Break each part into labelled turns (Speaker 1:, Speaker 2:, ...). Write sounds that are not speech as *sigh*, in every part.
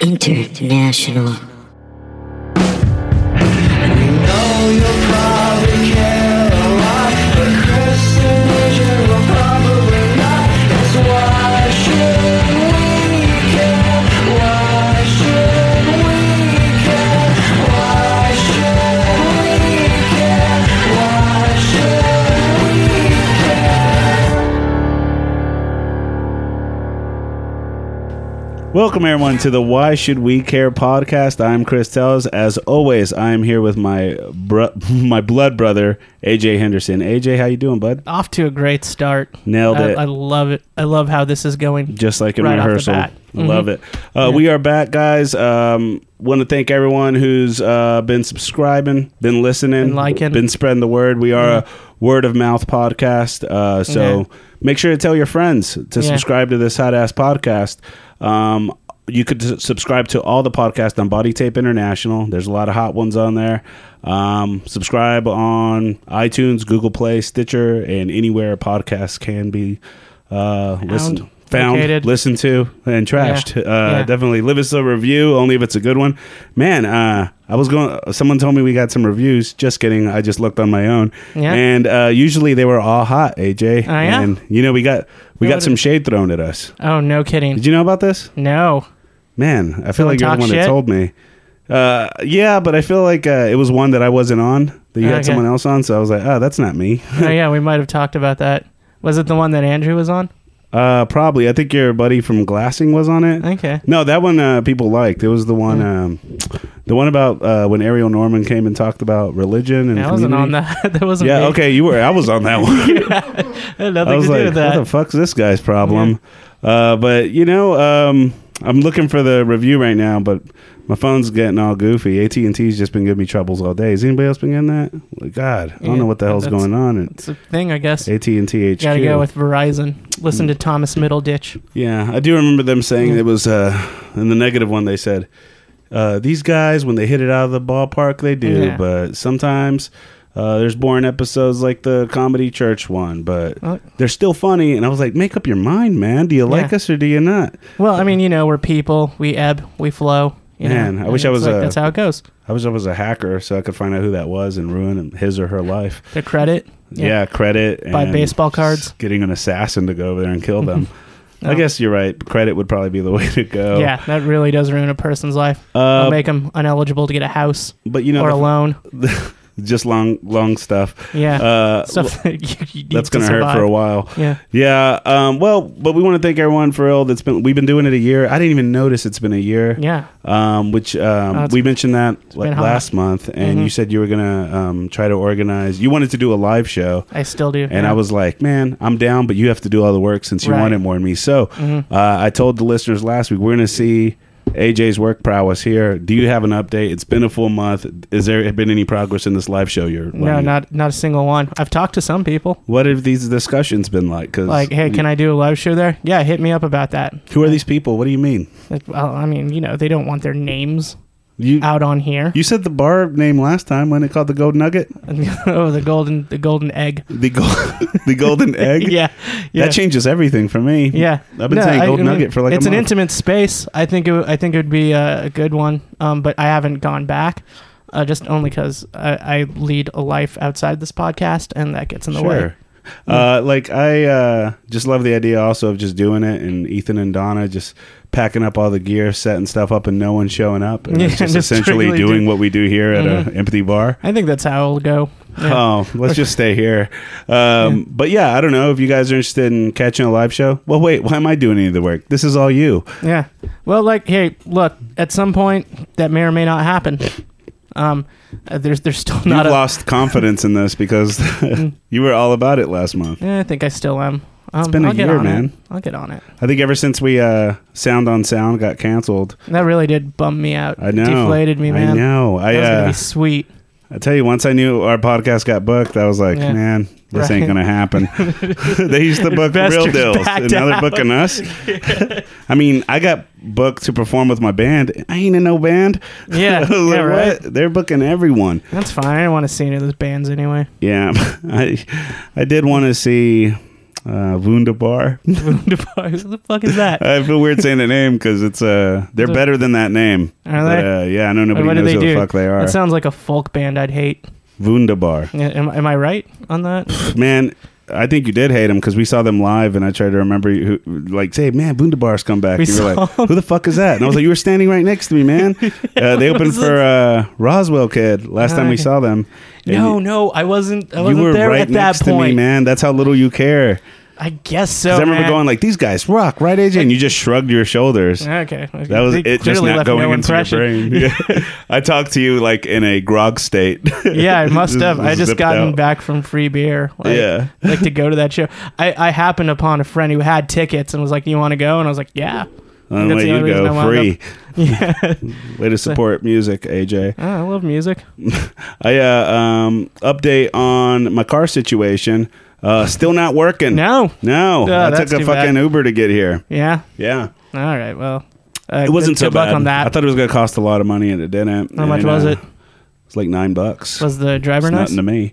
Speaker 1: International.
Speaker 2: Welcome everyone to the Why Should We Care podcast. I'm Chris Tells. As always, I am here with my bro- *laughs* my blood brother AJ Henderson. AJ, how you doing, bud?
Speaker 3: off to a great start.
Speaker 2: Nailed
Speaker 3: I,
Speaker 2: it.
Speaker 3: I love it. I love how this is going.
Speaker 2: Just like in
Speaker 3: Right off the
Speaker 2: rehearsal,
Speaker 3: bat. Mm-hmm.
Speaker 2: love it. Uh, We are back, guys. Um, Want to thank everyone who's uh, been subscribing, been listening,
Speaker 3: Been liking. Mm-hmm.
Speaker 2: been spreading the word. We are a word of mouth podcast, uh, so
Speaker 3: Yeah.
Speaker 2: make sure to tell your friends to
Speaker 3: Yeah.
Speaker 2: subscribe to this hot ass podcast. Um, you could s- subscribe to all the podcasts on Body Tape International. There's a lot of hot ones on there. Um, subscribe on iTunes, Google Play, Stitcher, and anywhere podcasts can be uh, listened, found,
Speaker 3: Located.
Speaker 2: listened to, and trashed.
Speaker 3: Yeah.
Speaker 2: Uh,
Speaker 3: Yeah.
Speaker 2: Definitely leave us a review, only if it's a good one. Man, uh, I was going. Someone told me we got some reviews. Just kidding. I just looked on my own.
Speaker 3: Yeah.
Speaker 2: And uh, usually they were all hot, AJ.
Speaker 3: Oh, yeah?
Speaker 2: And you know we got we
Speaker 3: Yeah,
Speaker 2: got
Speaker 3: what
Speaker 2: some
Speaker 3: is-
Speaker 2: shade thrown at us.
Speaker 3: Oh, no kidding.
Speaker 2: Did you know about this? *laughs*
Speaker 3: No.
Speaker 2: Man, I feel
Speaker 3: Someone
Speaker 2: like you're the
Speaker 3: talk
Speaker 2: one that
Speaker 3: shit?
Speaker 2: told me. Uh, yeah, but I feel like uh, it was one that I wasn't on. That you had
Speaker 3: Okay.
Speaker 2: someone else on, so I was like, oh, that's not
Speaker 3: *laughs*
Speaker 2: me.
Speaker 3: oh, yeah, we might have talked about that. Was it the one that Andrew was on?
Speaker 2: Uh, probably. I think your buddy from Glassing was on it.
Speaker 3: Okay.
Speaker 2: No, that one uh, people liked. It was the one,
Speaker 3: Mm.
Speaker 2: um, the one about uh, when Ariel Norman came and talked about religion and.
Speaker 3: I wasn't
Speaker 2: community.
Speaker 3: on that. *laughs* that wasn't
Speaker 2: Yeah,
Speaker 3: me.
Speaker 2: okay, you were. I was on
Speaker 3: *laughs*
Speaker 2: that one.
Speaker 3: It had
Speaker 2: I
Speaker 3: nothing to
Speaker 2: was
Speaker 3: do
Speaker 2: like, what
Speaker 3: with that.
Speaker 2: the fuck's this guy's problem? Uh, but you know, um, I'm looking for the review right now, but my phone's getting all goofy. AT and T's just been giving me troubles all day. Has anybody else been getting that? Like, God, I don't
Speaker 3: Yeah,
Speaker 2: know what the hell's
Speaker 3: that's-
Speaker 2: going on. at
Speaker 3: it's a thing, I guess.
Speaker 2: AT and T HQ.
Speaker 3: Gotta go with Verizon. Listen to
Speaker 2: Mm.
Speaker 3: Thomas Middleditch.
Speaker 2: Yeah, I do remember them saying
Speaker 3: Yeah.
Speaker 2: it was uh, in the negative one. They said uh, these guys when they hit it out of the ballpark, they do,
Speaker 3: Yeah.
Speaker 2: but sometimes. Uh, there's boring episodes like the comedy church one, but
Speaker 3: Well-
Speaker 2: they're still funny. And I was like, make up your mind, man. Do you like
Speaker 3: Yeah.
Speaker 2: us or do you not?
Speaker 3: Well, I mean, you know, we're people. We ebb, we flow. You
Speaker 2: Man,
Speaker 3: know?
Speaker 2: I
Speaker 3: And
Speaker 2: wish I
Speaker 3: it's
Speaker 2: was uh,
Speaker 3: Like,
Speaker 2: a-
Speaker 3: that's how it goes.
Speaker 2: I wish I was a hacker so I could find out who that was and ruin his or her life.
Speaker 3: The credit.
Speaker 2: Yeah, credit.
Speaker 3: Buy
Speaker 2: and
Speaker 3: baseball cards.
Speaker 2: Getting an assassin to go over there and kill
Speaker 3: *laughs*
Speaker 2: them. I
Speaker 3: No.
Speaker 2: guess you're right. Credit would probably be the *laughs* way to go.
Speaker 3: Oh. Yeah, that really does ruin a person's life.
Speaker 2: Uh,
Speaker 3: It'll make them ineligible to get a house
Speaker 2: but you know,
Speaker 3: or
Speaker 2: the-
Speaker 3: a loan.
Speaker 2: *laughs* just long, long stuff.
Speaker 3: Yeah.
Speaker 2: Uh,
Speaker 3: Stuff that *laughs* you, you need
Speaker 2: that's
Speaker 3: to
Speaker 2: going to hurt
Speaker 3: survive.
Speaker 2: for a while.
Speaker 3: Yeah.
Speaker 2: Yeah. Um, well, but we want to thank everyone for all that's been. We've been doing it a year. I didn't even notice it's been a year.
Speaker 3: Yeah.
Speaker 2: Um, which um,
Speaker 3: Oh, it's-
Speaker 2: we mentioned that
Speaker 3: been
Speaker 2: like,
Speaker 3: hot.
Speaker 2: last month, and
Speaker 3: Mhm.
Speaker 2: you said you were gonna um, try to organize. You wanted to do a live show.
Speaker 3: I still do.
Speaker 2: And I was like, man, I'm down, but you have to do all the work since you
Speaker 3: Right. Mm-hmm.
Speaker 2: want it more than me. So uh, I told the listeners last week, we're going to see AJ's work prowess here. Do you have an update? It's been a full month. Is there been any progress in this live show you're
Speaker 3: no,
Speaker 2: running?
Speaker 3: not not a single one. I've talked to some people.
Speaker 2: What have these discussions been like? Cause
Speaker 3: Like, hey, can I do a live show there? Yeah, hit me up about that.
Speaker 2: who are these people? What do you mean?
Speaker 3: Like, well, I mean, you know, they don't want their names
Speaker 2: You
Speaker 3: out on here.
Speaker 2: you said the bar name last time when it called the Gold Nugget,
Speaker 3: *laughs* oh, the golden the golden egg. *laughs*
Speaker 2: the gold, *laughs* the Golden Egg.
Speaker 3: Yeah, yeah,
Speaker 2: That changes everything for me.
Speaker 3: yeah.
Speaker 2: I've been saying
Speaker 3: I-
Speaker 2: Gold
Speaker 3: I mean,
Speaker 2: Nugget for like
Speaker 3: it's
Speaker 2: a
Speaker 3: an
Speaker 2: month.
Speaker 3: intimate space. I think it, w- I think it would be a, a good one. Um, but I haven't gone back. Uh, just only because I, I lead a life outside this podcast, and that gets in the way.
Speaker 2: Uh, like I uh, just love the idea also of just doing it, and Ethan and Donna just packing up all the gear, setting stuff up, and no one showing up, and
Speaker 3: *laughs* Yeah,
Speaker 2: it's just,
Speaker 3: just
Speaker 2: essentially
Speaker 3: really
Speaker 2: doing
Speaker 3: do-
Speaker 2: what we do here at a empty bar.
Speaker 3: I think that's how it'll go. Yeah.
Speaker 2: Oh, let's just stay here. Um, But yeah, I don't know if you guys are interested in catching a live show. Well, wait, why am I doing any of the work? This is all you.
Speaker 3: Yeah. Well, like, hey, look. At some point, that may or may not happen. Um, uh, there's there's still
Speaker 2: You've
Speaker 3: not a. Mm.
Speaker 2: lost confidence in this because *laughs* you were all about it last month.
Speaker 3: Eh, I think I still am. Um,
Speaker 2: It's been a
Speaker 3: I'll get
Speaker 2: year,
Speaker 3: on
Speaker 2: man.
Speaker 3: It. I'll get on it.
Speaker 2: I think ever since we uh, Sound on Sound got canceled,
Speaker 3: That really did bum me out.
Speaker 2: I know
Speaker 3: Deflated me, man.
Speaker 2: I know. I
Speaker 3: That was
Speaker 2: uh,
Speaker 3: gonna be sweet.
Speaker 2: I tell you, once I knew our podcast got booked, I was like,
Speaker 3: Yeah.
Speaker 2: man, this ain't
Speaker 3: Right.
Speaker 2: gonna happen. *laughs* they used to book real
Speaker 3: Investors
Speaker 2: deals, and
Speaker 3: backed
Speaker 2: now they're
Speaker 3: out.
Speaker 2: booking
Speaker 3: *laughs*
Speaker 2: us. I mean, I got booked to perform with my band. I ain't in no band.
Speaker 3: *laughs* Yeah,
Speaker 2: I was *laughs*
Speaker 3: yeah,
Speaker 2: like,
Speaker 3: right.
Speaker 2: what? They're booking everyone. *laughs*
Speaker 3: That's *laughs* fine. I didn't want to see any of those bands anyway.
Speaker 2: Yeah, I I did want to see. uh, Wunderbar.
Speaker 3: Wunderbar. Who the fuck is that?
Speaker 2: I feel weird saying the name because it's uh they're
Speaker 3: They're-
Speaker 2: better than that name. But,
Speaker 3: Are they?
Speaker 2: uh, yeah, I know *laughs* nobody
Speaker 3: what do
Speaker 2: knows
Speaker 3: they
Speaker 2: who the
Speaker 3: do?
Speaker 2: fuck they are.
Speaker 3: That sounds like a folk band I'd hate.
Speaker 2: Wunderbar.
Speaker 3: Yeah, Am, am I right on that?
Speaker 2: Man, I think you did hate them because we saw them live, and I tried to remember who, like, say, man, Wunderbar's come back.
Speaker 3: We
Speaker 2: and you were
Speaker 3: saw
Speaker 2: like, who the fuck is that? And I was like, you were standing right next to me,
Speaker 3: *laughs*
Speaker 2: man. Uh, they opened for uh, Roswell Kid last time we
Speaker 3: Okay.
Speaker 2: saw them. And
Speaker 3: No, no, I wasn't. I
Speaker 2: you
Speaker 3: wasn't
Speaker 2: were
Speaker 3: there
Speaker 2: right
Speaker 3: at
Speaker 2: next
Speaker 3: that
Speaker 2: to me,
Speaker 3: point.
Speaker 2: man. That's how little you care.
Speaker 3: I guess so.
Speaker 2: 'Cause I remember
Speaker 3: man.
Speaker 2: going like, these guys rock, right, AJ? And you just shrugged your shoulders.
Speaker 3: Okay,
Speaker 2: That was
Speaker 3: They
Speaker 2: it. Just
Speaker 3: clearly
Speaker 2: not
Speaker 3: left
Speaker 2: going
Speaker 3: no
Speaker 2: into
Speaker 3: impression.
Speaker 2: your brain. I talked to you like in a grog state.
Speaker 3: *laughs*
Speaker 2: *laughs*
Speaker 3: yeah, I must
Speaker 2: Just
Speaker 3: have. I just
Speaker 2: zipped
Speaker 3: gotten
Speaker 2: out.
Speaker 3: back from free beer. Like,
Speaker 2: Yeah.
Speaker 3: *laughs* like to go to that show. I, I happened upon a friend who had tickets and was like, "Do you want to go?" And I was like, "Yeah, *laughs*
Speaker 2: And let
Speaker 3: That's the
Speaker 2: you
Speaker 3: only reason I
Speaker 2: go
Speaker 3: wound
Speaker 2: free. *laughs*
Speaker 3: yeah."
Speaker 2: Way to support music, AJ.
Speaker 3: Oh, I love music.
Speaker 2: *laughs* I uh, um, update on my car situation. Uh, still not working.
Speaker 3: No,
Speaker 2: No,
Speaker 3: Yeah,
Speaker 2: I took
Speaker 3: that's
Speaker 2: a
Speaker 3: too
Speaker 2: fucking Uber to get here.
Speaker 3: yeah.
Speaker 2: Yeah,
Speaker 3: All right, well, uh,
Speaker 2: it wasn't
Speaker 3: good,
Speaker 2: so
Speaker 3: good luck
Speaker 2: bad.
Speaker 3: on
Speaker 2: I
Speaker 3: that.
Speaker 2: thought it was going to cost a lot of money, and it didn't.
Speaker 3: How much
Speaker 2: And,
Speaker 3: was
Speaker 2: uh,
Speaker 3: it?
Speaker 2: It's like nine bucks.
Speaker 3: Was the driver
Speaker 2: It's
Speaker 3: nice?
Speaker 2: nothing to me.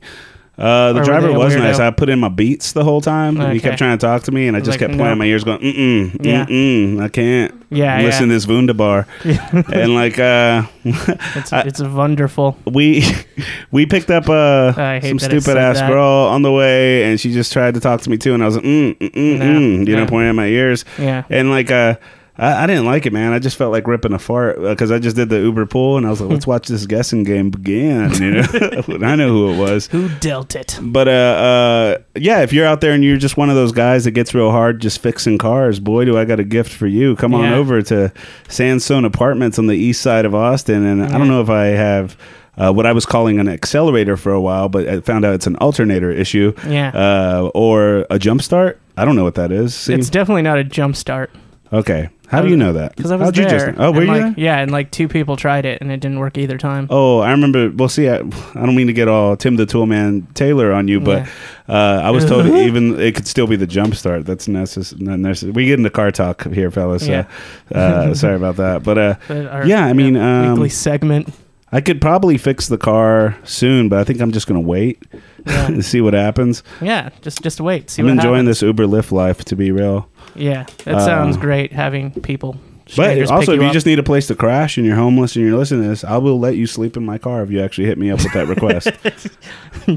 Speaker 2: Uh,
Speaker 3: Or
Speaker 2: the
Speaker 3: were
Speaker 2: driver
Speaker 3: they a
Speaker 2: was
Speaker 3: weirdo?
Speaker 2: nice. I put in my beats the whole time, and he
Speaker 3: Okay.
Speaker 2: kept trying to talk to me, and I
Speaker 3: was
Speaker 2: just
Speaker 3: like,
Speaker 2: kept
Speaker 3: no.
Speaker 2: playing my ears, going, mm mm,
Speaker 3: Yeah.
Speaker 2: mm mm, I can't.
Speaker 3: yeah, yeah.
Speaker 2: Listen to this
Speaker 3: *laughs*
Speaker 2: Wunderbar, and like uh, *laughs*
Speaker 3: it's
Speaker 2: I-
Speaker 3: it's wonderful.
Speaker 2: we *laughs* we picked up uh,
Speaker 3: I hate
Speaker 2: some
Speaker 3: that I
Speaker 2: stupid
Speaker 3: said
Speaker 2: ass
Speaker 3: that.
Speaker 2: girl on the way, and she just tried to talk to me too, and I was like, mm mm mm,
Speaker 3: No,
Speaker 2: mm, you know,
Speaker 3: no.
Speaker 2: pointing at my ears,
Speaker 3: Yeah.
Speaker 2: and like uh. I, I didn't like it, man. I just felt like ripping a fart because I just did the Uber pool, and I was
Speaker 3: *laughs*
Speaker 2: like, "Let's watch this guessing game begin." You know, *laughs* And I know who it was.
Speaker 3: Who dealt it?
Speaker 2: But uh, uh, yeah, if you're out there and you're just one of those guys that gets real hard just fixing cars, boy, do I got a gift for you. Come on
Speaker 3: Yeah.
Speaker 2: over to Sandstone Apartments on the east side of Austin. And I don't
Speaker 3: Yeah.
Speaker 2: know if I have uh, what I was calling an accelerator for a while, but I found out it's an alternator issue
Speaker 3: Yeah.
Speaker 2: uh, or a jump start. I don't know what that is. See?
Speaker 3: It's definitely not a jump start
Speaker 2: okay. How do you know that?
Speaker 3: because I was
Speaker 2: How'd
Speaker 3: there.
Speaker 2: you just? Oh,
Speaker 3: and,
Speaker 2: were you?
Speaker 3: like,
Speaker 2: there?
Speaker 3: Yeah, and like two people tried it and it didn't work either time.
Speaker 2: Oh, I remember. Well, see, I, I don't mean to get all Tim the Toolman Taylor on you, but uh, I was
Speaker 3: *laughs*
Speaker 2: told even it could still be the jump start. That's necessary. Necess- we get into car talk here, fellas. so,
Speaker 3: *laughs*
Speaker 2: uh, sorry about that. But uh,
Speaker 3: But our-
Speaker 2: Yeah, I mean, um,
Speaker 3: weekly segment.
Speaker 2: I could probably fix the car soon, but I think I'm just going to wait *laughs*
Speaker 3: Yeah.
Speaker 2: and see what happens.
Speaker 3: yeah, just just wait. See
Speaker 2: I'm
Speaker 3: what
Speaker 2: enjoying
Speaker 3: happens.
Speaker 2: this Uber Lyft life, to be real.
Speaker 3: Yeah, that
Speaker 2: Uh,
Speaker 3: sounds great having people.
Speaker 2: But
Speaker 3: strangers
Speaker 2: also,
Speaker 3: pick
Speaker 2: if you
Speaker 3: up.
Speaker 2: just need a place to crash and you're homeless and you're listening to this, I will let you sleep in my car if you actually hit me up with that
Speaker 3: *laughs*
Speaker 2: request.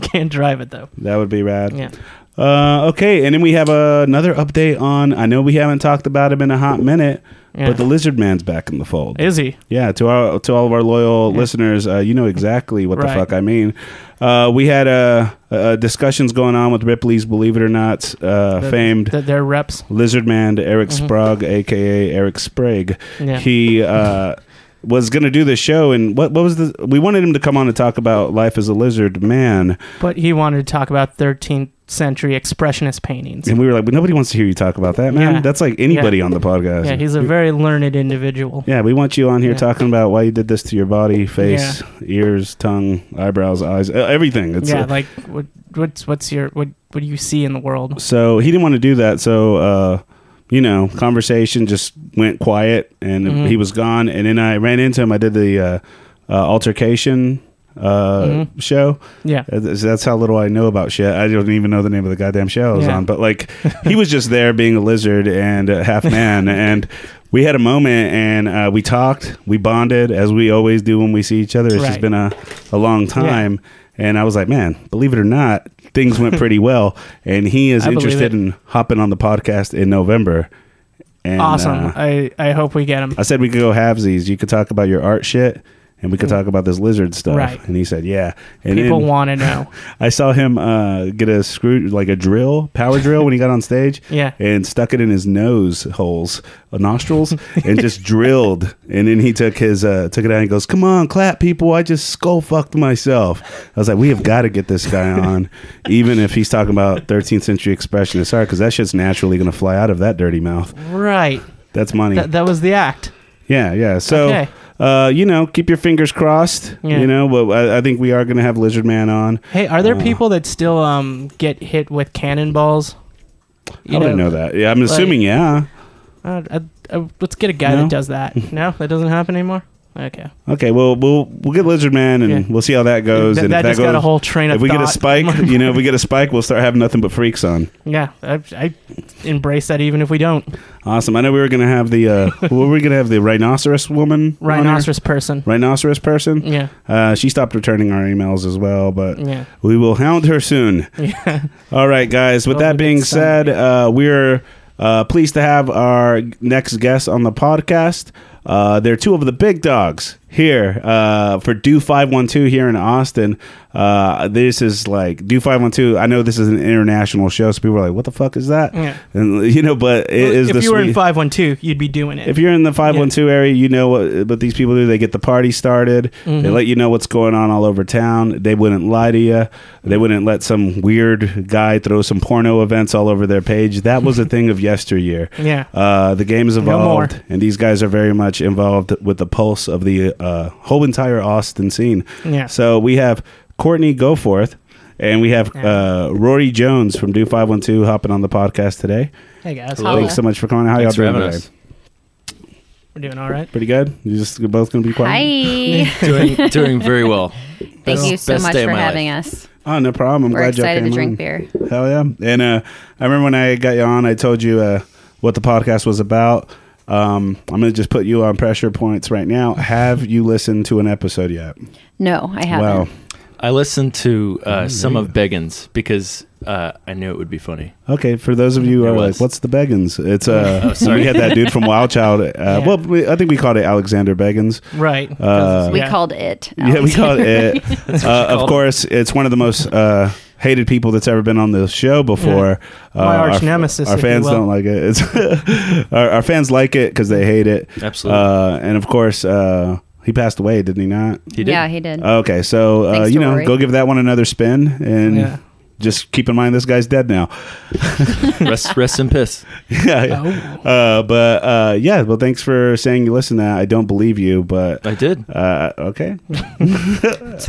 Speaker 3: can't drive it though.
Speaker 2: That would be rad.
Speaker 3: Yeah,
Speaker 2: Uh, okay, and then we have uh, another update on. I know we haven't talked about him in a hot minute,
Speaker 3: yeah.
Speaker 2: but the Lizard Man's back in the fold.
Speaker 3: is he?
Speaker 2: yeah, to our to all of our loyal
Speaker 3: Yeah.
Speaker 2: listeners, uh, you know exactly what
Speaker 3: Right.
Speaker 2: the fuck I mean. Uh, we had uh, uh, discussions going on with Ripley's Believe It or Not, uh,
Speaker 3: The-
Speaker 2: famed
Speaker 3: That they're reps.
Speaker 2: Lizard Man, Eric
Speaker 3: Mhm.
Speaker 2: Sprague, aka Eric Sprague.
Speaker 3: Yeah,
Speaker 2: He uh, was going to do the show, and what what was the? We wanted him to come on and talk about life as a lizard man.
Speaker 3: but he wanted to talk about 13th century expressionist paintings.
Speaker 2: And we were like, but nobody wants to hear you talk about that, man.
Speaker 3: Yeah.
Speaker 2: That's like anybody on the podcast.
Speaker 3: Yeah, he's a very learned individual.
Speaker 2: Yeah, we want you on here
Speaker 3: Yeah.
Speaker 2: talking about why you did this to your body, face, ears, tongue, eyebrows, eyes, e- everything. It's
Speaker 3: yeah,
Speaker 2: uh,
Speaker 3: like what what's what's your what what do you see in the world?
Speaker 2: so he didn't want to do that. So, uh, you know, conversation just went quiet, and
Speaker 3: Mhm.
Speaker 2: he was gone. And then I ran into him. I did the uh, uh, altercation uh,
Speaker 3: Mhm.
Speaker 2: show.
Speaker 3: Yeah,
Speaker 2: Uh, th- That's how little I know about shit. I don't even know the name of the goddamn show I was
Speaker 3: Yeah.
Speaker 2: on. But
Speaker 3: *laughs*
Speaker 2: like, he was just there being a lizard and uh, half man. and we had a moment and uh, we talked, we bonded as we always do when we see each other. It's just
Speaker 3: Right.
Speaker 2: been a, a long time. And I was like, man, believe it or not, things went
Speaker 3: *laughs*
Speaker 2: pretty well. And he is
Speaker 3: I believe
Speaker 2: interested
Speaker 3: it.
Speaker 2: in hopping on the podcast in November. And,
Speaker 3: awesome.
Speaker 2: uh,
Speaker 3: I I hope we get him.
Speaker 2: I said we could go halvesies. You could talk about your art shit. And we could
Speaker 3: Mm.
Speaker 2: talk about this lizard stuff,
Speaker 3: Right.
Speaker 2: and he said, "Yeah." And
Speaker 3: People
Speaker 2: then-
Speaker 3: want to know.
Speaker 2: I saw him uh, get a screw, like a drill, power drill, when he got on stage,
Speaker 3: *laughs* Yeah.
Speaker 2: and stuck it in his nose holes, uh, nostrils, and
Speaker 3: *laughs*
Speaker 2: just drilled. And then he took his uh, took it out and goes, "Come on, clap, people! I just skull fucked myself." I was like, "We have got to get this guy
Speaker 3: *laughs*
Speaker 2: on, even if he's talking about 13th century expressionist art, because that shit's naturally going to fly out of that dirty mouth.
Speaker 3: Right.
Speaker 2: That's money."
Speaker 3: That that was the act.
Speaker 2: yeah, yeah. So.
Speaker 3: okay.
Speaker 2: Uh, you know, keep your fingers crossed.
Speaker 3: Yeah.
Speaker 2: You know, but I, I think we are going to have Lizard Man on.
Speaker 3: Hey, are there
Speaker 2: Uh,
Speaker 3: people that still um get hit with cannonballs?
Speaker 2: I don't know that. Yeah, I'm assuming yeah.
Speaker 3: Uh, uh, uh, let's get a guy
Speaker 2: No? *laughs*
Speaker 3: that does that. No, that doesn't happen anymore. Okay.
Speaker 2: Okay, well, we'll we'll get Lizard Man and
Speaker 3: Yeah.
Speaker 2: we'll see how that goes.
Speaker 3: Th-
Speaker 2: and
Speaker 3: that
Speaker 2: if
Speaker 3: just got a whole train of
Speaker 2: if we get a
Speaker 3: thought.
Speaker 2: spike,
Speaker 3: *laughs*
Speaker 2: you know, if we get a spike, we'll start having nothing but freaks on.
Speaker 3: yeah, I, I embrace that even if we don't.
Speaker 2: Awesome. I know we were gonna have the
Speaker 3: *laughs*
Speaker 2: uh, what were we gonna have the rhinoceros woman, on here?
Speaker 3: Rhinoceros person.
Speaker 2: rhinoceros person.
Speaker 3: Yeah, *laughs*
Speaker 2: Uh, she stopped returning our emails as well, but
Speaker 3: yeah,
Speaker 2: we will hound her soon.
Speaker 3: yeah.
Speaker 2: All right, guys. With
Speaker 3: Well,
Speaker 2: that
Speaker 3: we
Speaker 2: being
Speaker 3: did some-
Speaker 2: said, uh, we're uh, pleased to have our next guest on the podcast. Uh, they're two of the big dogs here uh, for Do Five One Two here in Austin. Uh, this is like Do Five One Two. I know this is an international show, so people are like, "What the fuck is that?"
Speaker 3: yeah.
Speaker 2: And you know, but it *laughs* is
Speaker 3: Well,
Speaker 2: the
Speaker 3: if you were in
Speaker 2: sweet-
Speaker 3: 512, you'd be doing it.
Speaker 2: if you're in the 512 area, you know what, what these people do. They get the party started. They
Speaker 3: Mhm.
Speaker 2: let you know what's going on all over town. They wouldn't lie to you. They wouldn't let some weird guy throw some porno events all over their page. That was a thing of yesteryear.
Speaker 3: *laughs* yeah.
Speaker 2: Uh, the game is
Speaker 3: more.
Speaker 2: evolved, and these guys are very much involved with the pulse of the uh, whole entire Austin scene.
Speaker 3: Yeah.
Speaker 2: So we have Courtney Goforth, and we have
Speaker 3: Yeah.
Speaker 2: uh, Rory Jones from Do Five One Two hopping on the podcast today.
Speaker 3: Hey guys,
Speaker 1: Hello.
Speaker 2: Thanks so much for coming. How
Speaker 1: Thanks for
Speaker 2: y'all doing
Speaker 1: having
Speaker 2: today?
Speaker 1: us.
Speaker 3: we're doing all right.
Speaker 2: Pretty good. You just you're both gonna be quiet. *laughs*
Speaker 4: Hi.
Speaker 1: Doing, doing very well.
Speaker 4: *laughs* Thank
Speaker 1: Best-
Speaker 4: you so
Speaker 1: best
Speaker 4: much
Speaker 1: day of
Speaker 4: for
Speaker 1: my
Speaker 4: having
Speaker 1: life.
Speaker 4: us.
Speaker 2: Oh, no problem. I'm
Speaker 4: We're
Speaker 2: glad
Speaker 4: excited
Speaker 2: y'all
Speaker 4: to
Speaker 2: came
Speaker 4: drink
Speaker 2: on.
Speaker 4: beer.
Speaker 2: Hell yeah! And uh, I remember when I got you on, I told you uh, what the podcast was about. Um, I'm gonna just put you on pressure points right now. Have you listened to an episode yet?
Speaker 4: No,
Speaker 2: Wow.
Speaker 4: I haven't.
Speaker 1: I listened to uh, some of Beggins because uh, I knew it would be funny.
Speaker 2: Okay, for those of you who
Speaker 1: It
Speaker 2: are
Speaker 1: was.
Speaker 2: like, "What's the Beggins?"
Speaker 1: *laughs*
Speaker 2: It's uh,
Speaker 1: Oh, sorry.
Speaker 2: we had that dude from Wild Child. Uh,
Speaker 3: Yeah.
Speaker 2: Well, we, I think we called it Alexander Beggins.
Speaker 3: *laughs* Right.
Speaker 2: Uh,
Speaker 4: We
Speaker 3: Yeah.
Speaker 4: called it.
Speaker 2: Yeah, we
Speaker 4: Alex.
Speaker 2: called
Speaker 3: *laughs*
Speaker 2: it. uh,
Speaker 1: called
Speaker 2: of
Speaker 1: it.
Speaker 2: course, it's one of the most uh, hated people that's ever been on the show before. Uh,
Speaker 3: My arch
Speaker 2: our-
Speaker 3: nemesis,
Speaker 2: Our
Speaker 3: if you
Speaker 2: fans
Speaker 3: will.
Speaker 2: don't like it. It's *laughs* our, our fans like it because they hate it.
Speaker 1: Absolutely.
Speaker 2: Uh, and of course, uh, he passed away, didn't he? Not.
Speaker 1: he did.
Speaker 4: Yeah, he did.
Speaker 2: Okay, so uh,
Speaker 4: Thanks
Speaker 2: you
Speaker 4: to
Speaker 2: know,
Speaker 4: Rory.
Speaker 2: go give that one another spin, and
Speaker 3: Yeah.
Speaker 2: just keep in mind this guy's dead now. *laughs*
Speaker 4: *laughs*
Speaker 1: rest, rest in piss.
Speaker 2: yeah.
Speaker 3: Oh,
Speaker 2: Uh, but uh, yeah, well, thanks for saying you listen. To that. I don't believe you, but
Speaker 1: I did.
Speaker 2: uh, okay.
Speaker 4: That's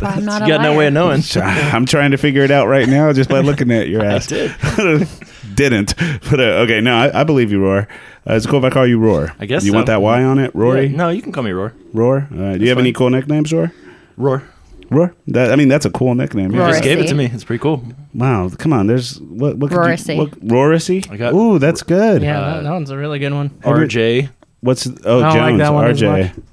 Speaker 1: *laughs*
Speaker 4: why I'm not
Speaker 1: you
Speaker 4: a
Speaker 1: got no
Speaker 4: liar.
Speaker 1: way of
Speaker 2: *laughs*
Speaker 1: knowing.
Speaker 2: I'm trying to figure it out right now just by looking at your
Speaker 1: *laughs* I
Speaker 2: ass.
Speaker 1: did.
Speaker 2: *laughs* Didn't. But uh, okay, no, I, I believe you, Roar. Uh, it's cool if I call you Roar.
Speaker 1: I guess
Speaker 2: you want
Speaker 1: so.
Speaker 2: that Y on it, Rory.
Speaker 1: Yeah, no, you can call me Roar.
Speaker 2: Roar. Uh, do you have
Speaker 1: fine.
Speaker 2: any cool nicknames, Roar?
Speaker 1: Roar.
Speaker 2: Roar. That I mean, that's a cool nickname.
Speaker 1: You
Speaker 2: Yeah.
Speaker 1: just
Speaker 4: Roracy.
Speaker 1: gave it to me. It's pretty cool.
Speaker 2: Wow, come on. There's what? what could
Speaker 4: Roracy.
Speaker 2: You, what, Roracy.
Speaker 1: I got-
Speaker 2: Ooh, that's good.
Speaker 3: Yeah,
Speaker 1: Uh,
Speaker 3: that, that one's a really good one.
Speaker 2: Every-
Speaker 1: RJ.
Speaker 2: What's oh
Speaker 3: I
Speaker 2: Jones?
Speaker 3: don't like that one as
Speaker 2: RJ.
Speaker 3: much.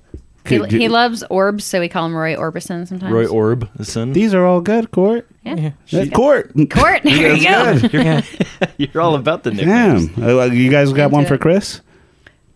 Speaker 4: He,
Speaker 2: Could-
Speaker 4: he loves orbs, so we call him Roy Orbison sometimes.
Speaker 1: Roy Orbison.
Speaker 2: these are all good. Court.
Speaker 3: *laughs*
Speaker 2: *laughs*
Speaker 4: yeah.
Speaker 2: Uh, Court.
Speaker 4: Court, *laughs* there you go.
Speaker 2: That's good.
Speaker 3: Yeah.
Speaker 1: *laughs* You're all about the nicknames.
Speaker 2: Damn. Uh, you guys got
Speaker 4: Into
Speaker 2: one for
Speaker 4: it.
Speaker 2: Chris.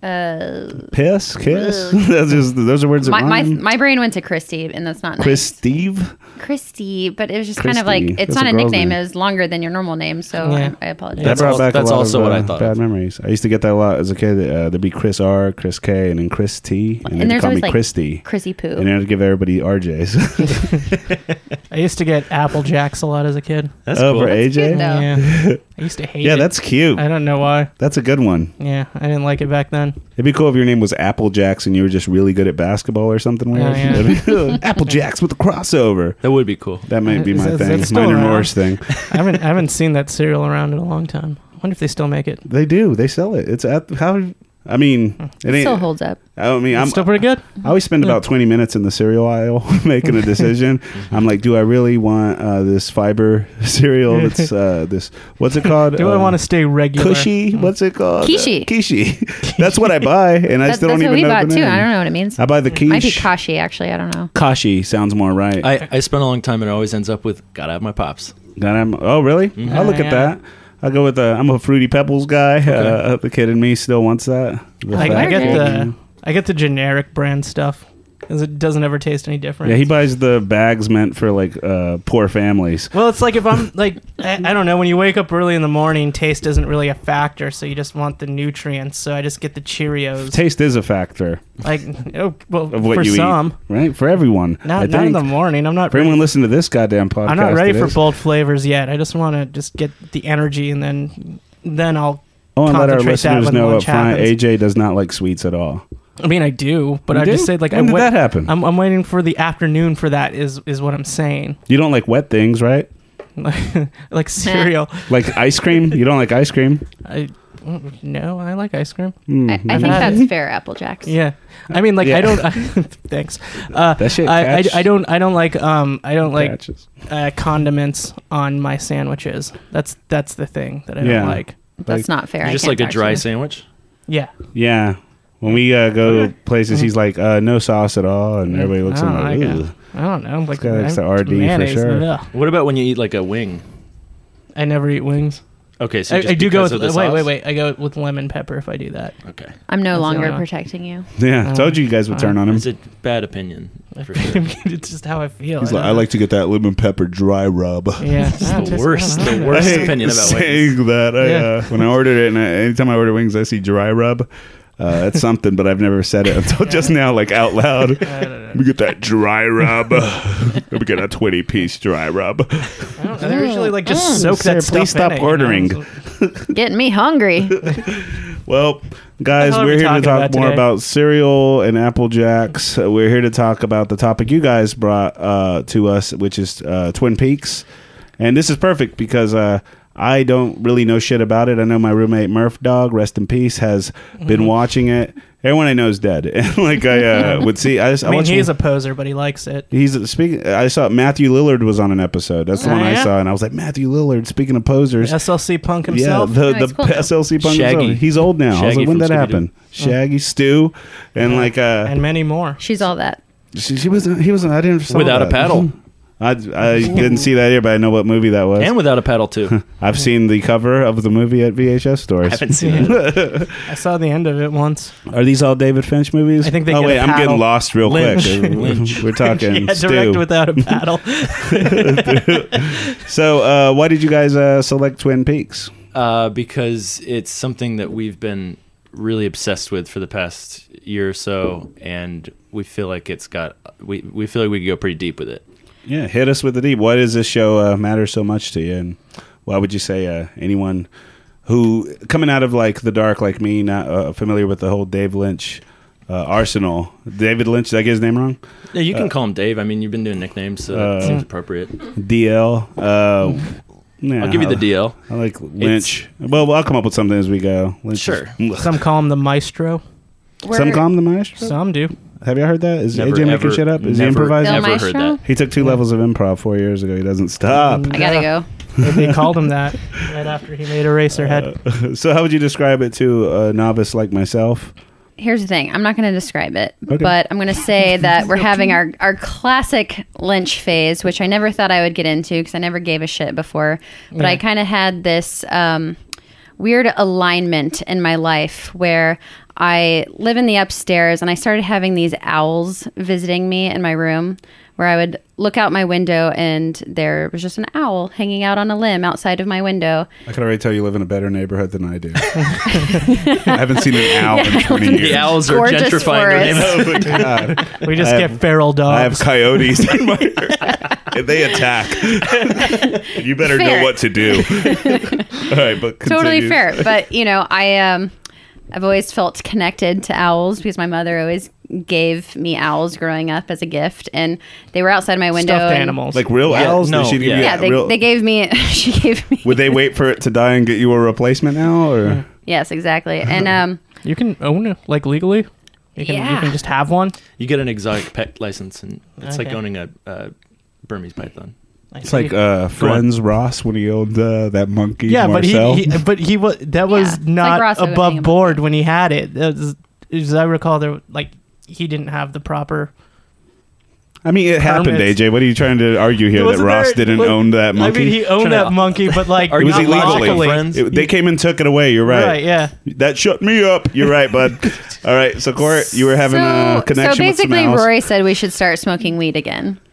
Speaker 4: Uh,
Speaker 2: Piss, kiss. That's just- *laughs* those are words that
Speaker 4: my, my
Speaker 2: rhyme.
Speaker 4: my brain went to Christy, and that's not
Speaker 2: Chris Steve.
Speaker 4: nice. Christy, but it was just kind of
Speaker 2: Christy.
Speaker 4: like it's
Speaker 2: That's
Speaker 4: not
Speaker 2: a
Speaker 4: a,
Speaker 2: girl's
Speaker 4: nickname.
Speaker 2: name.
Speaker 4: It was longer than your normal name, so
Speaker 3: Yeah.
Speaker 4: I, I apologize.
Speaker 2: That
Speaker 1: That's
Speaker 2: brought
Speaker 1: al-
Speaker 2: back
Speaker 1: that's
Speaker 2: a lot
Speaker 1: also
Speaker 2: of,
Speaker 1: what
Speaker 2: uh,
Speaker 1: I thought
Speaker 2: Bad
Speaker 1: of.
Speaker 2: memories. I used to get that a lot as a kid. Uh, there'd be Chris R, Chris K, and then Chris T, and, then
Speaker 4: and
Speaker 2: they
Speaker 4: there's
Speaker 2: call
Speaker 4: always
Speaker 2: me
Speaker 4: like
Speaker 2: Christy.
Speaker 4: Chrissy Poo.
Speaker 2: And then I'd give everybody RJs
Speaker 3: I used to get Apple Jacks a lot as a kid.
Speaker 2: *laughs*
Speaker 1: That's
Speaker 2: over
Speaker 1: cool.
Speaker 2: AJ.
Speaker 4: cute, though. No.
Speaker 3: *laughs* Yeah. I used to hate
Speaker 2: yeah,
Speaker 3: it.
Speaker 2: that's cute.
Speaker 3: I don't know why.
Speaker 2: That's a good one.
Speaker 3: Yeah, I didn't like it back then.
Speaker 2: It'd be cool if your name was Apple Jacks and you were just really good at basketball or something weird.
Speaker 3: Oh,
Speaker 2: *laughs*
Speaker 3: yeah.
Speaker 2: That'd be- Apple Jacks with the crossover.
Speaker 1: That would be cool.
Speaker 2: That might be
Speaker 3: Is-
Speaker 2: my
Speaker 3: is
Speaker 2: thing.
Speaker 3: that still
Speaker 2: Mine or
Speaker 3: around?
Speaker 2: Moore's thing.
Speaker 3: I haven't I haven't seen that cereal around in a long time. I wonder if they still make it.
Speaker 2: They do. They sell it. It's at how. I mean, it
Speaker 4: Still
Speaker 2: ain't.
Speaker 4: holds up.
Speaker 2: I mean,
Speaker 3: It's
Speaker 2: I'm
Speaker 3: still pretty good.
Speaker 2: I always spend about 20 minutes in the cereal aisle *laughs* making a
Speaker 3: *laughs*
Speaker 2: decision. I'm like, do I really want uh, this fiber *laughs* cereal?
Speaker 3: *laughs*
Speaker 2: That's uh, this, what's it called? Um,
Speaker 3: Do I want Uh-huh. to stay regular?
Speaker 2: Uh, Cushy? What's it called?
Speaker 4: Kishi.
Speaker 2: Uh, Kishi.
Speaker 3: *laughs*
Speaker 2: That's what I buy, and I
Speaker 4: That-
Speaker 2: still
Speaker 4: that's
Speaker 2: don't even
Speaker 4: what we
Speaker 2: know.
Speaker 4: bought
Speaker 2: the
Speaker 4: too.
Speaker 2: name.
Speaker 4: I don't know what it means.
Speaker 2: I buy the
Speaker 4: Might be
Speaker 2: quiche.
Speaker 4: Kashi, actually. I don't know.
Speaker 2: Kashi sounds more right.
Speaker 1: I, I spent a long time and it always ends up with gotta have my pops.
Speaker 2: Then I'm- oh, really?
Speaker 3: Mm-hmm.
Speaker 2: I'll look at
Speaker 3: Yeah.
Speaker 2: that. I go with the, I'm a Fruity Pebbles guy. Uh, the kid in me still wants that. The
Speaker 3: I, I
Speaker 2: fat
Speaker 3: get
Speaker 2: kid.
Speaker 3: the I get the generic brand stuff because it doesn't ever taste any different.
Speaker 2: Yeah, he buys the bags meant for like uh, poor families.
Speaker 3: well, it's like if I'm like I, I don't know when you wake up early in the morning, taste isn't really a factor, so you just want the nutrients. So I just get the Cheerios.
Speaker 2: *laughs* Taste is a factor.
Speaker 3: like oh well
Speaker 2: of what
Speaker 3: for
Speaker 2: you
Speaker 3: some,
Speaker 2: eat, right? For everyone, I
Speaker 3: not,
Speaker 2: think.
Speaker 3: not in the morning. I'm not
Speaker 2: for
Speaker 3: ready,
Speaker 2: anyone listening to this goddamn podcast,
Speaker 3: I'm not ready
Speaker 2: it
Speaker 3: for
Speaker 2: is.
Speaker 3: bold flavors yet. I just want to just get the energy and then then I'll.
Speaker 2: Oh, and let our
Speaker 3: concentrate that
Speaker 2: listeners
Speaker 3: when
Speaker 2: know up
Speaker 3: lunch
Speaker 2: front,
Speaker 3: happens.
Speaker 2: AJ does not like sweets at all.
Speaker 3: I mean, I do, but
Speaker 2: You
Speaker 3: I
Speaker 2: do?
Speaker 3: just said like
Speaker 2: when
Speaker 3: I
Speaker 2: did
Speaker 3: wa-
Speaker 2: that happen?
Speaker 3: I'm, I'm waiting for the afternoon for that is is what I'm saying. *laughs*
Speaker 2: you don't like wet things, right?
Speaker 3: like cereal.
Speaker 2: Like ice cream. Hmm, You don't like ice cream.
Speaker 3: I mm, no, I like ice cream.
Speaker 4: I, I think that's fair, Apple Jacks.
Speaker 3: Mm-hmm. Yeah, I mean, like
Speaker 2: Yeah.
Speaker 3: I don't. *laughs* thanks. Uh,
Speaker 2: That shit
Speaker 3: I, I,
Speaker 2: catch-
Speaker 3: I don't I don't like um I don't like
Speaker 2: Patches.
Speaker 3: uh, condiments on my sandwiches. That's that's the thing that I
Speaker 2: Yeah.
Speaker 3: don't like.
Speaker 4: That's not fair. I
Speaker 1: just
Speaker 4: can't
Speaker 1: like a dry
Speaker 4: argue.
Speaker 1: sandwich.
Speaker 3: Yeah,
Speaker 2: Yeah. When we uh, go to places, he's like, uh, no sauce at all, and everybody looks at him
Speaker 3: Oh,
Speaker 2: like,
Speaker 3: I got-
Speaker 2: Ugh.
Speaker 3: I don't know. Like
Speaker 2: guy likes
Speaker 3: I'm-
Speaker 2: the RD for
Speaker 3: mayonnaise,
Speaker 2: sure.
Speaker 3: ugh.
Speaker 1: What about when you eat like a wing?
Speaker 3: I never eat wings.
Speaker 1: Okay, so
Speaker 3: I,
Speaker 1: just
Speaker 3: I do go
Speaker 1: because
Speaker 3: with
Speaker 1: of the
Speaker 3: wait wait
Speaker 1: sauce?
Speaker 3: wait. I go with lemon pepper if I do
Speaker 1: *laughs*
Speaker 3: that. *laughs*
Speaker 1: Okay,
Speaker 4: I'm no
Speaker 3: That's the only
Speaker 4: longer
Speaker 3: one.
Speaker 4: protecting you.
Speaker 2: yeah.
Speaker 3: Um,
Speaker 2: told you you guys would turn on him.
Speaker 1: it's a bad opinion for sure.
Speaker 2: *laughs*
Speaker 3: it's just how I feel.
Speaker 2: He's
Speaker 3: don't
Speaker 2: like, I
Speaker 3: know.
Speaker 2: like to get that lemon pepper dry rub.
Speaker 3: *laughs* Yeah,
Speaker 1: It's the worst, the
Speaker 2: I
Speaker 1: worst
Speaker 2: hate
Speaker 1: opinion about wings.
Speaker 2: saying that. I, uh,
Speaker 3: Yeah.
Speaker 2: when I ordered it, and I, anytime I order wings, I see dry rub. Uh, that's something, but I've never said it until just now, like out loud.
Speaker 3: I don't know.
Speaker 2: We get that dry rub. *laughs* we get a twenty piece dry rub.
Speaker 3: I don't know. They usually like just
Speaker 4: Mm.
Speaker 3: soak
Speaker 2: Oh, Sarah,
Speaker 3: that stuff
Speaker 2: please
Speaker 3: in
Speaker 2: stop
Speaker 3: it, you know?
Speaker 2: ordering.
Speaker 4: Getting me hungry.
Speaker 2: Well, guys,
Speaker 3: hell are
Speaker 2: we're
Speaker 3: we
Speaker 2: here to
Speaker 3: talking
Speaker 2: talk
Speaker 3: about
Speaker 2: more
Speaker 3: today?
Speaker 2: about cereal and Apple Jacks. Uh, We're here to talk about the topic you guys brought uh, to us, which is uh, Twin Peaks. And this is perfect because uh, I don't really know shit about it. I know my roommate Murph Dog, rest in peace, has
Speaker 3: Mm-hmm.
Speaker 2: been watching it. Everyone I know is dead. *laughs* And like I
Speaker 3: *laughs*
Speaker 2: uh, would see, I, just,
Speaker 3: I mean,
Speaker 2: watched
Speaker 3: he's a poser, but he likes it.
Speaker 2: He's speaking. I saw Matthew Lillard was on an episode. That's the
Speaker 3: Oh,
Speaker 2: one I
Speaker 3: yeah?
Speaker 2: saw, and I was like, Matthew Lillard. Speaking of posers,
Speaker 3: SLC punk himself.
Speaker 2: yeah, the,
Speaker 4: No,
Speaker 2: the
Speaker 4: he's cool now.
Speaker 2: SLC punk
Speaker 1: Shaggy.
Speaker 2: Shaggy. He's old now. I was
Speaker 1: Shaggy
Speaker 2: like, when did
Speaker 1: from
Speaker 2: that happen? Shaggy, Stu, and like uh,
Speaker 3: and
Speaker 2: *laughs*
Speaker 3: many more.
Speaker 4: She's all that.
Speaker 2: she, she was he was I didn't saw
Speaker 1: Without a
Speaker 2: that.
Speaker 1: paddle.
Speaker 2: *laughs* I, I didn't see that either, but I know what movie that was.
Speaker 1: and without a
Speaker 2: *laughs*
Speaker 1: paddle too.
Speaker 2: I've seen the cover of the movie at VHS
Speaker 1: I
Speaker 2: stores.
Speaker 1: haven't seen it.
Speaker 3: I saw the end of
Speaker 2: *laughs*
Speaker 3: it once.
Speaker 2: Are these all David Finch movies?
Speaker 3: I think they
Speaker 2: Oh
Speaker 3: get
Speaker 2: wait,
Speaker 3: a
Speaker 2: I'm
Speaker 3: paddle.
Speaker 2: getting lost real
Speaker 1: Lynch. *laughs*
Speaker 3: *laughs*
Speaker 2: quick.
Speaker 1: Lynch.
Speaker 2: We're talking
Speaker 3: yeah, direct
Speaker 2: Stu.
Speaker 3: without
Speaker 2: *laughs*
Speaker 3: a paddle.
Speaker 2: so, uh, why did you guys uh, select Twin Peaks?
Speaker 1: Uh, because it's something that we've been really obsessed with for the past year or so, and we feel like it's got we we feel like we could go pretty deep with it.
Speaker 2: Yeah, hit us with the deep. Why does this show uh, matter so much to you? And why would you say uh, anyone who coming out of like the dark, like me, not uh, familiar with the whole Dave Lynch uh, arsenal? David Lynch, did I get his name wrong?
Speaker 1: Yeah, you can call him Dave. I mean, you've been doing nicknames, so that
Speaker 2: Uh, *laughs*
Speaker 1: seems appropriate.
Speaker 2: DL. Uh, yeah,
Speaker 1: I'll give you the DL.
Speaker 2: I like Lynch. Well, I'll come up with something as we go. Lynch is-
Speaker 1: Sure.
Speaker 3: Some call him the maestro.
Speaker 4: We're-
Speaker 2: Some call him the maestro.
Speaker 3: Some do.
Speaker 2: Have you heard that? Is
Speaker 1: Never,
Speaker 2: AJ making
Speaker 1: ever-
Speaker 2: shit up? Is
Speaker 1: never,
Speaker 2: he improvising?
Speaker 4: Bill
Speaker 1: Never heard
Speaker 4: Maestro?
Speaker 1: that.
Speaker 2: He took two levels of improv four years ago. He doesn't stop.
Speaker 4: I gotta go.
Speaker 3: They- they called
Speaker 2: *laughs*
Speaker 3: him that right after he made Eraserhead.
Speaker 2: so, how would you describe it to a novice like myself?
Speaker 4: Here's the thing. I'm not going to describe it,
Speaker 2: Okay.
Speaker 4: but I'm going to say that we're having our, our classic Lynch phase, which I never thought I would get into because I never gave a shit before. But I
Speaker 3: Yeah.
Speaker 4: kind of had this um, weird alignment in my life where I live in the upstairs and I started having these owls visiting me in my room where I would look out my window and there was just an owl hanging out on a limb outside of my window.
Speaker 2: I can already tell you live in a better neighborhood than I
Speaker 4: *laughs*
Speaker 2: do. I haven't seen an owl in 20 years.
Speaker 1: The owls are
Speaker 4: Gorgeous
Speaker 1: gentrifying their
Speaker 4: forest.
Speaker 1: neighborhood.
Speaker 2: Oh *laughs* my God.
Speaker 3: We just
Speaker 2: I
Speaker 3: get
Speaker 2: have-
Speaker 3: feral
Speaker 2: I have
Speaker 3: dogs.
Speaker 2: coyotes in
Speaker 4: *laughs*
Speaker 2: my and they attack. you better
Speaker 4: Fair.
Speaker 2: know what to
Speaker 4: *laughs*
Speaker 2: do. All right, but
Speaker 4: totally
Speaker 2: continue. *laughs*
Speaker 4: fair. But you know, I um, I've always felt connected to owls because my mother always gave me owls growing up as a gift, and they were outside my window.
Speaker 3: stuffed
Speaker 4: and-
Speaker 3: animals.
Speaker 2: Like real
Speaker 1: Yeah,
Speaker 2: owls? Did
Speaker 1: no,
Speaker 2: she give
Speaker 1: yeah.
Speaker 2: you
Speaker 4: Yeah,
Speaker 2: a
Speaker 4: they,
Speaker 2: real-
Speaker 4: they gave me. *laughs* she gave me.
Speaker 2: would they wait for it to die and get you a replacement owl? Or?
Speaker 4: *laughs* Yes,
Speaker 2: *laughs*
Speaker 4: exactly. And um,
Speaker 3: you can own it, like legally. You can you
Speaker 4: Yeah.
Speaker 3: can just have one.
Speaker 1: You get an exotic pet license, and it's like
Speaker 3: Okay.
Speaker 1: owning a uh, Burmese python.
Speaker 3: I
Speaker 2: It's
Speaker 3: see.
Speaker 2: like uh, Friends Ross when he owned uh, that monkey.
Speaker 3: yeah, but
Speaker 2: Marcel.
Speaker 3: he, he but he was that
Speaker 4: Yeah,
Speaker 3: was
Speaker 4: it's like
Speaker 3: not
Speaker 4: Ross owning a
Speaker 3: above
Speaker 4: monkey.
Speaker 3: board when he had it. That was- as I recall, there like he didn't have the proper.
Speaker 2: I mean, it happened,
Speaker 3: Permits.
Speaker 2: AJ. What are you trying to argue here that
Speaker 3: Wasn't
Speaker 2: Ross
Speaker 3: there-
Speaker 2: didn't
Speaker 3: like-
Speaker 2: own that monkey?
Speaker 3: I mean, he owned
Speaker 1: Tryna-
Speaker 3: that monkey, but like
Speaker 1: Are
Speaker 2: it
Speaker 1: you
Speaker 2: was
Speaker 3: not
Speaker 1: illegally.
Speaker 2: illegally.
Speaker 3: lawfully.
Speaker 1: Friends?
Speaker 2: It- they came and took it away. You're right.
Speaker 3: Right. Oh, Yeah.
Speaker 2: That shut me up. You're right, bud.
Speaker 1: *laughs*
Speaker 2: All right. So, Court, you were having
Speaker 4: so,
Speaker 2: a connection
Speaker 4: so basically,
Speaker 2: with some
Speaker 4: Rory said we should start smoking weed again.
Speaker 2: owls.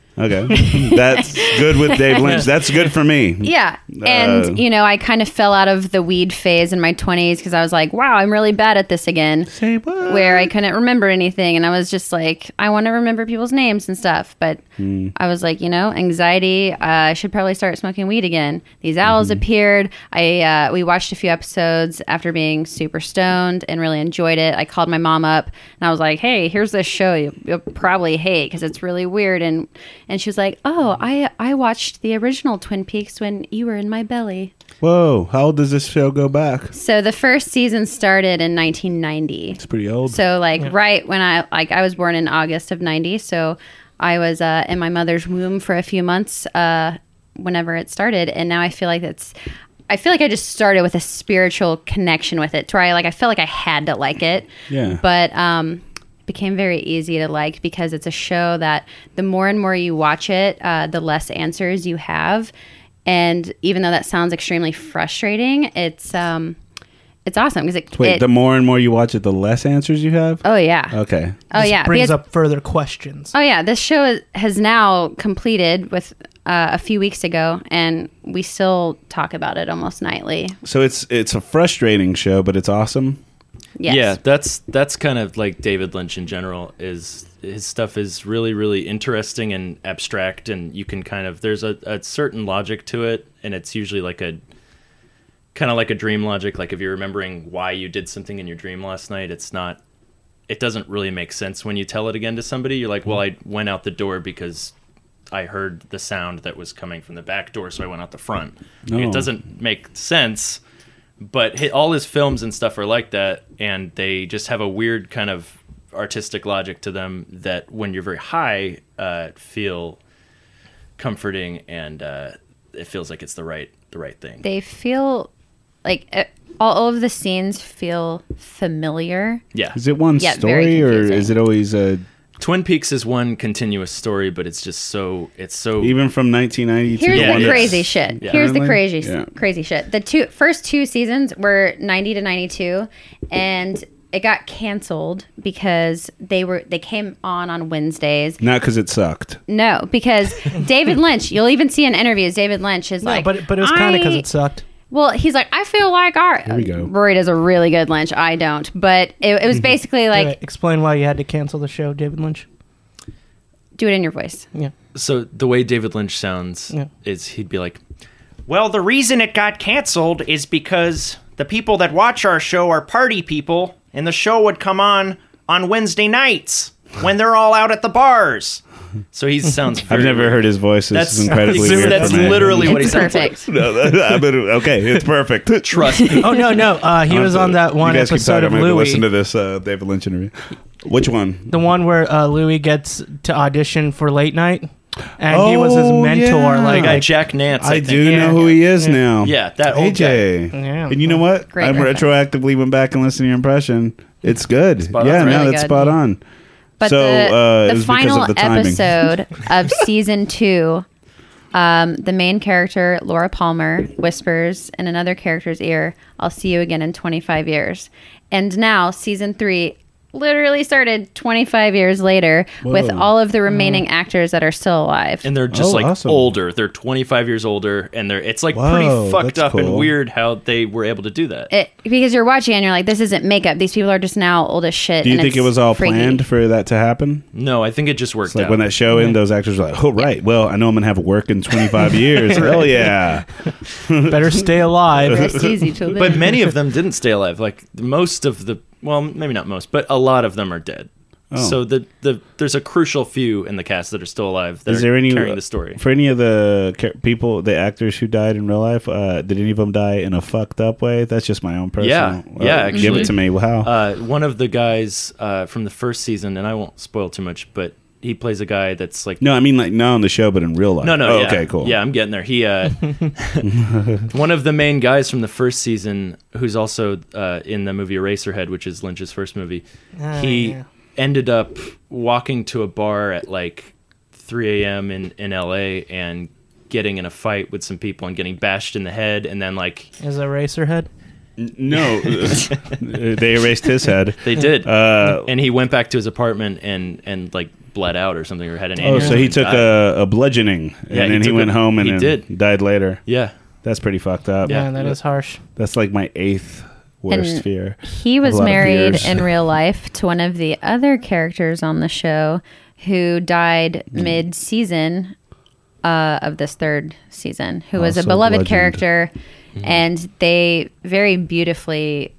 Speaker 2: Okay. That's good with Dave
Speaker 1: *laughs*
Speaker 2: Lynch. That's good for me.
Speaker 4: Yeah.
Speaker 2: Uh,
Speaker 4: and, you know, I kind of fell out of the weed phase in my 20s because I was like, wow, I'm really bad at this again.
Speaker 2: Say what?
Speaker 4: where I couldn't remember anything, and I was just like, I want to remember people's names and stuff. But I was like, you know, anxiety. Uh, I should probably start smoking weed again. These owls appeared. I uh, we watched a few episodes after being super stoned and really enjoyed it. I called my mom up and I was like, hey, here's this show you, you'll probably hate because it's really weird and and she was like, "Oh, I I watched the original Twin Peaks when you were in my belly."
Speaker 2: Whoa, how old does this show go back?
Speaker 4: So the first season started in 1990.
Speaker 2: It's pretty old.
Speaker 4: So like right when I like I was born in August of 90, so I was uh, in my mother's womb for a few months uh, whenever it started and now I feel like it's I feel like I just started with a spiritual connection with it. Try like I felt like I had to like it.
Speaker 2: Yeah.
Speaker 4: But um became very easy to like because it's a show that the more and more you watch it, uh, the less answers you have. And even though that sounds extremely frustrating, it's um it's awesome because it,
Speaker 2: Wait,
Speaker 4: it-
Speaker 2: the more and more you watch it, the less answers you have?
Speaker 4: oh yeah
Speaker 2: Okay.
Speaker 4: Oh
Speaker 3: This
Speaker 4: yeah,
Speaker 3: brings
Speaker 4: because-
Speaker 3: up further questions.
Speaker 4: Oh yeah, this show is- has now completed with uh, a few weeks ago, and we still talk about it almost nightly.
Speaker 2: So it's it's a frustrating show, but it's awesome.
Speaker 4: Yes.
Speaker 1: Yeah, that's that's kind of like David Lynch in general is his stuff is really really interesting and abstract and you can kind of there's a, a certain logic to it and it's usually like a kind of like a dream logic like if you're remembering why you did something in your dream last night it's not it doesn't really make sense when you tell it again to somebody you're like well I went out the door because I heard the sound that was coming from the back door so I went out the front Like,
Speaker 2: No.
Speaker 1: it doesn't make sense but hi all his films and stuff are like that and they just have a weird kind of artistic logic to them that when you're very high uh, feel comforting and uh, it feels like it's the right the right thing
Speaker 4: they feel like uh, all of the scenes feel familiar.
Speaker 1: yeah
Speaker 2: Is it one
Speaker 4: Yeah, very
Speaker 2: story or
Speaker 4: confusing.
Speaker 2: is it always a
Speaker 1: twin peaks is one continuous story but it's just so it's so
Speaker 2: even from 1990
Speaker 4: Here's
Speaker 2: to
Speaker 1: Yeah,
Speaker 2: one
Speaker 1: it's-
Speaker 4: the
Speaker 2: that's-
Speaker 4: crazy shit.
Speaker 1: yeah.
Speaker 4: Here's the
Speaker 2: Really?
Speaker 4: crazy
Speaker 2: Yeah.
Speaker 4: crazy shit. The two first two seasons were 90 to 92 and it got canceled because they were they came on on Wednesdays.
Speaker 2: Not because it sucked.
Speaker 4: No,
Speaker 3: *laughs*
Speaker 4: because David Lynch, you'll even see in interviews David Lynch is
Speaker 3: No,
Speaker 4: like
Speaker 3: but but it was kind of because
Speaker 4: "I-
Speaker 3: it sucked.
Speaker 4: Well, he's like, I feel like our
Speaker 2: we go. Mhm.
Speaker 4: Rory does a really good Lynch. I don't, but it, it was basically like,
Speaker 3: Anyway, explain why you had to cancel the show, David Lynch.
Speaker 4: do it in your voice.
Speaker 3: Yeah.
Speaker 1: so the way david lynch sounds
Speaker 3: Yeah.
Speaker 1: is he'd be like
Speaker 5: Well, the reason it got canceled is because the people that watch our show are party people, and the show would come on on Wednesday nights when they're all out at the bars.
Speaker 3: *laughs*
Speaker 1: so he sounds
Speaker 2: I've
Speaker 1: very-
Speaker 2: never heard his voice. This
Speaker 1: that's
Speaker 2: is
Speaker 1: *laughs*
Speaker 2: incredibly weird.
Speaker 1: that's
Speaker 2: for me.
Speaker 1: literally what he
Speaker 4: It's
Speaker 1: sounds like
Speaker 2: *laughs*
Speaker 4: perfect.
Speaker 2: No, that- I mean, okay, it's perfect.
Speaker 1: trust me
Speaker 3: Oh no, no. Uh, he was on that one
Speaker 2: you guys
Speaker 3: episode
Speaker 2: keep talking.
Speaker 3: of
Speaker 2: I'm gonna go
Speaker 3: Louis.
Speaker 2: Listen to this uh, David Lynch interview. Which one?
Speaker 3: the one where uh, Louis gets to audition for late night, and he was his
Speaker 2: Oh,
Speaker 3: mentor.
Speaker 2: yeah.
Speaker 3: Like,
Speaker 1: the guy
Speaker 3: like,
Speaker 1: jack nance i,
Speaker 2: I
Speaker 1: think.
Speaker 2: do
Speaker 3: Yeah.
Speaker 2: know who he is
Speaker 3: Yeah.
Speaker 2: now.
Speaker 1: yeah that old guy.
Speaker 2: AJ.
Speaker 3: Yeah.
Speaker 2: And you know what?
Speaker 4: Great
Speaker 2: I
Speaker 4: reference.
Speaker 2: retroactively went back and listened to your impression. It's good.
Speaker 1: Spot on.
Speaker 2: yeah,
Speaker 1: It's
Speaker 2: no,
Speaker 4: really
Speaker 2: that's
Speaker 4: good.
Speaker 2: spot on.
Speaker 4: But
Speaker 2: so
Speaker 4: the,
Speaker 2: uh, it
Speaker 4: the
Speaker 2: was because
Speaker 4: final
Speaker 2: of the timing. *laughs*
Speaker 4: episode of season two, um, the main character, Laura Palmer, whispers in another character's ear, I'll see you again in 25 years. And now, season three literally started 25 years later with
Speaker 2: Whoa.
Speaker 4: all of the remaining actors that are still alive.
Speaker 1: and they're just
Speaker 2: Oh,
Speaker 1: like
Speaker 2: awesome.
Speaker 1: older. They're 25 years older, and they're it's like
Speaker 2: Whoa,
Speaker 1: pretty fucked
Speaker 2: that's
Speaker 1: up and
Speaker 2: cool.
Speaker 1: weird how they were able to do that.
Speaker 4: it, because you're watching and you're like, this isn't makeup. These people are just now old as shit.
Speaker 2: Do you
Speaker 4: and
Speaker 2: think it
Speaker 4: it's
Speaker 2: was all
Speaker 4: freaky.
Speaker 2: planned for that to happen?
Speaker 1: no, I think it just worked
Speaker 2: It's like
Speaker 1: out.
Speaker 2: when that show ended, those actors were like, "Oh right, well I know I'm gonna have work in 25 years. Hell yeah!" *laughs*
Speaker 3: better stay alive.
Speaker 4: Rest easy till then.
Speaker 1: but many of them didn't stay alive. Like most of the well, maybe not most, but a lot of them are dead.
Speaker 2: Oh.
Speaker 1: So the, the there's a crucial few in the cast that are still alive. That
Speaker 2: Is there
Speaker 1: are
Speaker 2: any uh,
Speaker 1: carrying the story?
Speaker 2: for any of the char- people, the actors who died in real life? Uh, did any of them die in a fucked up way? That's just my own personal.
Speaker 1: Yeah, yeah,
Speaker 2: uh, give
Speaker 1: actually.
Speaker 2: it to me. Well, how?
Speaker 1: Uh, one of the guys uh, from the first season, and I won't spoil too much, but he plays a guy that's like
Speaker 2: no, I mean like not on the show, but in real life.
Speaker 1: No, no.
Speaker 2: Oh,
Speaker 1: yeah.
Speaker 2: Okay, cool.
Speaker 1: Yeah, I'm getting there. He,
Speaker 2: *laughs*
Speaker 1: uh, one of the main guys from the first season, who's also uh, in the movie Eraserhead, which is Lynch's first movie.
Speaker 3: Ah,
Speaker 1: he
Speaker 3: yeah.
Speaker 1: ended up walking to a bar at like 3 a.m. in in L.A. and getting in a fight with some people and getting bashed in the head, and then like
Speaker 3: Is a racer head?
Speaker 2: No, *laughs*
Speaker 1: *laughs*
Speaker 2: they erased his head.
Speaker 1: they did,
Speaker 2: Uh,
Speaker 1: and he went back to his apartment and and like bled out or something or had an
Speaker 2: oh,
Speaker 1: aneurysm
Speaker 2: so he
Speaker 1: and
Speaker 2: took
Speaker 1: died.
Speaker 2: a, a bludgeoning, and
Speaker 1: Yeah, he
Speaker 2: then he,
Speaker 1: took
Speaker 2: went
Speaker 1: a-
Speaker 2: home and
Speaker 1: he
Speaker 2: then
Speaker 1: did.
Speaker 2: died later.
Speaker 1: yeah.
Speaker 2: That's pretty fucked up.
Speaker 1: Yeah.
Speaker 3: Man, that is harsh.
Speaker 2: That's like my eighth worst
Speaker 4: And
Speaker 2: fear.
Speaker 4: He
Speaker 2: A
Speaker 4: was
Speaker 2: lot of
Speaker 4: married
Speaker 2: years.
Speaker 4: in real life to one of the other characters on the show who died
Speaker 2: Hmm.
Speaker 4: mid season uh, of this third season, who was a
Speaker 2: Also
Speaker 4: beloved
Speaker 2: bludgeoned.
Speaker 4: character. And they very beautifully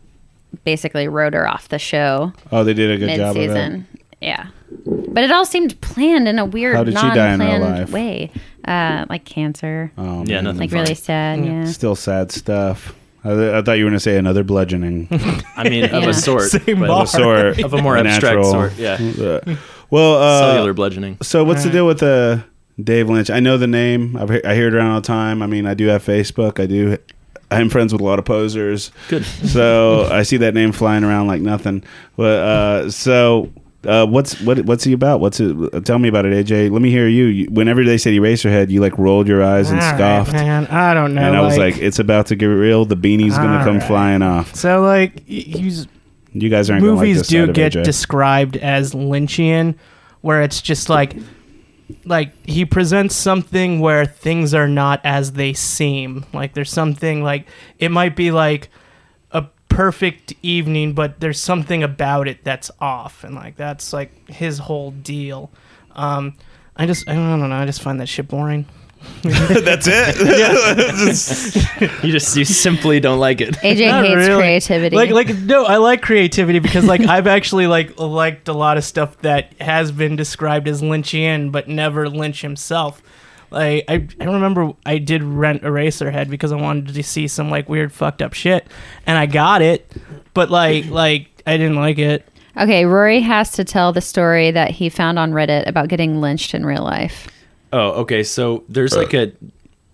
Speaker 4: basically wrote her off the show
Speaker 2: Oh, they did a good
Speaker 4: mid
Speaker 2: job of that.
Speaker 4: season. Yeah. But it all seemed planned in a weird,
Speaker 2: How did she die in real
Speaker 4: non-planned
Speaker 2: life?
Speaker 4: way, uh, like cancer,
Speaker 2: Oh,
Speaker 1: Yeah,
Speaker 2: man.
Speaker 1: nothing.
Speaker 4: like
Speaker 1: fun.
Speaker 4: really sad. Yeah.
Speaker 1: Mm.
Speaker 2: Still sad stuff. I, th- I thought you were going to say another bludgeoning of
Speaker 1: I mean, of
Speaker 4: Yeah.
Speaker 1: a sort, *laughs*
Speaker 3: Same
Speaker 1: but
Speaker 3: ball.
Speaker 2: a sort,
Speaker 1: of a more abstract sort. Yeah,
Speaker 2: Uh, well, uh,
Speaker 1: cellular bludgeoning.
Speaker 2: So what's the
Speaker 3: Alright.
Speaker 2: deal with the Dave Lynch? I know the name. I've, he- I hear it around all the time. I mean, I do have Facebook. I do. I'm friends with a lot of posers.
Speaker 1: Good.
Speaker 2: So I see that name flying around like nothing. But uh, so. Uh, what's what? What's he about? What's it? Tell me about it, AJ. Let me hear you. you whenever they said Eraserhead, you like rolled your eyes and
Speaker 3: All right,
Speaker 2: scoffed,
Speaker 3: man, I don't know.
Speaker 2: and I was like, "It's about to get real. The beanie's gonna come
Speaker 3: Alright.
Speaker 2: flying off."
Speaker 3: so like y- he's
Speaker 2: You guys aren't gonna like
Speaker 3: movies
Speaker 2: this side
Speaker 3: do
Speaker 2: of
Speaker 3: get
Speaker 2: AJ.
Speaker 3: described as Lynchian, where it's just like, like he presents something where things are not as they seem. Like there's something like it might be like a perfect evening, but there's something about it that's off, and like that's like his whole deal. Um, I just I don't know. I just find that shit boring.
Speaker 2: That's it.
Speaker 1: *laughs* You just you simply don't like it. *laughs*
Speaker 4: AJ
Speaker 3: Not
Speaker 4: hates
Speaker 3: really.
Speaker 4: creativity.
Speaker 3: Like like no, I like creativity because like I've actually like liked a lot of stuff that has been described as Lynchian, but never Lynch himself. Like I, I remember I did rent Eraserhead because I wanted to see some like weird fucked up shit, and I got it,
Speaker 2: *laughs*
Speaker 3: but like like I didn't like it.
Speaker 4: okay, Rory has to tell the story that he found on Reddit about getting lynched in real life.
Speaker 1: Oh, okay. So there's like a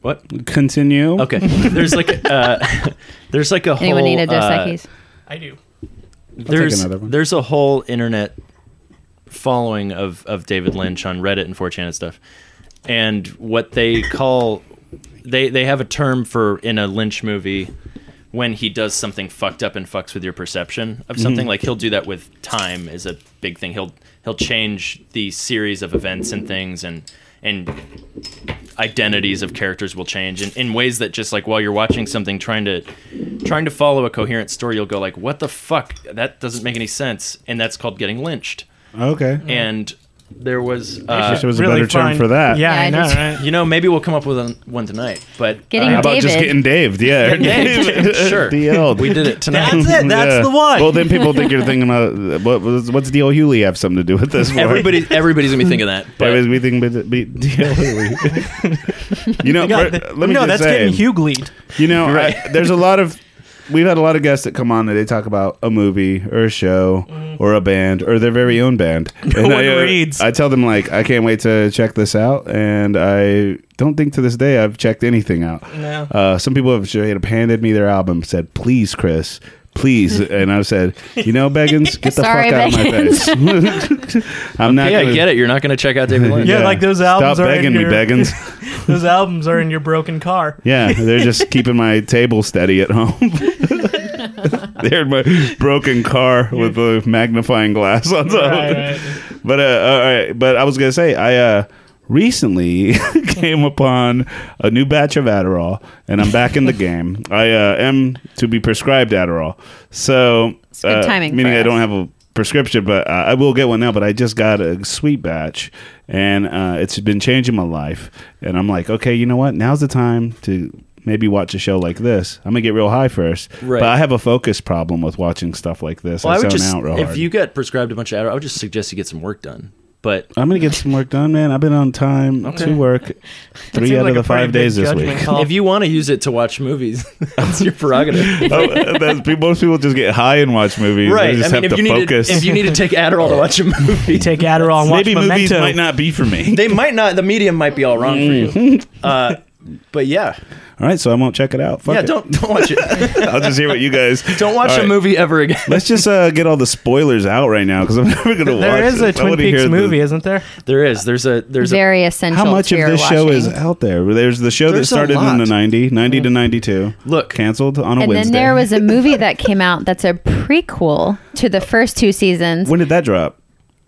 Speaker 1: what?
Speaker 2: Continue.
Speaker 1: Okay, there's like a, uh, *laughs* there's like a whole.
Speaker 4: Anyone need a Dos
Speaker 1: uh,
Speaker 4: Equis?
Speaker 3: I do.
Speaker 1: there's
Speaker 2: another one.
Speaker 1: there's a whole internet following of of David Lynch on Reddit and 4chan and stuff, and what they call they they have a term for in a Lynch movie when he does something fucked up and fucks with your perception
Speaker 2: Mm-hmm.
Speaker 1: of something. Like he'll do that with time is a big thing. He'll he'll change the series of events and things and and identities of characters will change in, in ways that just like while you're watching something trying to trying to follow a coherent story you'll go like what the fuck that doesn't make any sense and that's called getting lynched
Speaker 2: Okay.
Speaker 1: and there was
Speaker 2: Wish there
Speaker 1: uh,
Speaker 2: was a better term
Speaker 3: fun.
Speaker 2: for that.
Speaker 3: Yeah,
Speaker 4: Yeah, I
Speaker 3: I know,
Speaker 4: just-
Speaker 3: right?
Speaker 1: you know maybe we'll come up with an- one tonight but uh,
Speaker 4: Getting
Speaker 2: How about just
Speaker 4: David.
Speaker 2: getting Daved? Yeah. *laughs*
Speaker 1: Dave, sure
Speaker 2: DL'd.
Speaker 1: we did it tonight
Speaker 3: That's it. That's
Speaker 2: Yeah.
Speaker 3: the one.
Speaker 2: Well, then people think you're thinking about what was what's DL Hewley have something to do with
Speaker 1: *laughs*
Speaker 2: this? for?
Speaker 1: *laughs* everybody everybody's gonna be thinking that
Speaker 2: Why
Speaker 1: but
Speaker 2: was we thinking about be, DL
Speaker 1: *laughs*
Speaker 2: Hewley? you know,
Speaker 3: God,
Speaker 2: for-
Speaker 3: that-
Speaker 2: let me
Speaker 3: no,
Speaker 2: just
Speaker 3: that's
Speaker 2: say,
Speaker 3: getting Hugleyed.
Speaker 2: You
Speaker 3: *laughs*
Speaker 2: know, I- there's a lot of we've had a lot of guests that come on and they talk about a movie or a show or a band or their very own
Speaker 3: *laughs*
Speaker 2: band. and
Speaker 3: one
Speaker 2: I, uh,
Speaker 3: Mm. reads.
Speaker 2: I tell them like I can't wait to check this out, and I don't think to this day I've checked anything out.
Speaker 3: No.
Speaker 2: Uh, some people have straight up handed me their album, said, "Please, Chris."
Speaker 3: *laughs*
Speaker 2: Please, and I've said, you know, Beggins, get the
Speaker 4: Sorry,
Speaker 2: fuck out of my face. *laughs* I'm not.
Speaker 1: yeah i
Speaker 2: gonna-
Speaker 1: get it you're not gonna check out david lynch
Speaker 3: Yeah, like those albums
Speaker 2: Stop
Speaker 3: are in
Speaker 2: begging me,
Speaker 3: your-
Speaker 2: Beggins.
Speaker 3: *laughs* Those albums are in your broken car.
Speaker 2: Yeah, they're
Speaker 4: *laughs*
Speaker 2: just keeping my table steady at home. they're in my broken car with a magnifying glass on top.
Speaker 3: Right, right.
Speaker 2: But uh, all right, but I was gonna say I uh, recently *laughs* came upon a new batch of Adderall, and I'm back
Speaker 4: *laughs*
Speaker 2: in the game. I uh, am to be prescribed Adderall, so
Speaker 4: good
Speaker 2: uh,
Speaker 4: timing
Speaker 2: Meaning
Speaker 4: for
Speaker 2: I don't
Speaker 4: us.
Speaker 2: have a prescription, but uh, I will get one now. But I just got a sweet batch, and uh, it's been changing my life. And I'm like, okay, you know what? Now's the time to. Maybe watch a show like this. I'm gonna get real high first,
Speaker 1: Right.
Speaker 2: but I have a focus problem with watching stuff like this.
Speaker 1: well, i would
Speaker 2: zone
Speaker 1: just
Speaker 2: out real
Speaker 1: if
Speaker 2: hard.
Speaker 1: you get prescribed a bunch of Adderall, i would just suggest you get some work done but
Speaker 2: I'm gonna get some work done, man. I've been on time to
Speaker 1: *laughs*
Speaker 2: work three
Speaker 3: Seems
Speaker 2: out
Speaker 3: like
Speaker 2: of
Speaker 3: a
Speaker 2: the
Speaker 3: pretty
Speaker 2: five
Speaker 3: big
Speaker 2: days this
Speaker 3: judgment
Speaker 2: week.
Speaker 3: call.
Speaker 1: if you want to use it to watch movies *laughs* that's your prerogative
Speaker 2: *laughs* oh, that's, pe- most people just get high and watch movies. They just have
Speaker 1: if
Speaker 2: to
Speaker 1: you, need to,
Speaker 2: focus.
Speaker 1: if you need to take Adderall
Speaker 2: *laughs*
Speaker 1: to watch a movie,
Speaker 3: take Adderall and watch
Speaker 2: Maybe movies
Speaker 3: Memento.
Speaker 2: might not be for me.
Speaker 1: they might not. The medium might be all wrong for you. *laughs* Uh, but yeah,
Speaker 2: All right, so I won't check it out. Fuck
Speaker 1: yeah.
Speaker 2: it.
Speaker 1: Don't don't watch *laughs* it.
Speaker 2: I'll just hear what you guys.
Speaker 3: *laughs*
Speaker 1: don't watch
Speaker 2: All
Speaker 1: a
Speaker 2: right.
Speaker 1: movie ever again.
Speaker 2: Let's just uh, get all the spoilers out right now because I'm *laughs* never gonna watch.
Speaker 3: There is a
Speaker 2: this. I
Speaker 3: Twin
Speaker 2: wanna hear
Speaker 3: Peaks
Speaker 2: the-
Speaker 3: movie, isn't there?
Speaker 1: There is. There's a. There's a.
Speaker 4: Very essential.
Speaker 2: How much
Speaker 4: to
Speaker 2: of
Speaker 4: your
Speaker 2: this show
Speaker 4: watching.
Speaker 2: is
Speaker 4: Mm.
Speaker 2: out there? There's the show
Speaker 1: There's a
Speaker 2: that started in the
Speaker 1: lot.
Speaker 2: 90, 90 to 92.
Speaker 1: Look.
Speaker 2: Canceled on a
Speaker 4: And
Speaker 2: Wednesday.
Speaker 4: then there was a
Speaker 2: *laughs*
Speaker 4: movie that came out that's a prequel to the first two seasons.
Speaker 2: when did that drop?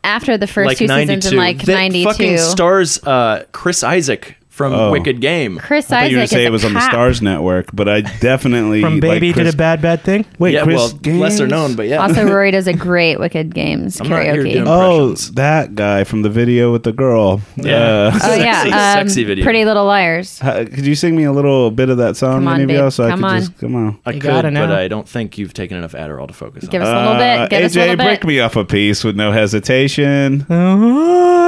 Speaker 4: after the first
Speaker 1: Like
Speaker 4: two
Speaker 1: ninety
Speaker 4: seasons in
Speaker 1: two.
Speaker 4: like
Speaker 1: that
Speaker 4: ninety
Speaker 1: fucking
Speaker 4: two.
Speaker 1: stars uh, Chris Isaac from Wicked Game.
Speaker 4: Chris
Speaker 2: I thought
Speaker 4: Isaac
Speaker 2: you were gonna
Speaker 4: is
Speaker 2: say
Speaker 4: a
Speaker 2: it was on the
Speaker 4: cop.
Speaker 2: Stars Network, but I definitely
Speaker 3: From
Speaker 2: like
Speaker 3: baby to
Speaker 2: Chris-
Speaker 3: the bad bad thing.
Speaker 2: Wait,
Speaker 1: yeah,
Speaker 2: Chris
Speaker 1: well,
Speaker 2: Gaines?
Speaker 1: lesser known, but yeah.
Speaker 4: Also, Rory does a great Wicked Games
Speaker 1: not here
Speaker 4: karaoke.
Speaker 1: doing-
Speaker 2: Oh,
Speaker 1: impressions.
Speaker 2: that guy from the video with the girl.
Speaker 1: Yeah.
Speaker 2: Uh, *laughs*
Speaker 4: Oh yeah,
Speaker 1: Sexy-
Speaker 4: um,
Speaker 1: sexy video.
Speaker 4: Pretty Little Liars.
Speaker 2: how- could you sing me a little bit of that song,
Speaker 4: Come on,
Speaker 2: any of
Speaker 4: babe.
Speaker 2: y'all? So
Speaker 4: Come
Speaker 2: I could
Speaker 4: on.
Speaker 2: just come on.
Speaker 1: *laughs* I
Speaker 3: You
Speaker 1: could,
Speaker 3: gotta know.
Speaker 1: but I don't think you've taken enough Adderall to focus on.
Speaker 4: Give us a little bit. Give
Speaker 2: AJ,
Speaker 4: us a little
Speaker 2: break
Speaker 4: bit.
Speaker 2: me off Uh, a piece with no hesitation.
Speaker 3: Oh,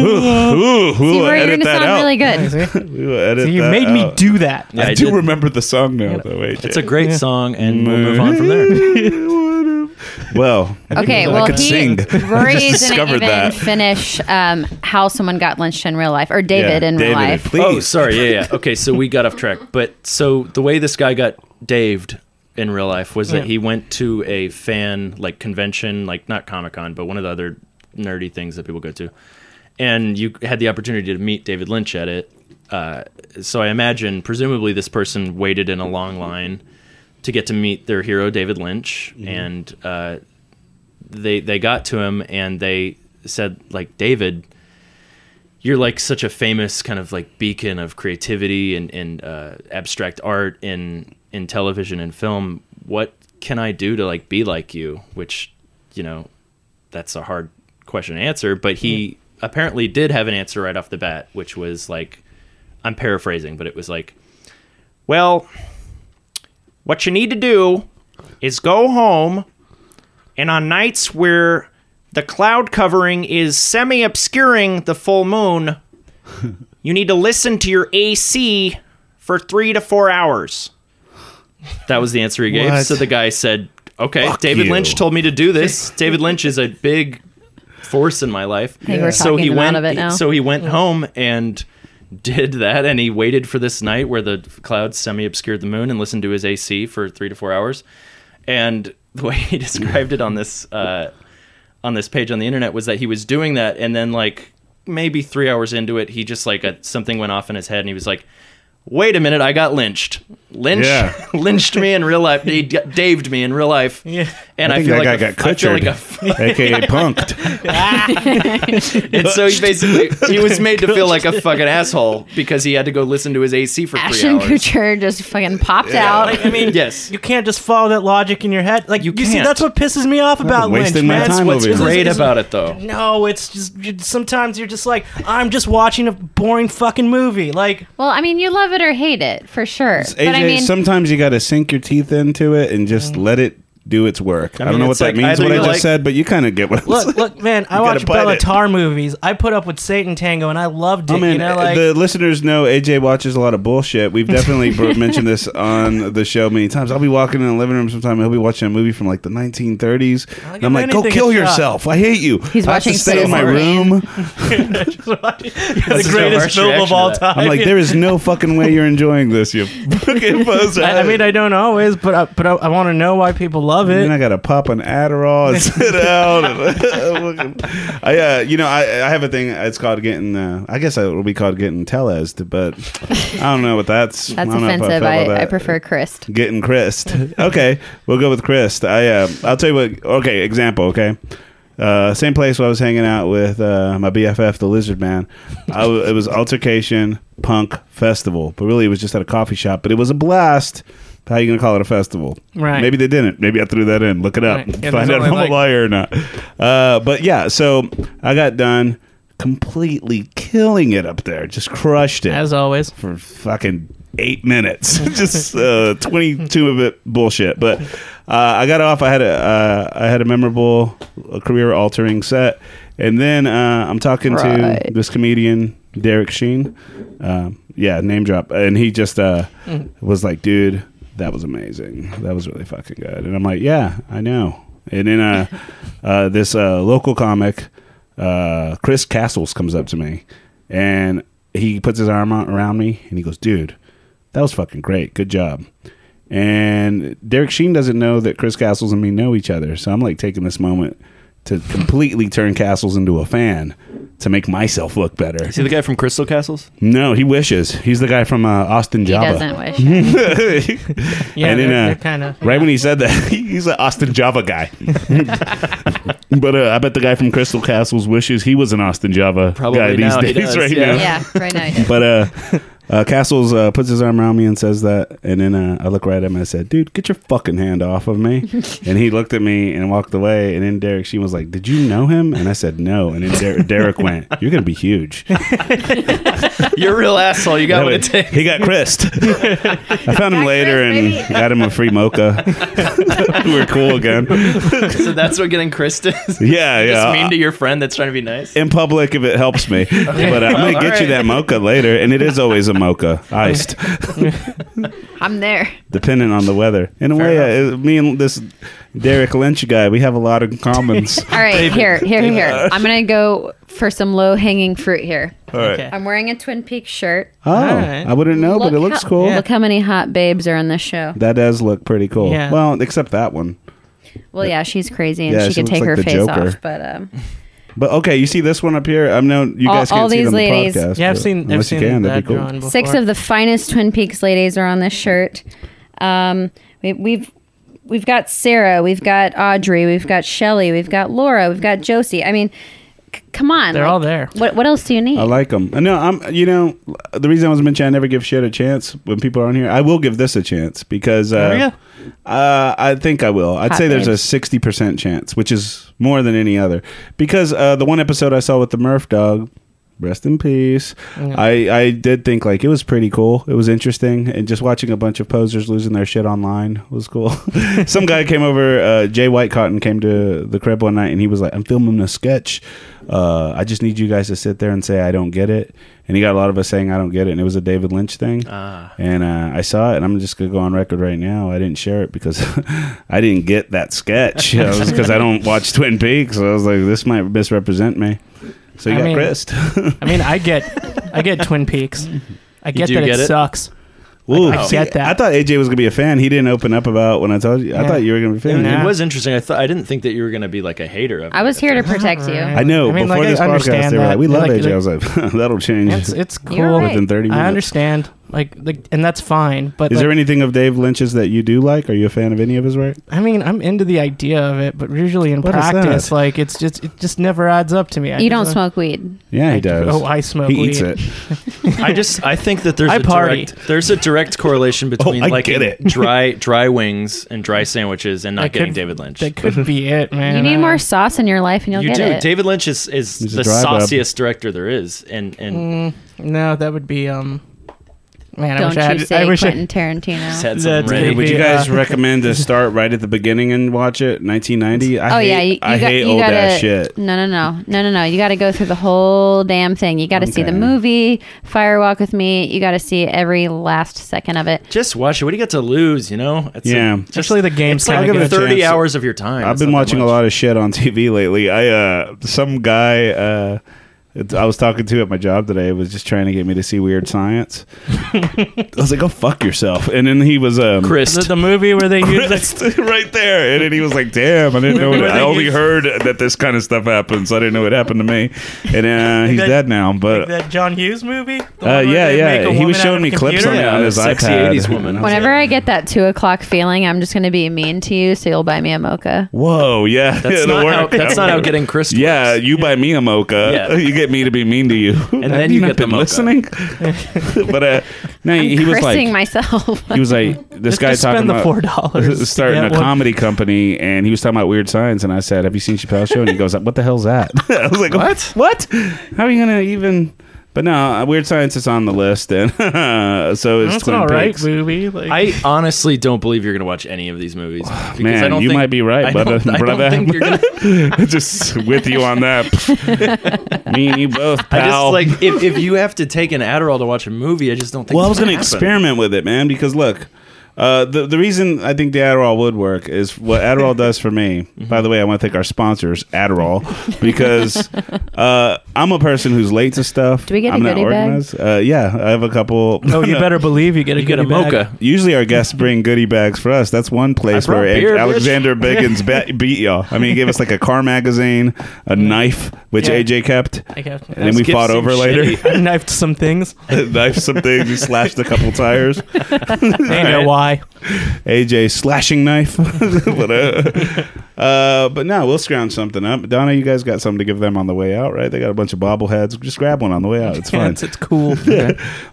Speaker 2: Ooh, we
Speaker 4: See,
Speaker 2: will
Speaker 4: Rory, you're
Speaker 2: edit
Speaker 4: gonna
Speaker 2: that
Speaker 4: sound
Speaker 2: out.
Speaker 4: really good.
Speaker 3: See?
Speaker 2: *laughs* We will edit
Speaker 3: See, you
Speaker 2: that
Speaker 3: made me
Speaker 2: out.
Speaker 3: do *laughs* that.
Speaker 1: Yeah,
Speaker 2: I,
Speaker 1: I
Speaker 2: do
Speaker 1: did.
Speaker 2: remember the song now, though. AJ.
Speaker 1: It's a great song, and we'll move on from there.
Speaker 2: *laughs* well, I
Speaker 4: Okay,
Speaker 2: I
Speaker 4: well,
Speaker 2: could
Speaker 4: he,
Speaker 2: sing. *laughs*
Speaker 4: Rory
Speaker 2: I just
Speaker 4: didn't
Speaker 2: discovered
Speaker 4: even
Speaker 2: that.
Speaker 4: finish um, how someone got lynched in real life, or
Speaker 2: Yeah,
Speaker 4: David in real
Speaker 2: David,
Speaker 4: life.
Speaker 2: Please.
Speaker 1: Oh, sorry. Yeah, yeah. Okay, so we got off track. But so the way this guy got daved in real life was that
Speaker 3: Yeah.
Speaker 1: he went to a fan like convention, like not Comic Con, but one of the other nerdy things that people go to, and you had the opportunity to meet David Lynch at it. Uh, so I imagine, presumably, this person waited in a long line to get to meet their hero, David Lynch, and uh, they they got to him and they said like David you're like such a famous kind of like beacon of creativity and, and uh, abstract art in in television and film. What can I do to like be like you? Which, you know, that's a hard question to answer. But he apparently did have an answer right off the bat, which was like, I'm paraphrasing, but it was like,
Speaker 5: Well, what you need to do is go home, and on nights where the cloud covering is semi obscuring the full moon, you need to listen to your AC for three to four hours.
Speaker 1: That was the answer he gave.
Speaker 2: What?
Speaker 1: So the guy said, "Okay, David
Speaker 2: you."
Speaker 1: Lynch told me to do this. David Lynch is a big force in my life."
Speaker 4: think we're
Speaker 1: so he
Speaker 4: talking him
Speaker 1: went.
Speaker 4: out of it now.
Speaker 1: So he went home and did that, and he waited for this night where the clouds semi obscured the moon and listened to his AC for three to four hours. And the way he *laughs* described it on this uh, on this page on the internet was that he was doing that, and then like maybe three hours into it, he just like a, something went off in his head, and he was like. Wait a minute! I got lynched. Lynch,
Speaker 2: Yeah.
Speaker 1: *laughs* lynched me in real life. He d- daved me in real life.
Speaker 3: Yeah.
Speaker 1: and
Speaker 2: I
Speaker 1: I,
Speaker 2: think that
Speaker 1: feel like
Speaker 2: guy
Speaker 1: a-
Speaker 2: got *laughs*
Speaker 1: I feel like a *laughs*
Speaker 2: Kutchered,
Speaker 4: *laughs*
Speaker 2: aka punked.
Speaker 1: and so he basically he was made to feel like a fucking asshole because he had to go listen to his AC for three
Speaker 4: Ashton
Speaker 1: hours.
Speaker 4: Kutcher just fucking popped out.
Speaker 3: Like,
Speaker 2: *laughs*
Speaker 3: I mean,
Speaker 1: Yes.
Speaker 3: you can't just follow that logic in your head. Like you,
Speaker 1: You
Speaker 3: see,
Speaker 1: can't.
Speaker 3: that's what pisses me off about Lynch.
Speaker 2: wasting my
Speaker 3: man.
Speaker 2: time
Speaker 1: What's
Speaker 2: over here.
Speaker 1: great
Speaker 3: It's-
Speaker 1: about it though?
Speaker 3: No, it's just you- sometimes you're just like I'm just watching a boring fucking movie. Like
Speaker 2: *laughs*
Speaker 4: Well, I mean, you love it or hate it for sure.
Speaker 2: AJ,
Speaker 4: but I mean,
Speaker 2: sometimes you got to sink your teeth into it and just let it do its work. I,
Speaker 1: mean,
Speaker 2: don't know what
Speaker 1: it's
Speaker 2: that
Speaker 1: like
Speaker 2: means,
Speaker 1: either
Speaker 2: what I
Speaker 1: you
Speaker 2: just
Speaker 1: like-
Speaker 2: said, but you kind of get what I'm saying.
Speaker 3: look, look, man, I watch
Speaker 2: bite it.
Speaker 3: Bellatar movies. I put up with Satan Tango, and I loved it.
Speaker 2: I mean,
Speaker 3: you know, like
Speaker 2: the *laughs* listeners know AJ watches a lot of bullshit. We've definitely
Speaker 3: *laughs*
Speaker 2: br- mentioned this on the show many times. I'll be walking in the living room sometime. and He'll be watching a movie from like the 1930s, and I'm
Speaker 3: give
Speaker 2: like, "Go
Speaker 3: anything
Speaker 2: kill
Speaker 3: a shot."
Speaker 2: yourself! I hate you."
Speaker 4: He's
Speaker 2: I have to
Speaker 4: watching
Speaker 2: stay in my
Speaker 4: Citizen
Speaker 2: room.
Speaker 3: *laughs* *laughs* the
Speaker 1: just
Speaker 3: greatest
Speaker 1: Bellatar's
Speaker 3: film of
Speaker 1: reaction
Speaker 3: all
Speaker 1: to that.
Speaker 3: time.
Speaker 2: I'm like, there is no fucking way you're enjoying this, you fucking buzzer.
Speaker 3: *laughs* I, I mean, I don't always, but I, but I, I want to know why people love
Speaker 2: And then
Speaker 3: it.
Speaker 2: I gotta pop an Adderall and sit down. And *laughs* I, uh, you know, I, I have a thing. It's called getting. Uh, I guess it'll be called getting telesed, but I don't know what that's.
Speaker 4: that's
Speaker 2: I don't know if
Speaker 4: offensive.
Speaker 2: felt
Speaker 4: I,
Speaker 2: about
Speaker 4: I
Speaker 2: that.
Speaker 4: prefer Chris.
Speaker 2: getting Christ. *laughs* Okay, we'll go with Christ. I uh, I'll tell you what. Okay, example. Okay, uh, same place where I was hanging out with uh, my BFF, the Lizard Man. I w- it was Altercation Punk Festival, but really it was just at a coffee shop. But it was a blast. How you gonna call it a festival?
Speaker 3: Right.
Speaker 2: Maybe they didn't. Maybe I threw that in. Look it up.
Speaker 3: Right. And there's
Speaker 2: Find out if
Speaker 3: only
Speaker 2: I'm
Speaker 3: like-
Speaker 2: a liar or not. Uh, but yeah, so I got done completely killing it up there. Just crushed it
Speaker 3: As always,
Speaker 2: for fucking eight minutes. *laughs* Just uh, twenty-two of it bullshit. But uh, I got off. I had a uh, I had a memorable career-altering set, and then uh, I'm talking to
Speaker 4: Right.
Speaker 2: this comedian Derek Sheen. Um, yeah, name drop, and he just uh, was like, "Dude, that was amazing. That was really fucking good." And I'm like, "Yeah, I know." And then uh, uh, this uh, local comic uh, Chris Castles comes up to me and he puts his arm out around me and he goes, "Dude, that was fucking great. Good job." And Derek Sheen doesn't know that Chris Castles and me know each other, so I'm like taking this moment to completely turn Castles into a fan to make myself look better.
Speaker 1: See the guy from Crystal *laughs* Castles?
Speaker 2: No, he wishes. He's the guy from uh, Austin
Speaker 4: He
Speaker 2: Java. *laughs*
Speaker 4: doesn't wish.
Speaker 3: Yeah,
Speaker 2: And then,
Speaker 3: they're,
Speaker 2: uh,
Speaker 3: they're kind of
Speaker 2: Right when he said that, *laughs* he's an Austin Java guy. *laughs* but uh, I bet the guy from Crystal Castles wishes he was an Austin Java
Speaker 1: Probably
Speaker 2: guy these
Speaker 1: now he
Speaker 2: days, *laughs*
Speaker 1: does,
Speaker 2: right
Speaker 1: yeah.
Speaker 2: now.
Speaker 4: yeah, right now. he does.
Speaker 2: But uh, uh, Castles uh, puts his arm around me and says that, and then uh, I look right at him and I said, "Dude, get your fucking hand off of me!"
Speaker 5: *laughs*
Speaker 2: and he looked at me and walked away. And then Derek Sheen was like, "Did you know him?" And I said, "No." And then
Speaker 5: *laughs*
Speaker 2: Der- Derek went, "You're gonna be huge."
Speaker 5: You're a real asshole. You got what it takes.
Speaker 2: He got
Speaker 5: *laughs*
Speaker 2: Christ. I found him
Speaker 4: Got
Speaker 2: later
Speaker 4: Chris,
Speaker 2: and
Speaker 4: baby.
Speaker 2: got him a free
Speaker 4: *laughs*
Speaker 2: mocha. *laughs* we were cool again.
Speaker 5: So that's what getting Chris is.
Speaker 2: Yeah,
Speaker 5: Just mean
Speaker 2: yeah.
Speaker 5: to your friend that's trying to be nice.
Speaker 2: In public, if it helps
Speaker 5: *laughs*
Speaker 2: me, but uh, I'm gonna
Speaker 5: All
Speaker 2: get you
Speaker 5: right.
Speaker 2: that mocha later, and it is always a
Speaker 5: *laughs*
Speaker 2: mocha, iced.
Speaker 4: I'm there.
Speaker 2: dependent on the weather. In a way, uh, me and this Derek Lynch guy, we have a lot of commons.
Speaker 4: *laughs* All right, here, here, here. I'm gonna go for some low hanging fruit here.
Speaker 2: All right.
Speaker 3: Okay.
Speaker 4: I'm wearing a Twin Peaks shirt.
Speaker 2: Oh,
Speaker 3: right.
Speaker 2: I wouldn't know, but it
Speaker 4: Look
Speaker 2: looks
Speaker 4: how-
Speaker 2: cool.
Speaker 4: Look how many hot babes are on this show.
Speaker 2: That does look pretty cool.
Speaker 3: Yeah.
Speaker 2: Well, except that one.
Speaker 4: Well, yeah, she's crazy and
Speaker 2: Yeah, she
Speaker 4: she, can
Speaker 2: looks
Speaker 4: take
Speaker 2: like
Speaker 4: her
Speaker 2: the
Speaker 4: face
Speaker 2: Joker.
Speaker 4: off. But um,
Speaker 2: But okay, you see this one up here. I'm known you
Speaker 4: All-
Speaker 2: guys
Speaker 4: all
Speaker 2: can't see it
Speaker 4: these
Speaker 2: on the
Speaker 4: ladies.
Speaker 2: podcast.
Speaker 3: Yeah, I've
Speaker 2: but
Speaker 3: seen I've
Speaker 2: unless
Speaker 3: seen
Speaker 2: you can,
Speaker 3: that
Speaker 2: that'd be cool.
Speaker 3: drawn before.
Speaker 4: six of the finest Twin Peaks ladies are on this shirt. Um, we, we've we've got Sarah, we've got Audrey, we've got Shelly, we've got Laura, we've got Josie. I mean, c- come on,
Speaker 3: They're all there.
Speaker 4: What what else do you need?
Speaker 2: I like them. No, I'm. You know, the reason I was mentioning I never give shit a chance when people are on here. I will give this a chance because. Uh,
Speaker 3: Oh, yeah.
Speaker 2: Uh, I think I will. I'd
Speaker 4: Hot
Speaker 2: say there's a
Speaker 4: babes.
Speaker 2: sixty percent chance, which is more than any other, because uh, the one episode I saw with the Murph dog. Rest in peace.
Speaker 4: Mm.
Speaker 2: I, I did think like it was pretty cool. It was interesting, and just watching a bunch of posers losing their shit online was
Speaker 4: *laughs*
Speaker 2: cool. Some guy came over. Uh, Jay Whitecotton came to the crib one night, and he was like, "I'm filming a sketch. Uh, I just need you guys to sit there and say I don't get it." And he got a lot of us saying I don't get it, and it was a David Lynch thing. And uh, I saw it, and I'm just gonna go on record right now. I didn't share it because *laughs* I didn't get that sketch. You know, it was because I don't watch Twin Peaks. I was like, this might misrepresent me. So you
Speaker 3: I
Speaker 2: got *laughs*
Speaker 3: mean-
Speaker 2: Chris.
Speaker 3: I mean, I get I get Twin Peaks. I get
Speaker 1: do
Speaker 3: that
Speaker 1: get
Speaker 3: it,
Speaker 1: it?
Speaker 3: sucks.
Speaker 2: Ooh,
Speaker 3: I
Speaker 2: see,
Speaker 3: get that.
Speaker 2: I thought AJ was gonna be a fan. He didn't open up about when I told you. I
Speaker 3: Yeah.
Speaker 2: thought you were gonna be a fan.
Speaker 3: Nah.
Speaker 1: It was interesting. I thought I didn't think that you were going to be like a hater of.
Speaker 4: I
Speaker 1: it
Speaker 4: was
Speaker 1: at
Speaker 4: here to
Speaker 1: first.
Speaker 4: protect you.
Speaker 2: I know.
Speaker 3: I mean,
Speaker 2: before
Speaker 3: like, I
Speaker 2: this podcast,
Speaker 3: understand
Speaker 2: they were
Speaker 3: that.
Speaker 2: like, "We love
Speaker 3: Like,
Speaker 2: AJ." I was like, *laughs* "That'll change."
Speaker 3: It's it's
Speaker 4: You're
Speaker 3: cool.
Speaker 4: right.
Speaker 2: Within 30 minutes.
Speaker 3: I understand. Like like and that's fine, but
Speaker 2: Is
Speaker 3: like,
Speaker 2: there anything of Dave Lynch's that you do like? Are you a fan of any of his work?
Speaker 3: I mean, I'm into the idea of it, but usually in
Speaker 2: What is
Speaker 3: practice
Speaker 2: that?
Speaker 3: like it's just it just never adds up to me. I
Speaker 4: You
Speaker 3: just,
Speaker 4: don't
Speaker 3: uh,
Speaker 4: smoke weed.
Speaker 2: Yeah, he
Speaker 3: I do.
Speaker 2: does.
Speaker 3: Oh, I smoke
Speaker 2: He
Speaker 3: weed.
Speaker 2: eats it.
Speaker 1: *laughs* I just I think that there's
Speaker 3: I
Speaker 1: a
Speaker 3: party.
Speaker 1: direct there's a direct
Speaker 2: *laughs*
Speaker 1: correlation between
Speaker 2: Oh, I
Speaker 1: like
Speaker 2: get it.
Speaker 1: dry dry wings and dry sandwiches and not
Speaker 3: That
Speaker 1: getting
Speaker 3: could-
Speaker 1: David Lynch.
Speaker 3: That could be
Speaker 4: *laughs*
Speaker 3: it, man.
Speaker 4: You
Speaker 3: I
Speaker 4: need
Speaker 3: don't-
Speaker 4: more sauce in your life, and you'll
Speaker 1: you
Speaker 4: get
Speaker 1: do.
Speaker 4: it.
Speaker 1: David Lynch is is
Speaker 2: He's a
Speaker 1: the
Speaker 2: dry bub.
Speaker 1: sauciest director there is, and and
Speaker 4: Mm.
Speaker 3: No, that would be um. Man, I
Speaker 4: Don't
Speaker 3: wish I
Speaker 4: you
Speaker 3: had.
Speaker 4: say
Speaker 3: I wish
Speaker 4: Quentin
Speaker 3: I,
Speaker 1: just
Speaker 4: Tarantino.
Speaker 1: had something
Speaker 3: That's
Speaker 1: ready.
Speaker 3: good.
Speaker 2: Would you
Speaker 3: *laughs* Yeah.
Speaker 2: guys recommend to start right at the beginning and watch it? 1990. I
Speaker 4: oh
Speaker 2: hate,
Speaker 4: yeah, you, you
Speaker 2: I
Speaker 4: got,
Speaker 2: hate
Speaker 4: you
Speaker 2: old
Speaker 4: gotta,
Speaker 2: ass shit.
Speaker 4: No, no, no, no, no, no. You got to go through the whole damn thing. You got to see the
Speaker 2: Okay.
Speaker 4: movie, Fire Walk with Me. You got to see every last second of it.
Speaker 1: Just watch it. What do you got to lose? You know, it's
Speaker 2: Yeah.
Speaker 1: just,
Speaker 3: Actually, the game's
Speaker 1: it's like
Speaker 2: kinda good.
Speaker 1: thirty
Speaker 2: Chance.
Speaker 1: hours of your time.
Speaker 2: I've
Speaker 1: It's
Speaker 2: been
Speaker 1: not that
Speaker 2: watching a
Speaker 1: much.
Speaker 2: lot of shit on *laughs* TV lately. I uh, some guy uh, it's- I was talking to at my job today was just trying to get me to see Weird
Speaker 3: *laughs*
Speaker 2: Science. I was like, "Go fuck yourself," and then he was um, *laughs*
Speaker 1: Chris.
Speaker 3: the, the movie where *laughs* they use like,
Speaker 2: Chris, right there, and then he was like, "Damn, I didn't know. It. I only *laughs* heard that this kind of stuff happens. I didn't know it happened to me." And
Speaker 3: *laughs*
Speaker 2: uh, he's
Speaker 3: that-
Speaker 2: dead now, but.
Speaker 3: that John Hughes movie. The one
Speaker 2: Uh,
Speaker 3: where
Speaker 2: yeah,
Speaker 3: they
Speaker 2: yeah.
Speaker 3: make a
Speaker 2: He
Speaker 3: woman
Speaker 2: was
Speaker 3: out of
Speaker 2: showing
Speaker 3: a
Speaker 2: me clips
Speaker 3: computer?
Speaker 2: on it
Speaker 1: Yeah,
Speaker 2: on his
Speaker 1: sexy
Speaker 2: iPad.
Speaker 1: 80s woman.
Speaker 4: *laughs*
Speaker 2: And I was
Speaker 4: Whenever I get that two o'clock feeling, I'm just going to be mean to you, so you'll buy me a mocha.
Speaker 2: Whoa, yeah. *laughs*
Speaker 1: That's
Speaker 2: yeah, the
Speaker 1: not
Speaker 2: word
Speaker 1: how- that's not how getting Chris
Speaker 2: Yeah,
Speaker 1: works.
Speaker 2: you buy me a mocha. *laughs*
Speaker 1: Yeah.
Speaker 2: You get me to be mean to you. And
Speaker 1: then you get the
Speaker 2: been
Speaker 1: mocha.
Speaker 2: listening.
Speaker 1: *laughs*
Speaker 2: but uh, no, he, he was
Speaker 4: Cursing
Speaker 2: like,
Speaker 4: myself. *laughs*
Speaker 2: he was like, this
Speaker 3: Just-
Speaker 2: guy
Speaker 3: just
Speaker 2: talking
Speaker 3: spend the
Speaker 2: about *laughs*
Speaker 3: $4
Speaker 2: starting
Speaker 3: to
Speaker 2: a
Speaker 3: get one.
Speaker 2: comedy company, and he was talking about weird signs, and I said, "Have you seen Chappelle's show?" And he goes, "What the hell's that?" *laughs* I was like, "What? What? How are you gonna even?" But no, uh, weird science is on the list, and *laughs* so it's
Speaker 3: That's an
Speaker 2: Twin
Speaker 3: all right
Speaker 2: Peaks.
Speaker 3: movie. Like,
Speaker 1: I honestly don't believe you're going to watch any of these movies. *sighs* because
Speaker 2: Man,
Speaker 1: I don't
Speaker 2: you
Speaker 1: think-
Speaker 2: might be right,
Speaker 1: I
Speaker 2: brother-
Speaker 1: *laughs* don't, I don't
Speaker 2: brother.
Speaker 1: think you're gonna,
Speaker 2: *laughs* Just with you on that.
Speaker 1: *laughs*
Speaker 2: me and you both, pal.
Speaker 1: I just like if, if you have to take an Adderall to watch a movie, I just don't think.
Speaker 2: Well, I was
Speaker 1: it's
Speaker 2: going to
Speaker 1: gonna happen.
Speaker 2: experiment with it, man, because look, uh, the the reason I think the Adderall would work is what Adderall does for me. By the way, I want to thank our sponsors, Adderall, because uh, I'm a person who's late to stuff.
Speaker 4: Do we get a
Speaker 2: I'm not
Speaker 4: goodie bag?
Speaker 2: organized. Uh, yeah, I have a couple.
Speaker 3: *laughs*
Speaker 2: *laughs*
Speaker 3: Oh, you better believe you get a
Speaker 1: You get a
Speaker 3: goodie bag.
Speaker 1: mocha.
Speaker 2: Usually our guests bring goodie bags for us. That's one place
Speaker 5: I brought
Speaker 2: where
Speaker 5: beer, bitch.
Speaker 2: Alexander Biggins be- beat y'all. I mean, he gave us like a car magazine, a knife, which
Speaker 3: Yeah.
Speaker 2: AJ kept,
Speaker 3: I got-
Speaker 2: and then we
Speaker 5: gifts
Speaker 2: fought
Speaker 5: seem
Speaker 2: over
Speaker 5: shitty.
Speaker 2: *laughs* later.
Speaker 3: I knifed
Speaker 2: *laughs*
Speaker 3: some things.
Speaker 2: Knifed some things. He slashed a couple tires.
Speaker 3: I know why.
Speaker 2: AJ slashing knife. *laughs* What a- uh, but no, we'll scrounge something up. Donna, you guys got something to give them on the way out, right? They got a bunch of bobbleheads. Just grab one on the way out. It's
Speaker 3: *laughs*
Speaker 2: fine.
Speaker 3: It's, it's
Speaker 2: *laughs*
Speaker 3: cool.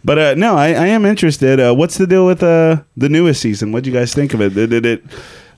Speaker 2: But uh, no, I, I am interested. Uh, what's the deal with uh, the newest season? What would you guys think of it? Did, did it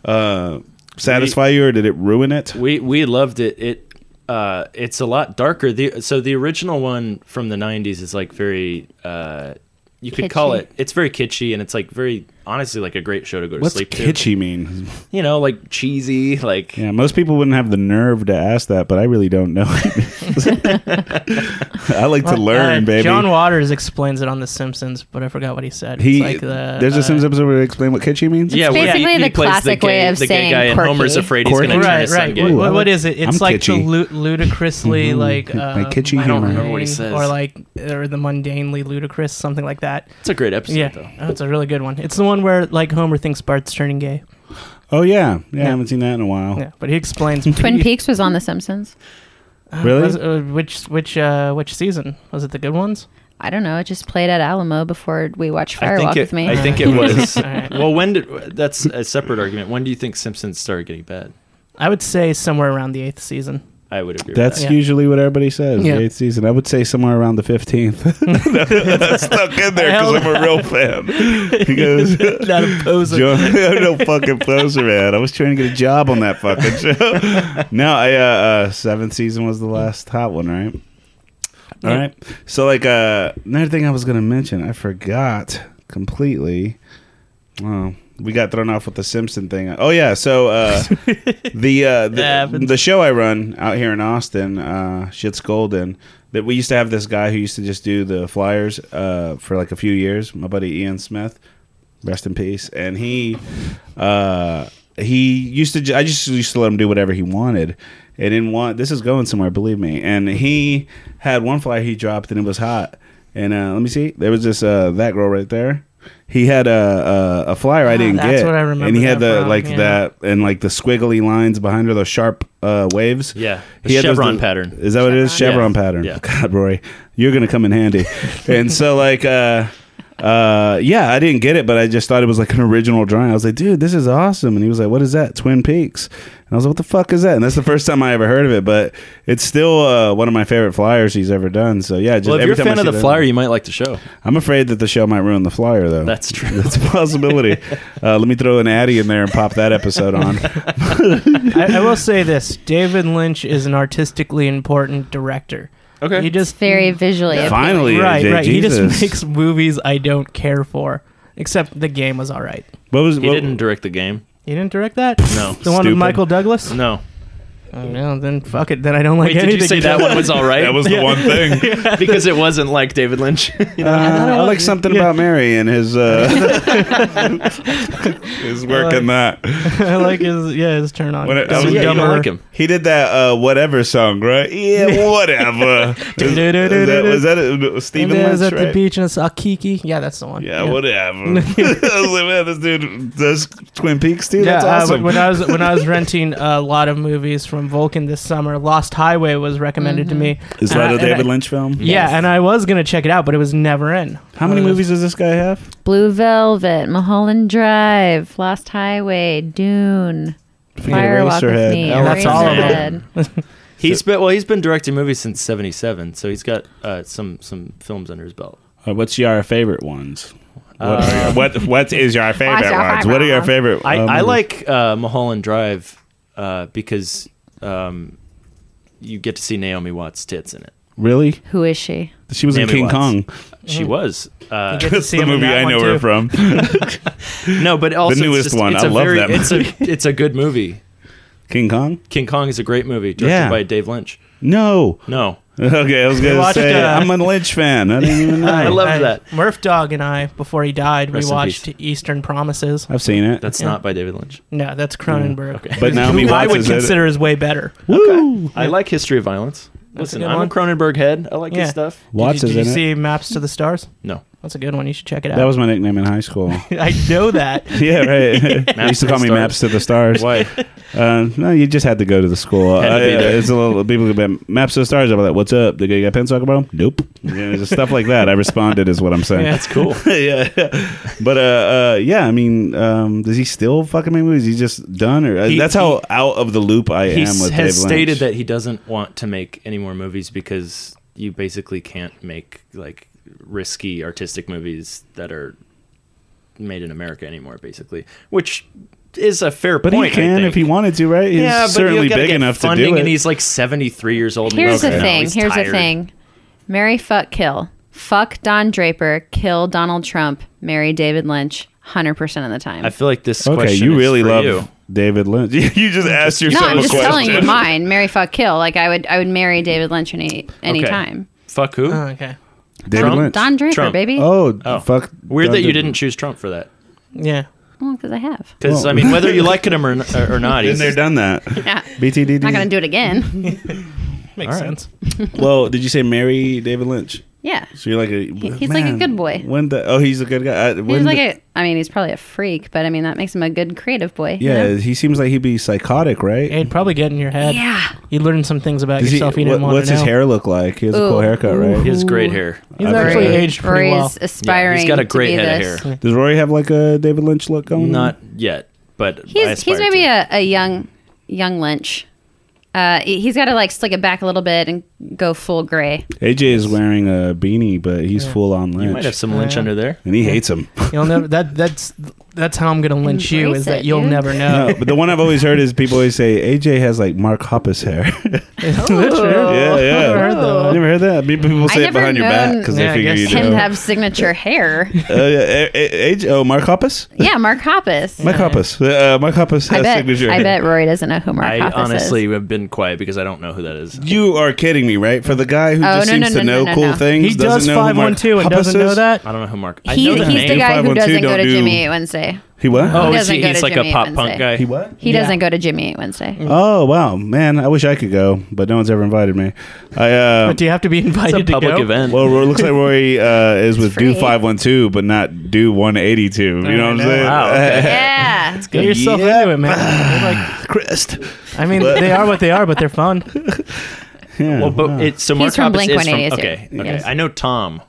Speaker 2: uh, satisfy you or did it ruin it?
Speaker 1: *laughs* We we loved it. It uh, it's a lot darker. The so the original one from the '90s is like very. Uh, you could call
Speaker 4: Kitschy.
Speaker 1: it. It's very kitschy, and it's like very honestly like a great show to go to
Speaker 2: What's
Speaker 1: sleep
Speaker 2: kitschy mean?
Speaker 1: to. You know, like cheesy, like
Speaker 2: Yeah, most people wouldn't have the nerve to ask that, but I really don't know. *laughs* I like to learn,
Speaker 3: Uh,
Speaker 2: baby.
Speaker 3: John Waters explains it on The Simpsons, but I forgot what he said. It's
Speaker 2: he,
Speaker 3: like the,
Speaker 2: there's
Speaker 3: uh,
Speaker 2: a Sims episode where they explain what kitschy means.
Speaker 1: yeah. where
Speaker 4: basically the
Speaker 1: plays
Speaker 4: classic
Speaker 1: gay,
Speaker 4: way of
Speaker 1: the gay
Speaker 4: saying
Speaker 1: guy, and
Speaker 4: quirky.
Speaker 1: Homer's afraid he's
Speaker 2: Quirky.
Speaker 1: going to turn
Speaker 3: Right,
Speaker 1: his son
Speaker 3: right.
Speaker 1: gay.
Speaker 2: Ooh,
Speaker 3: What,
Speaker 2: I
Speaker 3: what
Speaker 2: like-
Speaker 3: is it?
Speaker 2: I'm
Speaker 3: It's like
Speaker 2: kitschy. Mm-hmm.
Speaker 3: the lu- ludicrously, like uh,
Speaker 2: My kitschy
Speaker 1: I don't
Speaker 2: humor.
Speaker 1: remember what he says.
Speaker 3: or like or the mundanely ludicrous, something like that.
Speaker 1: It's a great episode,
Speaker 3: yeah,
Speaker 1: though.
Speaker 3: oh, it's a really good one. It's the one where like Homer thinks Bart's turning gay.
Speaker 2: Oh yeah. yeah, I
Speaker 3: Yeah.
Speaker 2: haven't seen that in a while.
Speaker 3: Yeah, but he explains.
Speaker 4: Twin Peaks was on The Simpsons.
Speaker 2: Really?
Speaker 3: Was- uh, which which uh, which season was it? The good ones?
Speaker 4: I don't know. It just played at Alamo before we watched
Speaker 1: I think
Speaker 4: Firewalk
Speaker 1: it,
Speaker 4: with me.
Speaker 1: I think
Speaker 4: *laughs*
Speaker 1: it was.
Speaker 3: All right.
Speaker 1: well, when did that's a separate argument. When do you think Simpsons started getting bad?
Speaker 3: I would say somewhere around the eighth season.
Speaker 1: I would agree.
Speaker 2: That's
Speaker 1: with
Speaker 3: Yeah.
Speaker 2: usually what everybody says.
Speaker 3: Yeah.
Speaker 2: The eighth season. I would say somewhere around the
Speaker 3: *laughs*
Speaker 2: fifteenth. *laughs* That's stuck in there because
Speaker 3: Hell.
Speaker 2: I'm a real fan. He goes,
Speaker 3: *laughs* Not a poser.
Speaker 2: Joe, I'm no fucking poser, man. I was trying to get a job on that fucking show.
Speaker 3: *laughs*
Speaker 2: no, I uh, uh seventh season was the last hot one, right? All
Speaker 3: Yeah.
Speaker 2: right. So like uh another thing I was gonna mention, I forgot completely. Oh, we got thrown off with the Simpson thing. Oh yeah, so
Speaker 3: *laughs*
Speaker 2: uh the uh
Speaker 3: That
Speaker 2: the,
Speaker 3: happens.
Speaker 2: the show I run out here in Austin, uh shit's golden. That we used to have this guy who used to just do the flyers uh for like a few years, my buddy Ian Smith rest in peace. And he, uh, he used to. ju- I just used to let him do whatever he wanted. It didn't want. This is going somewhere, believe me. And he had one flyer he dropped, and it was hot. And uh, let me see. There was this uh, that girl right there. He had a a, a flyer I
Speaker 3: Ah,
Speaker 2: didn't
Speaker 3: that's
Speaker 2: get.
Speaker 3: what I remember
Speaker 2: And he had
Speaker 3: that
Speaker 2: the
Speaker 3: from,
Speaker 2: like
Speaker 3: yeah.
Speaker 2: that uh, and like the squiggly lines behind her, those sharp uh, waves.
Speaker 1: Yeah, the
Speaker 2: He had those
Speaker 1: chevron
Speaker 2: little-
Speaker 1: pattern.
Speaker 2: Is that what it is? Chevron
Speaker 1: Chevron.
Speaker 2: pattern.
Speaker 1: Yeah.
Speaker 2: *laughs* God, Rory, you're gonna come in
Speaker 1: *laughs*
Speaker 2: handy. and so like uh uh yeah, I didn't get it, but I just thought it was like an original drawing. I was like, dude, this is awesome. And he was like, What is that? Twin Peaks. And I was like, What the fuck is that? And that's the first time I ever heard of it, but it's still uh, one of my favorite flyers he's ever done. So yeah, just
Speaker 1: Well, if
Speaker 2: every
Speaker 1: you're a
Speaker 2: time I
Speaker 1: fan of
Speaker 2: see
Speaker 1: the
Speaker 2: that-
Speaker 1: flyer, you might like the show.
Speaker 2: I'm afraid that the show might ruin the flyer though. *laughs*
Speaker 1: That's true. *laughs*
Speaker 2: That's a possibility. uh, let me throw an Addy in there and pop that episode
Speaker 1: *laughs*
Speaker 2: on.
Speaker 3: I, I will say this: David Lynch is an artistically important director.
Speaker 5: Okay.
Speaker 3: he
Speaker 4: It's
Speaker 3: just
Speaker 4: very visually. appealing.
Speaker 2: Finally,
Speaker 3: right,
Speaker 2: AJ,
Speaker 3: right. He
Speaker 2: Jesus.
Speaker 3: just makes movies I don't care for, except the game was all right.
Speaker 2: What was
Speaker 1: He
Speaker 2: what-
Speaker 1: didn't direct the game.
Speaker 3: You didn't direct that?
Speaker 1: No.
Speaker 3: The one with
Speaker 2: Stupid.
Speaker 3: Michael Douglas?
Speaker 1: No.
Speaker 3: Oh, no, then fuck it. Then I don't like
Speaker 1: Wait, did
Speaker 3: anything.
Speaker 1: you say that one was all right?
Speaker 2: *laughs* That was the one thing.
Speaker 1: *laughs*
Speaker 3: *laughs*
Speaker 1: because it wasn't like
Speaker 2: *laughs*
Speaker 1: David Lynch.
Speaker 2: Uh, I,
Speaker 3: I
Speaker 2: like
Speaker 3: was-
Speaker 2: something
Speaker 3: yeah.
Speaker 2: about Mary and his *laughs* uh, his work in
Speaker 3: Uh,
Speaker 2: that.
Speaker 3: *laughs* I like his yeah his turn on.
Speaker 2: When it- I
Speaker 3: He's
Speaker 2: was-
Speaker 3: a
Speaker 2: Yeah, you don't
Speaker 3: dumber-
Speaker 1: like him.
Speaker 2: He did that uh, whatever song, right? Yeah,
Speaker 3: *laughs*
Speaker 2: whatever. is, is that, was that a,
Speaker 3: And
Speaker 2: Stephen
Speaker 3: then I was
Speaker 2: Lynch?
Speaker 3: at the
Speaker 2: Right?
Speaker 3: beach and I saw Kiki. Yeah, that's the one.
Speaker 2: yeah,
Speaker 3: *laughs*
Speaker 2: whatever. I was like, man, this dude does Twin Peaks too.
Speaker 3: Yeah,
Speaker 2: That's
Speaker 3: uh,
Speaker 2: awesome.
Speaker 3: when I was when
Speaker 2: *laughs*
Speaker 3: I was renting a lot of movies from Vulcan this summer, Lost Highway was recommended
Speaker 1: Mm-hmm.
Speaker 3: to me.
Speaker 2: is
Speaker 3: uh, And
Speaker 2: that
Speaker 3: I-
Speaker 2: a
Speaker 3: and
Speaker 2: David
Speaker 3: I-
Speaker 2: Lynch film?
Speaker 3: Yeah, Uh, and I was gonna check it out, but it was never in.
Speaker 2: How many movies does this guy have?
Speaker 4: Blue Velvet, Mulholland Drive, Lost Highway, Dune, Firewalk with
Speaker 2: Eraserhead,
Speaker 4: me,
Speaker 2: Ellen
Speaker 3: That's all of
Speaker 4: Eraserhead.
Speaker 1: He's been well. He's been directing movies since '77, so he's got uh, some some films under his belt.
Speaker 2: Uh, what's your favorite ones? What,
Speaker 1: Uh,
Speaker 2: what what is your favorite
Speaker 4: your
Speaker 2: ones?
Speaker 4: favorite
Speaker 2: What are your
Speaker 4: ones?
Speaker 2: favorite?
Speaker 1: I,
Speaker 2: uh,
Speaker 1: I
Speaker 2: movies?
Speaker 1: like uh, Mulholland Drive uh, because um, you get to see Naomi Watts' tits in it.
Speaker 2: really.
Speaker 4: Who is she?
Speaker 2: She was in
Speaker 1: Naomi
Speaker 2: King
Speaker 1: Watts.
Speaker 2: Kong.
Speaker 1: She was
Speaker 3: Mm-hmm.
Speaker 1: uh,
Speaker 3: Get to
Speaker 2: That's
Speaker 3: see
Speaker 2: the
Speaker 3: him in
Speaker 2: movie
Speaker 3: that
Speaker 2: I
Speaker 3: one,
Speaker 2: know her
Speaker 3: too.
Speaker 2: from. *laughs*
Speaker 1: no, but also it's
Speaker 2: newest
Speaker 1: just-
Speaker 2: one.
Speaker 1: It's
Speaker 2: I
Speaker 1: a
Speaker 2: love
Speaker 1: very,
Speaker 2: that *laughs*
Speaker 1: It's a it's a good movie.
Speaker 2: King Kong?
Speaker 1: King Kong is a great movie directed
Speaker 2: Yeah.
Speaker 1: by Dave Lynch.
Speaker 2: No. *laughs*
Speaker 1: No,
Speaker 2: Okay, I was gonna
Speaker 3: watched,
Speaker 2: say
Speaker 3: uh,
Speaker 2: I'm a Lynch fan. I didn't
Speaker 3: *laughs*
Speaker 2: even know.
Speaker 1: I loved that.
Speaker 3: Murph Dog and I, before he died,
Speaker 1: Rest
Speaker 3: we
Speaker 1: in
Speaker 3: watched Eastern Promises.
Speaker 2: I've seen it.
Speaker 1: that's
Speaker 3: Yeah.
Speaker 1: not by David Lynch.
Speaker 3: No, that's Cronenberg.
Speaker 1: okay.
Speaker 3: *laughs*
Speaker 2: But Naomi
Speaker 3: who I
Speaker 2: Watts
Speaker 3: would
Speaker 2: is in it.
Speaker 3: consider is way better.
Speaker 2: Woo!
Speaker 1: I like History of Violence. Listen,
Speaker 3: a good
Speaker 1: I'm
Speaker 3: one.
Speaker 1: a Cronenberg head. I like
Speaker 3: Yeah.
Speaker 1: his stuff.
Speaker 2: Watts
Speaker 3: did you,
Speaker 2: is
Speaker 3: did you
Speaker 2: in it.
Speaker 3: see Maps to the Stars?
Speaker 1: No.
Speaker 3: That's a good one. You should check it out.
Speaker 2: That was my nickname in high school.
Speaker 3: *laughs* I
Speaker 2: *laughs*
Speaker 3: know that.
Speaker 2: yeah,
Speaker 1: *laughs*
Speaker 2: right. they
Speaker 1: Maps
Speaker 2: used to
Speaker 1: to the
Speaker 2: call me
Speaker 1: Stars.
Speaker 2: Maps to the Stars.
Speaker 1: Why?
Speaker 2: *laughs* Uh, no, you just had to go to the school. Uh,
Speaker 1: Had to be
Speaker 2: yeah,
Speaker 1: there.
Speaker 2: it's a little people could be Maps to the Stars. I'm like, what's up? They go, you got pencil about? Nope. Yeah, just stuff like that. I responded is what I'm saying.
Speaker 1: That's cool.
Speaker 2: *laughs* yeah, but uh, uh, yeah. I mean, um, does he still fucking make movies? He's just done, or uh,
Speaker 1: He-
Speaker 2: that's how out of the loop I
Speaker 1: he
Speaker 2: am
Speaker 1: s-
Speaker 2: with.
Speaker 1: has
Speaker 2: Dave Lynch.
Speaker 1: stated that he doesn't want to make any more movies because you basically can't make like risky artistic movies that are made in America anymore basically which is a fair
Speaker 2: but
Speaker 1: point
Speaker 2: he can if he wanted to, right? He's
Speaker 1: yeah, but
Speaker 2: certainly
Speaker 1: you gotta
Speaker 2: big
Speaker 1: get
Speaker 2: enough to
Speaker 1: funding,
Speaker 2: do it.
Speaker 1: and he's like 73 years old and
Speaker 4: Here's
Speaker 1: broke
Speaker 4: the
Speaker 1: now.
Speaker 4: thing.
Speaker 1: He's
Speaker 4: Here's the
Speaker 1: tired.
Speaker 4: thing. Marry, fuck, kill. Fuck Don Draper. Kill Donald Trump. Marry David Lynch. Hundred percent of the time.
Speaker 1: I feel like this
Speaker 2: okay,
Speaker 1: question
Speaker 2: you
Speaker 1: is
Speaker 2: really
Speaker 1: for
Speaker 2: love
Speaker 1: *laughs* you.
Speaker 2: David Lynch. you just asked
Speaker 4: no,
Speaker 2: yourself
Speaker 4: I'm
Speaker 2: a
Speaker 4: just
Speaker 2: question.
Speaker 4: telling you mine. Marry, fuck, kill. Like I would, I would marry David Lynch any any
Speaker 1: Okay.
Speaker 4: time.
Speaker 1: Fuck who?
Speaker 4: Uh,
Speaker 3: Oh, okay.
Speaker 2: David
Speaker 1: Trump?
Speaker 2: Lynch.
Speaker 4: Don Draper,
Speaker 1: Trump.
Speaker 4: baby.
Speaker 2: Oh,
Speaker 1: Oh.
Speaker 2: fuck!
Speaker 1: Weird
Speaker 2: Don
Speaker 1: that you
Speaker 2: Draper.
Speaker 1: didn't choose Trump for that.
Speaker 3: Yeah.
Speaker 4: Well, because I have.
Speaker 1: Because
Speaker 2: Well-
Speaker 1: I
Speaker 2: *laughs*
Speaker 1: mean, whether you like him or, or
Speaker 2: Been
Speaker 1: not, *laughs* he's
Speaker 2: there, done that.
Speaker 4: Yeah.
Speaker 2: BTD.
Speaker 4: I'm not gonna do it again.
Speaker 3: Makes
Speaker 1: All right.
Speaker 3: sense.
Speaker 2: Well, did you say marry David Lynch?
Speaker 4: yeah.
Speaker 2: So you're like a
Speaker 4: he's like a good boy.
Speaker 2: When the oh, he's a good guy. I-
Speaker 4: He's
Speaker 2: when
Speaker 4: like
Speaker 2: the-
Speaker 4: a. I mean, he's probably a freak, but I mean that makes him a good creative boy. you
Speaker 2: yeah,
Speaker 4: know?
Speaker 2: he seems like he'd be psychotic, right?
Speaker 3: It'd probably get in your head.
Speaker 4: Yeah.
Speaker 3: You learn some things about
Speaker 2: Does he-
Speaker 3: yourself you didn't
Speaker 2: what-
Speaker 3: want
Speaker 2: what's
Speaker 3: to know.
Speaker 2: his hair look like? He has a cool
Speaker 4: Ooh.
Speaker 2: haircut,
Speaker 1: he
Speaker 2: right?
Speaker 1: has great hair.
Speaker 3: He's
Speaker 2: I've
Speaker 3: actually
Speaker 2: heard.
Speaker 3: aged
Speaker 4: Or
Speaker 3: pretty
Speaker 4: he's
Speaker 3: well.
Speaker 4: aspiring.
Speaker 1: Yeah, he's got a
Speaker 4: to
Speaker 1: great
Speaker 4: be
Speaker 1: head of
Speaker 4: this.
Speaker 1: hair.
Speaker 2: Does Rory have like a David Lynch look going? on?
Speaker 1: Not yet, but I
Speaker 4: He's
Speaker 1: aspire
Speaker 4: he's maybe
Speaker 1: to.
Speaker 4: a, a young young Lynch. Uh, he- he's got to like slick it back a little bit and go full gray.
Speaker 2: AJ is wearing a beanie, but he's full on
Speaker 1: You might have
Speaker 2: Lynch,
Speaker 1: some
Speaker 4: uh,
Speaker 1: lynch
Speaker 3: Yeah.
Speaker 1: under there.
Speaker 2: and he hates him. *laughs*
Speaker 3: You'll never that that's that's how I'm gonna lynch you
Speaker 4: Embrace
Speaker 3: is that
Speaker 4: it,
Speaker 3: you'll
Speaker 4: dude.
Speaker 3: never
Speaker 2: *laughs*
Speaker 3: know. *laughs*
Speaker 2: no, but the one I've always heard is people always say AJ has like Mark Hoppus hair. *laughs* yeah, yeah.
Speaker 3: Never heard that one.
Speaker 2: You never heard that. People say it
Speaker 4: never
Speaker 2: behind your back
Speaker 4: known-
Speaker 2: because
Speaker 3: Yeah, I
Speaker 2: they figure
Speaker 3: guess
Speaker 2: you
Speaker 4: Him
Speaker 2: do.
Speaker 4: to have
Speaker 2: *laughs*
Speaker 4: signature hair.
Speaker 2: Uh, yeah, A- A- AJ oh, Mark Hoppus.
Speaker 4: yeah, Mark Hoppus.
Speaker 2: Mike Hoppus. Uh, Mike Hoppus
Speaker 4: I
Speaker 2: has
Speaker 4: bet.
Speaker 2: signature.
Speaker 4: I bet Rory doesn't know who Mark
Speaker 1: I
Speaker 4: Hoppus
Speaker 1: honestly
Speaker 4: is.
Speaker 1: have been quiet because I don't know who that is.
Speaker 2: You are kidding me, right? For the guy who
Speaker 4: Oh,
Speaker 2: just
Speaker 4: no,
Speaker 2: seems
Speaker 4: no,
Speaker 2: to
Speaker 4: no,
Speaker 2: know
Speaker 4: no, no,
Speaker 2: cool
Speaker 4: no.
Speaker 2: things,
Speaker 3: He does
Speaker 2: doesn't know
Speaker 3: five
Speaker 2: who Mark
Speaker 3: one two and
Speaker 2: Hoppus
Speaker 3: doesn't know
Speaker 2: is?
Speaker 3: that.
Speaker 1: I don't know who Mark. I
Speaker 4: He,
Speaker 1: know the
Speaker 4: he's
Speaker 1: name.
Speaker 4: the guy who
Speaker 2: 512
Speaker 4: doesn't go to
Speaker 2: don't do-
Speaker 4: Jimmy Eat Wednesday.
Speaker 2: He what?
Speaker 1: Oh,
Speaker 4: Who
Speaker 1: is he,
Speaker 4: doesn't go
Speaker 1: he's
Speaker 4: to
Speaker 1: like
Speaker 4: Jimmy
Speaker 1: a
Speaker 4: Eat
Speaker 1: pop
Speaker 4: Wednesday?
Speaker 1: punk guy.
Speaker 2: He what?
Speaker 4: He
Speaker 3: Yeah.
Speaker 4: doesn't go to Jimmy Eat
Speaker 3: *laughs*
Speaker 4: Wednesday.
Speaker 2: Oh wow, man! I wish I could go, but no one's ever invited me. I
Speaker 3: *laughs*
Speaker 2: uh,
Speaker 3: But do you have to be
Speaker 1: It's a
Speaker 3: invited to
Speaker 1: public
Speaker 3: go?
Speaker 1: event.
Speaker 2: well, it looks like Rory
Speaker 4: *laughs*
Speaker 2: uh, is with Do
Speaker 4: free.
Speaker 2: Five One Two, but not Do One Eighty Two. You know what I'm saying?
Speaker 1: Wow, okay.
Speaker 4: Yeah.
Speaker 3: Get yourself
Speaker 2: Yeah.
Speaker 3: into it, man. They're like,
Speaker 2: Christ.
Speaker 3: I mean, they are what they are, but they're fun.
Speaker 2: Yeah.
Speaker 1: Well, but it's so Mark
Speaker 4: He's from
Speaker 1: Hoppus is from.
Speaker 4: Blink-182.
Speaker 1: Okay, okay.
Speaker 4: Yes.
Speaker 1: I know Tom.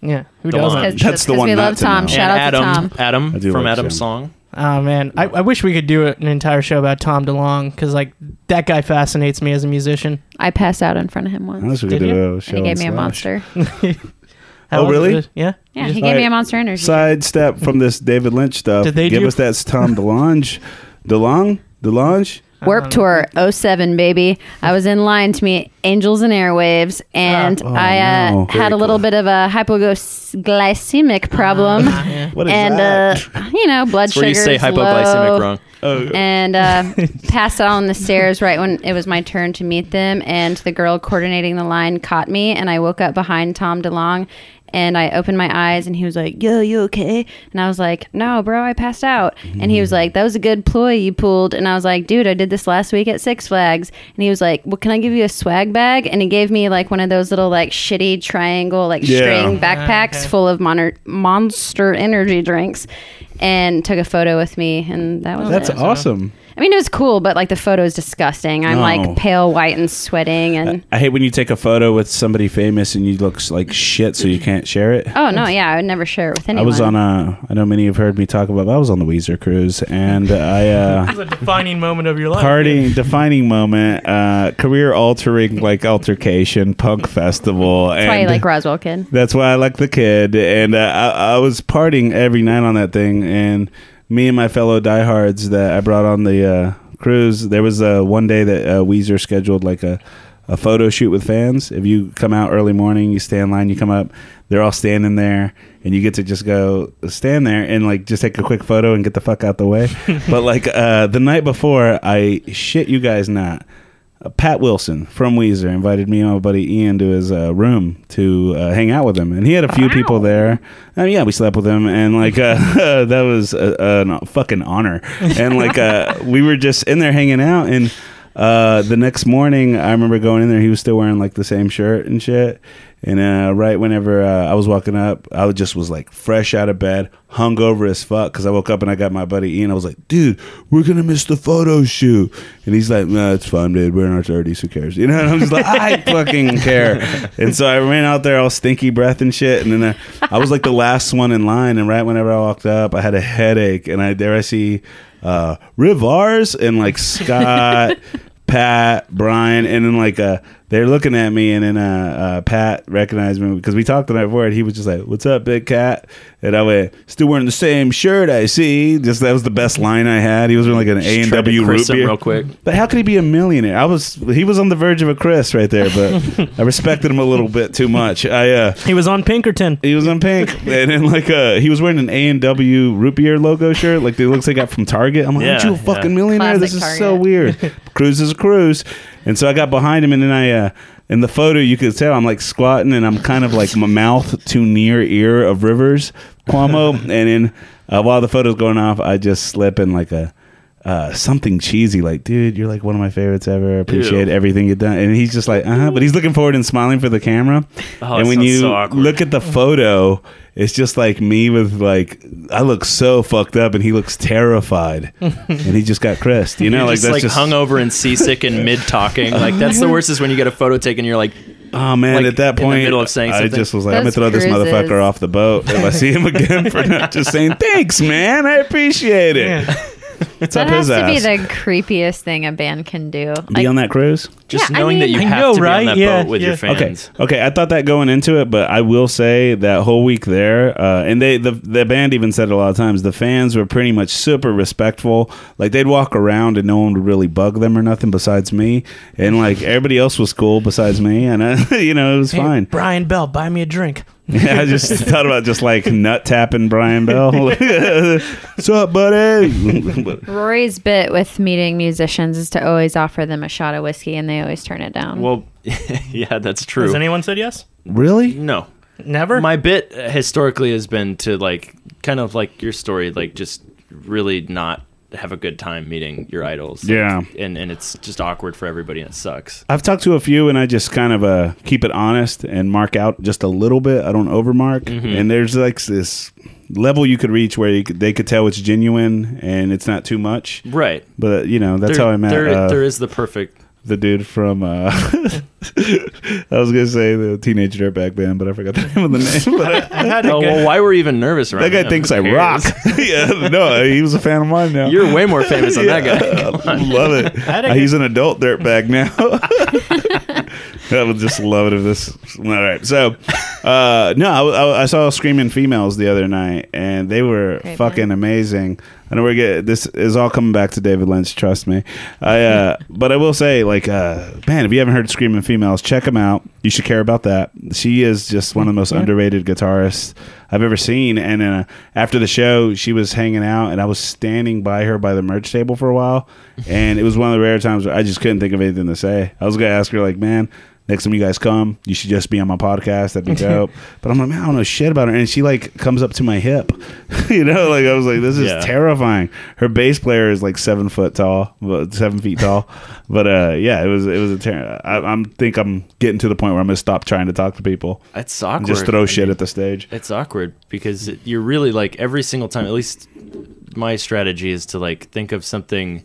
Speaker 3: Yeah, who
Speaker 1: Go
Speaker 3: doesn't?
Speaker 1: on.
Speaker 2: That's the one
Speaker 4: we
Speaker 2: not
Speaker 4: love
Speaker 2: to
Speaker 4: Tom.
Speaker 2: know.
Speaker 4: Shout out
Speaker 1: and
Speaker 4: to
Speaker 1: Adam.
Speaker 4: Tom.
Speaker 2: I
Speaker 1: Adam
Speaker 2: do
Speaker 1: from
Speaker 2: like
Speaker 1: Adam's
Speaker 2: Sam.
Speaker 1: song.
Speaker 3: Oh man, I, I wish we could do an entire show about Tom DeLong because like that guy fascinates me as a musician.
Speaker 4: I passed out in front of him once.
Speaker 2: Unless we could
Speaker 3: Did
Speaker 2: do a uh,
Speaker 4: And
Speaker 2: show
Speaker 4: he
Speaker 2: on
Speaker 4: gave me a
Speaker 2: Slash.
Speaker 1: *laughs*
Speaker 4: monster.
Speaker 3: How
Speaker 2: Oh,
Speaker 3: was it?
Speaker 2: really?
Speaker 3: Yeah. You
Speaker 4: Yeah, he
Speaker 3: just-
Speaker 4: gave
Speaker 2: All
Speaker 4: me a
Speaker 2: right.
Speaker 4: monster energy.
Speaker 2: sidestep from this David Lynch stuff.
Speaker 3: Did they
Speaker 2: give
Speaker 3: do-
Speaker 2: us that Tom DeLonge, DeLong, DeLonge?
Speaker 4: Warp Tour 07, baby. I was in line to meet Angels and Airwaves, and I uh,
Speaker 2: Oh, no.
Speaker 4: had
Speaker 2: Very
Speaker 4: a little bit of a hypoglycemic problem.
Speaker 3: yeah.
Speaker 2: What is
Speaker 4: and,
Speaker 2: that?
Speaker 4: uh, you know, blood
Speaker 1: That's where
Speaker 4: sugar.
Speaker 1: you say hypoglycemic
Speaker 4: low,
Speaker 1: wrong.
Speaker 2: Oh. *laughs*
Speaker 4: And uh, passed out on the stairs right when it was my turn to meet them, and the girl coordinating the line caught me, and I woke up behind Tom DeLong. And I opened my eyes, and he was like, "Yo, you okay?" And I was like, "No, bro, I passed out." And he was like, "That was a good ploy you pulled." And I was like, "Dude, I did this last week at Six Flags." And he was like, "Well, can I give you a swag bag?" And he gave me like one of those little like shitty triangle like
Speaker 2: Yeah.
Speaker 4: string backpacks
Speaker 3: Okay.
Speaker 4: full of moner- monster energy drinks, and took a photo with me, and that was
Speaker 2: That's
Speaker 4: it.
Speaker 2: awesome.
Speaker 4: Oh, I mean, it was cool, but like the photo is disgusting. I'm
Speaker 2: No.
Speaker 4: like pale white and sweating, and
Speaker 2: I hate when you take a photo with somebody famous and you look s- like shit, so you can't share it.
Speaker 4: oh no, yeah, I would never share it with
Speaker 2: I
Speaker 4: anyone.
Speaker 2: was on a. I know many have heard me talk about. But I was on the Weezer cruise, and I
Speaker 4: *laughs*
Speaker 2: uh,
Speaker 3: It's a defining moment of your life.
Speaker 2: partying, defining moment, uh, career altering, like altercation, punk festival.
Speaker 4: That's why you like Roswell Kid.
Speaker 2: That's why I like the kid, and uh, I, I was partying every night on that thing. And me and my fellow diehards that I brought on the uh, cruise, there was uh, one day that uh, Weezer scheduled like a, a photo shoot with fans. If you come out early morning, you stay in line, you come up, they're all standing there, and you get to just go stand there and like just take a quick photo and get the fuck out the way. but like uh, the night before, I shit you guys not. Uh, Pat Wilson from Weezer invited me and my buddy Ian to his uh, room to uh, hang out with him, and he had a few people there. And yeah, we slept with him, and like uh, *laughs* that was a, a, fucking honor. And like uh, we were just in there hanging out, and Uh, the next morning, I remember going in there. He was still wearing like the same shirt and shit. And uh, right whenever uh, I was walking up, I was- just was like fresh out of bed, hungover as fuck. Because I woke up and I got my buddy Ian. I was like, "Dude, we're gonna miss the photo shoot." And he's like, "Nah, it's fine, dude. We're in our thirties. Who cares?" You know. And I'm just like, "I fucking care." And so I ran out there all stinky breath and shit. And then uh, I, I was like the last one in line. And right whenever I walked up, I had a headache. And I there I see uh, Rivars and like Scott, Pat, Brian, and then like uh, they're looking at me, and then uh, uh, Pat recognized me because we talked the night before, and he was just like, "What's up, big cat?" And I went, "Still wearing the same shirt, I see." Just that was the best line I had. He was wearing like an A and
Speaker 1: Tried to
Speaker 2: W root
Speaker 1: Chris him
Speaker 2: beer.
Speaker 1: real quick.
Speaker 2: But how could he be a millionaire? I was he was on the verge of a Chris right there, but I respected him a little bit too much. I uh,
Speaker 3: He was on Pinkerton.
Speaker 2: he was on
Speaker 1: *laughs*
Speaker 2: pink, and then like uh, he was wearing an A and W root beer logo shirt, like they looks like I got from Target. I'm like, aren't
Speaker 1: Yeah,
Speaker 2: you a fucking
Speaker 1: yeah.
Speaker 2: millionaire?
Speaker 4: Classic
Speaker 2: this is so
Speaker 4: Target. *laughs*
Speaker 2: weird. cruise is a cruise, and so I got behind him, and then I uh, in the photo you could tell I'm like squatting, and I'm kind of like my mouth to near ear of Rivers
Speaker 1: *laughs*
Speaker 2: Cuomo, and then uh, while the photo's going off, I just slip in like a. Uh, something cheesy like, dude, you're like one of my favorites ever. I Appreciate
Speaker 1: Ew.
Speaker 2: everything you've done, and he's just like, uh huh. But he's looking forward and smiling for the camera.
Speaker 1: Oh,
Speaker 2: and
Speaker 1: it
Speaker 2: when
Speaker 1: sounds
Speaker 2: you
Speaker 1: so awkward.
Speaker 2: look at the photo, it's just like me with like I look so fucked up, and he looks
Speaker 1: *laughs*
Speaker 2: terrified, and he just got crissed. You know,
Speaker 1: You're
Speaker 2: like
Speaker 1: just
Speaker 2: that's
Speaker 1: like
Speaker 2: just
Speaker 1: hungover and seasick and mid talking. Like that's
Speaker 4: *laughs*
Speaker 1: the worst is when you get a photo taken. and You're like,
Speaker 2: Oh man!
Speaker 1: like,
Speaker 2: at that
Speaker 1: in the
Speaker 2: point,
Speaker 1: middle of saying
Speaker 2: I
Speaker 1: something.
Speaker 2: just was like, I'm gonna
Speaker 4: Those
Speaker 2: throw this
Speaker 4: cruises.
Speaker 2: motherfucker off the boat if I see him again for not just saying thanks, man. I appreciate it.
Speaker 3: Yeah.
Speaker 2: It's
Speaker 4: That
Speaker 2: up
Speaker 4: has
Speaker 2: his
Speaker 4: to
Speaker 2: ass.
Speaker 4: be the creepiest thing a band can do.
Speaker 2: be
Speaker 4: Like,
Speaker 2: on that cruise.
Speaker 1: just
Speaker 4: Yeah, I
Speaker 1: knowing that
Speaker 4: mean-
Speaker 1: you
Speaker 4: I
Speaker 1: have
Speaker 3: know,
Speaker 1: to
Speaker 3: right?
Speaker 1: be on that
Speaker 3: Yeah,
Speaker 1: boat with
Speaker 3: yeah.
Speaker 1: your fans.
Speaker 2: Okay, okay. I thought that going into it, but I will say that whole week there, uh, and they the the band even said it a lot of times. The fans were pretty much super respectful. Like they'd walk around and no one would really bug them or nothing besides me, and like everybody else was cool besides me, and uh, *laughs* you know it was
Speaker 3: Hey,
Speaker 2: fine.
Speaker 3: Brian Bell, buy me a drink.
Speaker 2: Yeah, I just thought about just like nut tapping Brian Bell. *laughs* What's up, buddy?
Speaker 4: Rory's bit with meeting musicians is to always offer them a shot of whiskey, and they always turn it down.
Speaker 1: Well, *laughs* yeah, that's
Speaker 3: Has
Speaker 1: true.
Speaker 3: anyone said yes?
Speaker 2: really?
Speaker 1: no,
Speaker 3: Never.
Speaker 1: my bit uh, historically has been to like kind of like your story, like just really not have a good time meeting your idols. Like,
Speaker 2: Yeah.
Speaker 1: and and it's just awkward for everybody, and it sucks.
Speaker 2: I've talked to a few, and I just kind of uh, keep it honest and mark out just a little bit. I don't overmark,
Speaker 1: Mm-hmm.
Speaker 2: and there's like this level you could reach where you could, they could tell it's genuine and it's not too much.
Speaker 1: Right.
Speaker 2: But uh, you know, that's
Speaker 1: There-
Speaker 2: how I met
Speaker 1: there-
Speaker 2: uh,
Speaker 1: there is the perfect.
Speaker 2: the dude from. Uh, *laughs* I was gonna say the Teenage Dirtbag Band, but I forgot the name of the
Speaker 1: *laughs*
Speaker 2: name. But I,
Speaker 1: Oh well, why were you even nervous around
Speaker 2: that guy
Speaker 1: him?
Speaker 2: thinks
Speaker 1: Who
Speaker 2: I
Speaker 1: cares?
Speaker 2: rock. *laughs* yeah, no, he was a fan of mine now. *laughs*
Speaker 1: You're way more famous than that guy.
Speaker 2: I love it. Uh,
Speaker 3: a
Speaker 2: He's an adult dirtbag now. *laughs* I would just love it if this. All right, so uh, no, I, I- I saw screaming females the other night, and they were
Speaker 4: Great
Speaker 2: fucking
Speaker 4: band.
Speaker 2: amazing. I know we're get this is all coming back to David Lynch. Trust me. I uh, but I will say, like, uh, man, if you haven't heard screaming females, check them out. You should care about that. She is just one of the most underrated guitarists I've ever seen. And uh, after the show, she was hanging out, and I was standing by her by the merch table for a while. And it was one of the rare times where I just couldn't think of anything to say. I was gonna ask her, like, man, next time you guys come, you should just be on my podcast. That'd be dope. but I'm like, man, I don't know shit about her. And she like comes up to my hip. *laughs* you know, like I was like, this is
Speaker 1: Yeah.
Speaker 2: terrifying. Her bass player is like seven foot tall, but seven feet
Speaker 3: *laughs*
Speaker 2: tall. but uh, yeah, it was it was a ter- I, I'm think I'm getting to the point where I'm gonna stop trying to talk to people
Speaker 1: It's
Speaker 2: and
Speaker 1: awkward.
Speaker 2: just throw
Speaker 1: I
Speaker 2: shit
Speaker 1: mean,
Speaker 2: at the stage.
Speaker 1: It's awkward because it, you're really like every single time. At least my strategy is to like think of something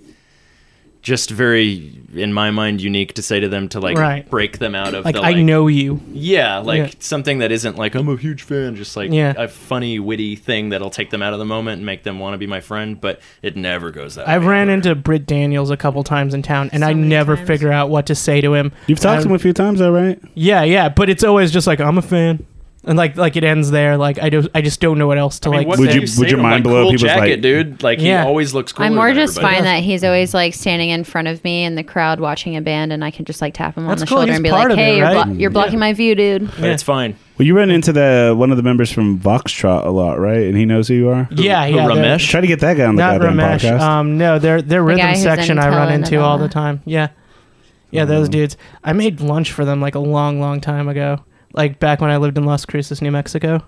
Speaker 1: just very in my mind unique to say to them to like
Speaker 3: Right.
Speaker 1: break them out of
Speaker 3: like,
Speaker 1: the
Speaker 3: I know you.
Speaker 1: yeah like
Speaker 3: Yeah.
Speaker 1: something that isn't like i'm a huge fan just like
Speaker 3: Yeah.
Speaker 1: a funny witty thing that'll take them out of the moment and make them want to be my friend but it never goes that
Speaker 3: I've
Speaker 1: way.
Speaker 3: ran into Britt Daniels a couple times in town, and
Speaker 4: So
Speaker 3: I
Speaker 4: many
Speaker 3: never
Speaker 4: times.
Speaker 3: figure out what to say to him.
Speaker 2: You've talked to him
Speaker 3: Um,
Speaker 2: a few times, though, right?
Speaker 3: Yeah, yeah, but it's always just like I'm a fan, and like like it ends there. Like I do, I just don't know what else to
Speaker 1: I mean,
Speaker 3: like.
Speaker 1: what
Speaker 2: Would
Speaker 1: can
Speaker 2: you-
Speaker 1: say
Speaker 2: would
Speaker 1: to
Speaker 2: your
Speaker 1: him?
Speaker 2: mind
Speaker 1: Like,
Speaker 2: blow if
Speaker 1: cool
Speaker 2: he was
Speaker 1: jacket,
Speaker 2: like-
Speaker 1: dude like
Speaker 3: Yeah.
Speaker 1: he always looks cool
Speaker 4: I'm more just
Speaker 1: everybody.
Speaker 4: fine that he's always like standing in front of me in the crowd watching a band, and I can just like tap him
Speaker 3: That's
Speaker 4: on the
Speaker 3: cool,
Speaker 4: shoulder
Speaker 3: he's
Speaker 4: and be
Speaker 3: part
Speaker 4: like,
Speaker 3: of it,
Speaker 4: "Hey, you're,
Speaker 3: right?
Speaker 4: blo- you're blocking my view, dude."
Speaker 1: but it's fine
Speaker 2: Well, you run into the one of the members from Foxtrot a lot, right? And he knows who you are.
Speaker 3: yeah,
Speaker 1: Who-
Speaker 3: yeah, they're-
Speaker 1: Ramesh?
Speaker 2: Try to get that guy on the
Speaker 3: not
Speaker 2: goddamn
Speaker 3: Ramesh.
Speaker 2: podcast.
Speaker 3: Um, no, their their
Speaker 4: guy
Speaker 3: rhythm
Speaker 4: who's
Speaker 3: section
Speaker 4: in
Speaker 3: I run
Speaker 4: Talent
Speaker 3: into all the
Speaker 4: Dilemma.
Speaker 3: time. Yeah, yeah, those dudes. I made lunch for them like a long, long time ago, like back when I lived in Las Cruces, New Mexico.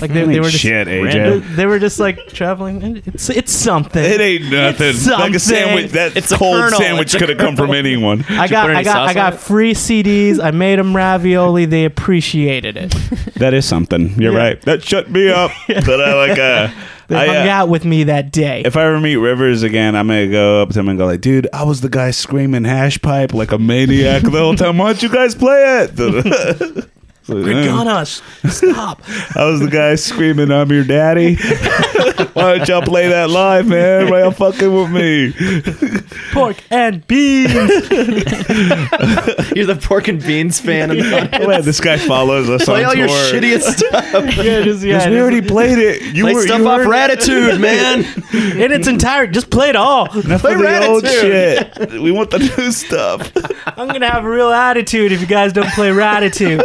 Speaker 3: Like they,
Speaker 6: It
Speaker 3: they
Speaker 6: ain't
Speaker 3: were just
Speaker 6: shit, AJ.
Speaker 3: They, they were just like traveling. It's it's something.
Speaker 2: It ain't nothing.
Speaker 3: It's
Speaker 2: Like a sandwich.
Speaker 3: something.
Speaker 2: That
Speaker 5: It's a
Speaker 2: cold
Speaker 5: kernel.
Speaker 2: sandwich
Speaker 5: It's a
Speaker 2: could have come from anyone.
Speaker 3: I got
Speaker 5: put any
Speaker 3: I got
Speaker 5: sauce
Speaker 3: I got
Speaker 5: on it?
Speaker 3: free CDs. I made them ravioli. They appreciated it.
Speaker 6: That is something.
Speaker 2: You're
Speaker 6: You're right.
Speaker 2: right. That shut me
Speaker 5: *laughs*
Speaker 2: up. But I like uh,
Speaker 3: They
Speaker 2: I,
Speaker 3: hung
Speaker 2: uh,
Speaker 3: out with me that day.
Speaker 2: If I ever meet Rivers again, I'm gonna go up to him and go like, "Dude, I was the guy screaming hash pipe like a maniac the whole time. Why don't you guys play it?" *laughs*
Speaker 5: *laughs*
Speaker 2: So,
Speaker 3: Good
Speaker 2: "Mm,
Speaker 3: on us. Stop.
Speaker 2: I was the guy screaming, "I'm your
Speaker 5: *laughs*
Speaker 2: daddy." Why don't y'all play that live, man? Why y'all fucking with me?
Speaker 3: Pork and beans.
Speaker 5: You're the pork and beans fan. And
Speaker 2: Oh, man, this guy follows us
Speaker 5: play
Speaker 2: on
Speaker 5: *laughs* all
Speaker 2: tour.
Speaker 5: your shittiest *laughs* stuff.
Speaker 3: yeah, just, yeah,
Speaker 2: Because we
Speaker 3: just-
Speaker 2: *laughs* already played it. You
Speaker 5: play
Speaker 2: were
Speaker 5: stuff
Speaker 2: you
Speaker 5: off
Speaker 2: were-
Speaker 3: *laughs*
Speaker 5: Ratitude, man.
Speaker 3: in its entirety. Just play it all.
Speaker 2: Enough of
Speaker 5: Play
Speaker 2: the old
Speaker 5: Ratitude.
Speaker 2: shit. *laughs* We want the new stuff.
Speaker 3: I'm gonna have a real attitude if you guys don't play Ratitude.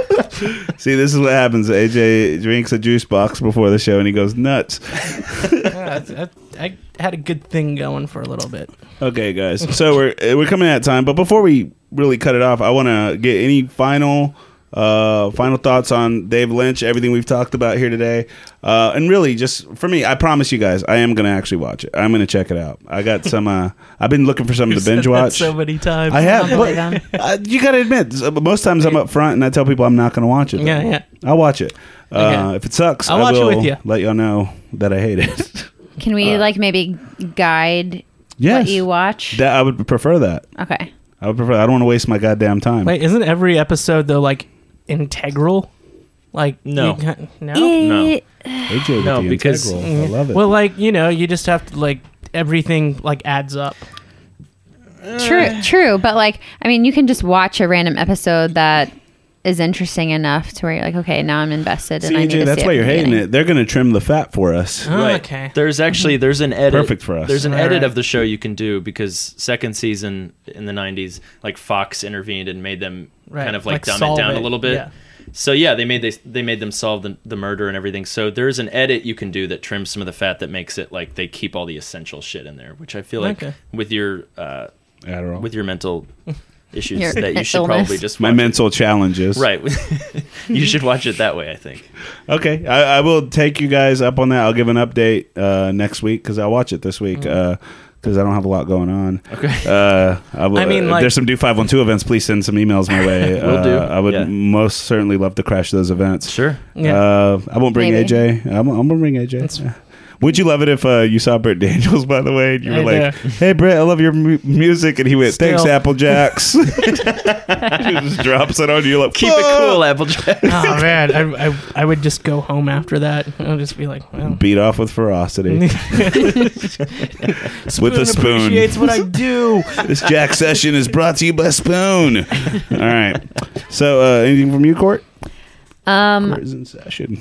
Speaker 2: See, this is what happens. AJ drinks a juice box before the show and he goes nuts.
Speaker 3: I, I had a good thing going for a little bit.
Speaker 2: Okay, guys. So we're uh, we're coming at time, but before we really cut it off, I want to get any final uh final thoughts on Dave Lynch, everything we've talked about here today. Uh and really just for me, I promise you guys, I am going to actually watch it. I'm going to check it out. I got some uh I've been looking for something to
Speaker 3: Said
Speaker 2: binge
Speaker 3: that
Speaker 2: watch.
Speaker 3: so many
Speaker 2: *laughs*
Speaker 3: times.
Speaker 2: I have.
Speaker 4: Oh my
Speaker 2: But,
Speaker 4: God.
Speaker 2: uh, you got to admit, s- most times I'm up front and I tell people I'm not going to watch it. though.
Speaker 3: Yeah, yeah.
Speaker 2: I'll watch it. Uh,
Speaker 3: Okay.
Speaker 2: If it sucks,
Speaker 3: I'll
Speaker 2: I
Speaker 3: watch it
Speaker 2: will
Speaker 3: with you.
Speaker 2: Let y'all know that I
Speaker 3: *laughs*
Speaker 2: hate it.
Speaker 4: Can we like maybe guide
Speaker 2: *laughs* yes,
Speaker 4: what you watch?
Speaker 2: That I would prefer that.
Speaker 4: okay.
Speaker 2: I would prefer. I don't want to waste my goddamn time.
Speaker 3: Wait, isn't every episode though like integral? Like
Speaker 1: No.
Speaker 3: you can't- no.
Speaker 1: No.
Speaker 2: AJ with
Speaker 1: No,
Speaker 2: the
Speaker 1: because-
Speaker 2: integral. I love it.
Speaker 3: Mm-hmm. Well, like you know, you just have to like everything like adds up.
Speaker 4: True, true. But like, I mean, you can just watch a random episode that is interesting enough to where you're like, okay, now I'm invested
Speaker 2: See,
Speaker 4: and I need
Speaker 2: AJ,
Speaker 4: to
Speaker 2: that's
Speaker 4: see
Speaker 2: why
Speaker 4: it
Speaker 2: you're
Speaker 4: from the
Speaker 2: hating
Speaker 4: beginning.
Speaker 2: it. They're going to trim the fat for us.
Speaker 3: Oh,
Speaker 1: right.
Speaker 3: okay.
Speaker 1: There's actually there's an edit.
Speaker 2: Perfect for us.
Speaker 1: There's an
Speaker 3: All
Speaker 1: edit
Speaker 3: right.
Speaker 1: of the show you can do because second season in the '90s, like Fox intervened and made them
Speaker 3: Right.
Speaker 1: kind of like,
Speaker 3: Like,
Speaker 1: dumb it
Speaker 3: solve
Speaker 1: down a
Speaker 3: it.
Speaker 1: little bit.
Speaker 3: Yeah.
Speaker 1: So yeah, they made they they made them solve the, the murder and everything. So there's an edit you can do that trims some of the fat that makes it like they keep all the essential shit in there, which I feel like
Speaker 3: Okay.
Speaker 1: with your uh,
Speaker 2: Adderall.
Speaker 1: with
Speaker 3: *laughs*
Speaker 1: your mental issues
Speaker 4: Your
Speaker 1: that you should
Speaker 4: illness.
Speaker 1: probably just
Speaker 2: my
Speaker 1: watch it-
Speaker 2: mental challenges.
Speaker 1: right. *laughs* you should watch it that way. I think.
Speaker 2: Okay. I, I will take you guys up on that. I'll give an update uh, next week because I'll watch it this week because I don't have a lot going on.
Speaker 1: Mm. Okay.
Speaker 2: Uh,
Speaker 1: *laughs*
Speaker 2: I, will,
Speaker 3: I mean,
Speaker 2: if
Speaker 3: like-
Speaker 2: there's some do five one two events. Please send some emails my way.
Speaker 1: Will do,
Speaker 2: Uh, I would
Speaker 1: yeah.
Speaker 2: most certainly love to crash those events.
Speaker 1: Sure.
Speaker 3: Yeah.
Speaker 2: Uh, I won't bring
Speaker 4: Maybe.
Speaker 2: AJ. I'm, I'm gonna bring AJ.
Speaker 3: That's-
Speaker 2: Would you love it if uh, you saw Brett Daniels, *laughs* by the way, and you were
Speaker 3: Hey
Speaker 2: like,
Speaker 3: there.
Speaker 2: "Hey, Brett, I love your mu- music," and he went,
Speaker 3: Still.
Speaker 2: "Thanks, Apple
Speaker 1: *laughs*
Speaker 2: Jacks." *laughs* he just drops it on you like,
Speaker 1: Keep it cool, Applejack.
Speaker 3: *laughs*
Speaker 2: *laughs*
Speaker 3: oh man, I, I I would just go home after that. I'll just be like, well.
Speaker 2: Beat off with
Speaker 3: *laughs*
Speaker 2: ferocity.
Speaker 3: spoon
Speaker 2: spoon.
Speaker 3: appreciates what I *laughs* do. Oh,
Speaker 2: this Jack session is brought to you by Spoon. All right. So, uh, anything from you, Court?
Speaker 4: Um,
Speaker 2: Prison session.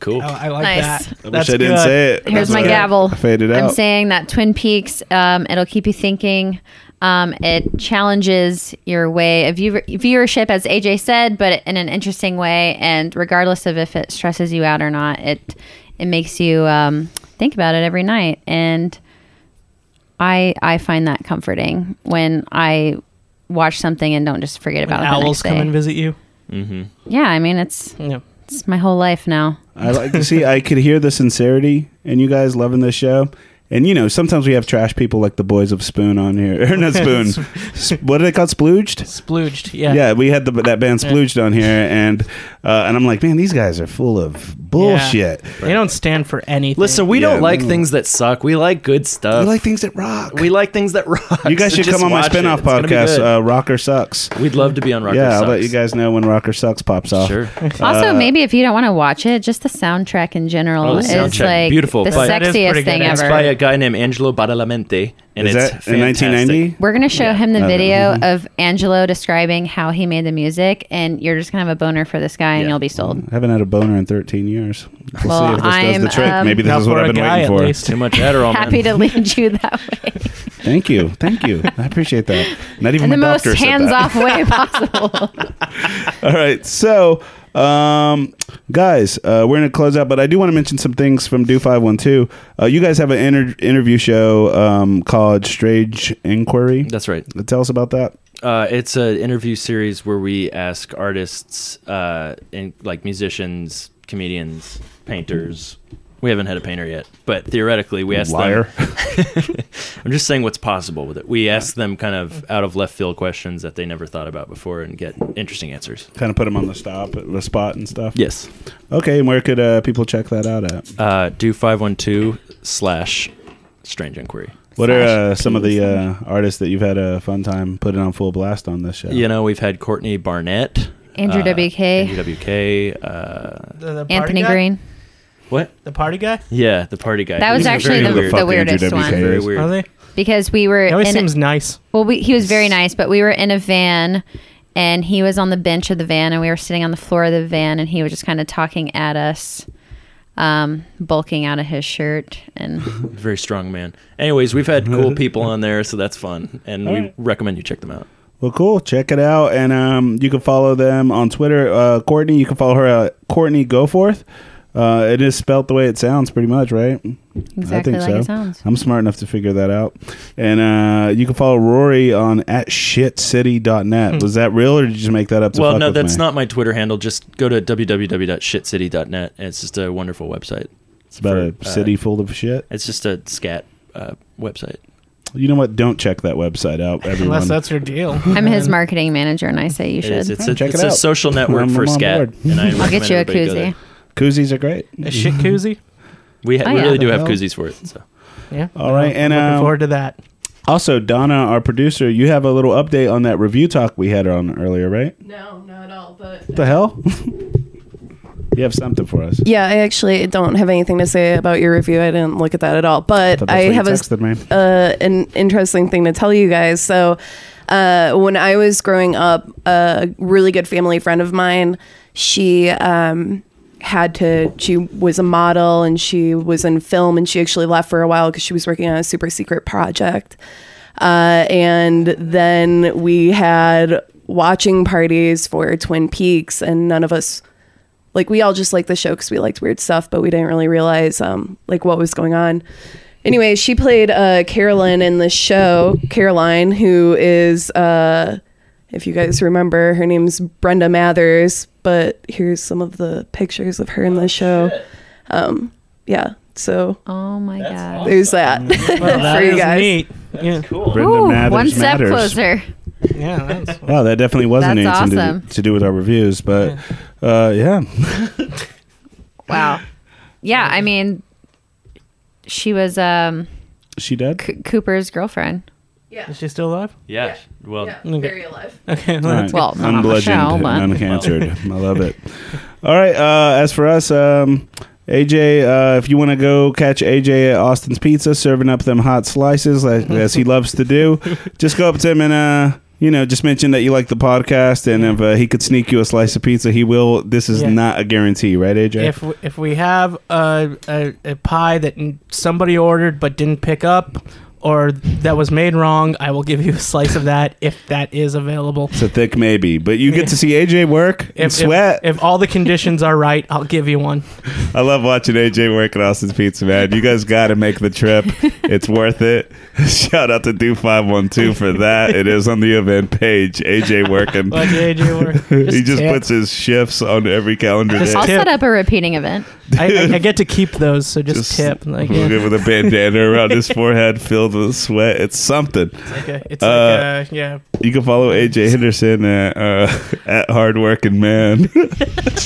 Speaker 1: Cool.
Speaker 3: Oh, I like
Speaker 4: Nice.
Speaker 3: that.
Speaker 2: I
Speaker 3: That's
Speaker 2: wish I didn't
Speaker 3: good.
Speaker 2: say it.
Speaker 4: here's
Speaker 2: That's
Speaker 4: my
Speaker 2: why I
Speaker 4: gavel.
Speaker 2: Faded out.
Speaker 4: I'm saying that Twin Peaks, um, it'll keep you thinking. Um, it challenges your way of view- viewership, as AJ said, but in an interesting way. And regardless of if it stresses you out or not, it it makes you um, think about it every night. And I I find that comforting when I watch something and don't just forget
Speaker 3: When
Speaker 4: about it. the
Speaker 3: owls
Speaker 4: next
Speaker 3: come
Speaker 4: day.
Speaker 3: and visit you.
Speaker 4: yeah, I mean it's
Speaker 3: Yeah.
Speaker 4: it's my whole life now.
Speaker 2: I like to see. I could hear the sincerity and you guys loving this show. And you know, sometimes we have trash people like the boys of Spoon on here. *laughs* Or not Spoon.
Speaker 3: *laughs*
Speaker 2: Sp- what are they called? Splooged.
Speaker 3: Splooged. Yeah.
Speaker 2: Yeah, we had the, that band Splooged on here, and uh, and I'm like, man, these guys are full of bullshit.
Speaker 3: They don't stand for anything.
Speaker 1: Listen, we
Speaker 2: Yeah. Mm.
Speaker 1: don't like things that suck. We like good
Speaker 2: We
Speaker 1: stuff.
Speaker 2: like things that rock.
Speaker 1: We like things that rock.
Speaker 2: you guys should come on my spinoff podcast, uh, Rocker Sucks.
Speaker 1: We'd love to be on Rocker
Speaker 2: yeah,
Speaker 1: Sucks.
Speaker 2: I'll let you guys know when Rocker Sucks pops off.
Speaker 4: *laughs*
Speaker 1: Sure.
Speaker 4: Also, maybe if you don't want to watch it, just the soundtrack in general
Speaker 1: Uh, Oh, the
Speaker 4: is
Speaker 1: soundtrack,
Speaker 4: like
Speaker 1: beautiful,
Speaker 4: the
Speaker 1: but-
Speaker 3: That is pretty
Speaker 4: sexiest
Speaker 3: good.
Speaker 4: thing
Speaker 3: It's
Speaker 1: It's
Speaker 4: ever.
Speaker 1: by a guy named Angelo Badalamente, and
Speaker 2: Is
Speaker 1: it's
Speaker 2: that in 1990?
Speaker 4: We're gonna show him the
Speaker 2: Uh,
Speaker 4: video
Speaker 1: mm-hmm.
Speaker 4: of Angelo describing how he made the music, and you're just gonna have a boner for this guy, and
Speaker 1: Yeah. Mm-hmm.
Speaker 4: you'll be sold.
Speaker 2: I haven't had a boner in 13 years. We'll,
Speaker 4: Well,
Speaker 2: see if this does
Speaker 4: I'm,
Speaker 2: the trick.
Speaker 4: um,
Speaker 2: Maybe this
Speaker 3: Not
Speaker 2: is what
Speaker 3: for
Speaker 2: I've
Speaker 3: a
Speaker 2: been
Speaker 3: guy,
Speaker 2: waiting
Speaker 3: at
Speaker 2: for.
Speaker 3: least.
Speaker 1: Too much Adderall.
Speaker 4: *laughs* Happy
Speaker 1: man.
Speaker 4: to lead you
Speaker 1: *laughs*
Speaker 4: that way
Speaker 2: Thank you, thank
Speaker 3: *laughs*
Speaker 2: you. I appreciate that. Not even
Speaker 4: in the
Speaker 2: my
Speaker 4: most
Speaker 2: doctor said that.
Speaker 4: hands-off way
Speaker 3: *laughs*
Speaker 4: possible.
Speaker 2: *laughs* All right, so um, guys, uh, we're gonna close out, but I do want to mention some things from Do Five One Two. Uh, You guys have an inter- interview show um, called Strange Inquiry.
Speaker 1: That's right.
Speaker 2: Tell us about that.
Speaker 1: Uh, it's an interview series where we ask artists uh, and like musicians, comedians, painters. We haven't had a painter yet, but theoretically, we asked
Speaker 7: Liar.
Speaker 1: them. I'm just saying what's possible with it. We asked them kind of out of left field questions that they never thought about before and get interesting answers.
Speaker 2: Kind of put them on the stop, the spot and stuff.
Speaker 1: Yes.
Speaker 2: Okay, and where could uh, people check that out at?
Speaker 1: Uh, do 512 slash strange inquiry.
Speaker 2: What are uh, some of the uh, artists that you've had a fun time putting on full blast on this show?
Speaker 1: You know, we've had Courtney Barnett,
Speaker 4: Andrew
Speaker 1: uh,
Speaker 4: WK.
Speaker 1: Andrew WK, uh,
Speaker 3: The, the party
Speaker 4: Anthony
Speaker 3: guy?
Speaker 4: Green.
Speaker 1: what?
Speaker 3: The party guy?
Speaker 1: Yeah, the party guy.
Speaker 4: That
Speaker 1: He
Speaker 4: was
Speaker 1: a
Speaker 4: actually
Speaker 1: very
Speaker 4: the,
Speaker 1: weird,
Speaker 4: the
Speaker 2: fuck Andrew WK.
Speaker 4: weirdest one
Speaker 1: very weird.
Speaker 3: Are they?
Speaker 4: because we were
Speaker 3: He always
Speaker 4: in a-
Speaker 3: seems nice.
Speaker 4: Well, we, he was very nice, but we were in a van and he was on the bench of the van and we were sitting on the floor of the van and he was just kind of talking at us, um, bulking out of his shirt.
Speaker 2: *laughs*
Speaker 4: And
Speaker 1: Very strong man. Anyways, we've had cool people on there, so that's fun, and we recommend you check them out.
Speaker 2: Well, cool. Check it out, and um, you can follow them on Twitter. Uh, Courtney, you can follow her at Courtney Goforth. Uh, it is spelt the way it sounds, pretty much, right?
Speaker 4: exactly like it sounds.
Speaker 2: *laughs* I'm smart enough to figure that out. And uh, you can follow Rory on at shitcity.net. Was that real, or did you just make that up? To
Speaker 1: Hmm. Well,
Speaker 2: fuck
Speaker 1: no,
Speaker 2: with
Speaker 1: that's
Speaker 2: me?
Speaker 1: not my Twitter handle. Just go to www.shitcity.net, and it's just a wonderful website.
Speaker 2: It's about a
Speaker 1: for, uh,
Speaker 2: city full of shit.
Speaker 1: It's just a scat uh, website.
Speaker 2: You know what? Don't check that website *laughs* out, everyone.
Speaker 3: Unless that's
Speaker 2: *laughs*
Speaker 3: your deal.
Speaker 4: I'm his marketing manager and I say you
Speaker 1: It is.
Speaker 4: should.
Speaker 1: It's a,
Speaker 2: Check it
Speaker 1: it's a
Speaker 2: out. *laughs*
Speaker 1: social network
Speaker 2: I'm-
Speaker 1: for
Speaker 2: I'm on
Speaker 1: scat.
Speaker 2: board.
Speaker 1: And I
Speaker 4: I'll get
Speaker 1: recommend
Speaker 4: you a
Speaker 1: everybody go
Speaker 4: koozie.
Speaker 1: there.
Speaker 2: Koozies are great.
Speaker 3: A shit koozie?
Speaker 1: We, ha-
Speaker 4: Oh,
Speaker 1: we
Speaker 4: yeah.
Speaker 1: really do have
Speaker 2: Hell.
Speaker 1: koozies for it. So.
Speaker 3: Yeah.
Speaker 2: All right, and,
Speaker 3: looking
Speaker 2: um,
Speaker 3: forward to that.
Speaker 2: Also, Donna, our producer, you have a little update on that review talk we had on earlier, right?
Speaker 8: No, not at all. But
Speaker 2: What the hell? *laughs* you have something for us.
Speaker 8: yeah, I actually don't have anything to say about your review. I didn't look at that at all. But
Speaker 2: Thought
Speaker 8: I
Speaker 2: that's what you
Speaker 8: have a
Speaker 2: texted me.
Speaker 8: uh, an interesting thing to tell you guys. So, uh, when I was growing up, a really good family friend of mine, she um, had to, she was a model and she was in film and she actually left for a while because she was working on a super secret project. Uh, and then we had watching parties for Twin Peaks, and none of us like we all just liked the show because we liked weird stuff, but we didn't really realize um, like what was going on. Anyway, she played uh, Carolyn in the show. Caroline, who is, uh, if you guys remember, her name's Brenda Mathers. But here's some of the pictures of her in
Speaker 3: Oh,
Speaker 8: the show. Um, yeah, so
Speaker 4: Oh my God.
Speaker 8: there's that
Speaker 3: That
Speaker 8: *laughs* *laughs* for you
Speaker 3: is
Speaker 8: guys.
Speaker 3: neat. Yeah.
Speaker 2: Brenda
Speaker 4: Ooh,
Speaker 2: Mathers
Speaker 4: one step
Speaker 2: matters.
Speaker 4: closer.
Speaker 3: Yeah. That's,
Speaker 2: Wow, that definitely wasn't
Speaker 4: That's
Speaker 2: anything
Speaker 4: awesome.
Speaker 2: to, do, to do with our reviews, but uh, yeah. *laughs*
Speaker 4: Wow. Yeah. I mean, she was um,
Speaker 2: She did?
Speaker 4: C- Cooper's girlfriend.
Speaker 3: is she still alive? *laughs*
Speaker 1: Yeah. Well,
Speaker 3: very
Speaker 8: alive.
Speaker 3: Okay.
Speaker 2: All
Speaker 3: Well,
Speaker 2: right.
Speaker 4: Well, not on the show,
Speaker 2: unbludgeoned,
Speaker 4: but-
Speaker 2: uncancered. I love it. All right. Uh, as for us, um, AJ, uh, if you want to go catch AJ at Austin's Pizza, serving up them hot slices like, as he loves to do, just go up to him and. Uh, you know, just mention that you like the podcast, and if uh, he could sneak you a slice of pizza, he will. This is
Speaker 3: Yeah.
Speaker 2: not a guarantee, right, AJ?
Speaker 3: if we, if we have a, a, a pie that n- somebody ordered but didn't pick up or that was made wrong, I will give you a slice of that if that is available.
Speaker 2: it's a thick maybe, but you get to see AJ work and
Speaker 3: If,
Speaker 2: sweat.
Speaker 3: If, if all the conditions are right, I'll give
Speaker 2: *laughs*
Speaker 3: you one.
Speaker 2: I love watching AJ work at Austin's Pizza, man. You guys got to make the trip. It's worth it. *laughs* Shout out to Do512 for that. It is on the event page. AJ working.
Speaker 3: Like AJ were.
Speaker 2: he just
Speaker 3: tip.
Speaker 2: puts his shifts on every calendar
Speaker 3: Just
Speaker 2: day.
Speaker 4: I'll
Speaker 3: Tip.
Speaker 4: set up a repeating event.
Speaker 2: *laughs*
Speaker 3: I, I, I get to keep those, so just,
Speaker 2: Just-
Speaker 3: tip. Like, yeah,
Speaker 2: With a bandana around
Speaker 3: *laughs*
Speaker 2: his forehead filled with sweat. It's something.
Speaker 3: like a- it's
Speaker 2: Uh,
Speaker 3: like a, yeah.
Speaker 2: You can follow AJ Henderson at, uh, at Hardworking Man *laughs*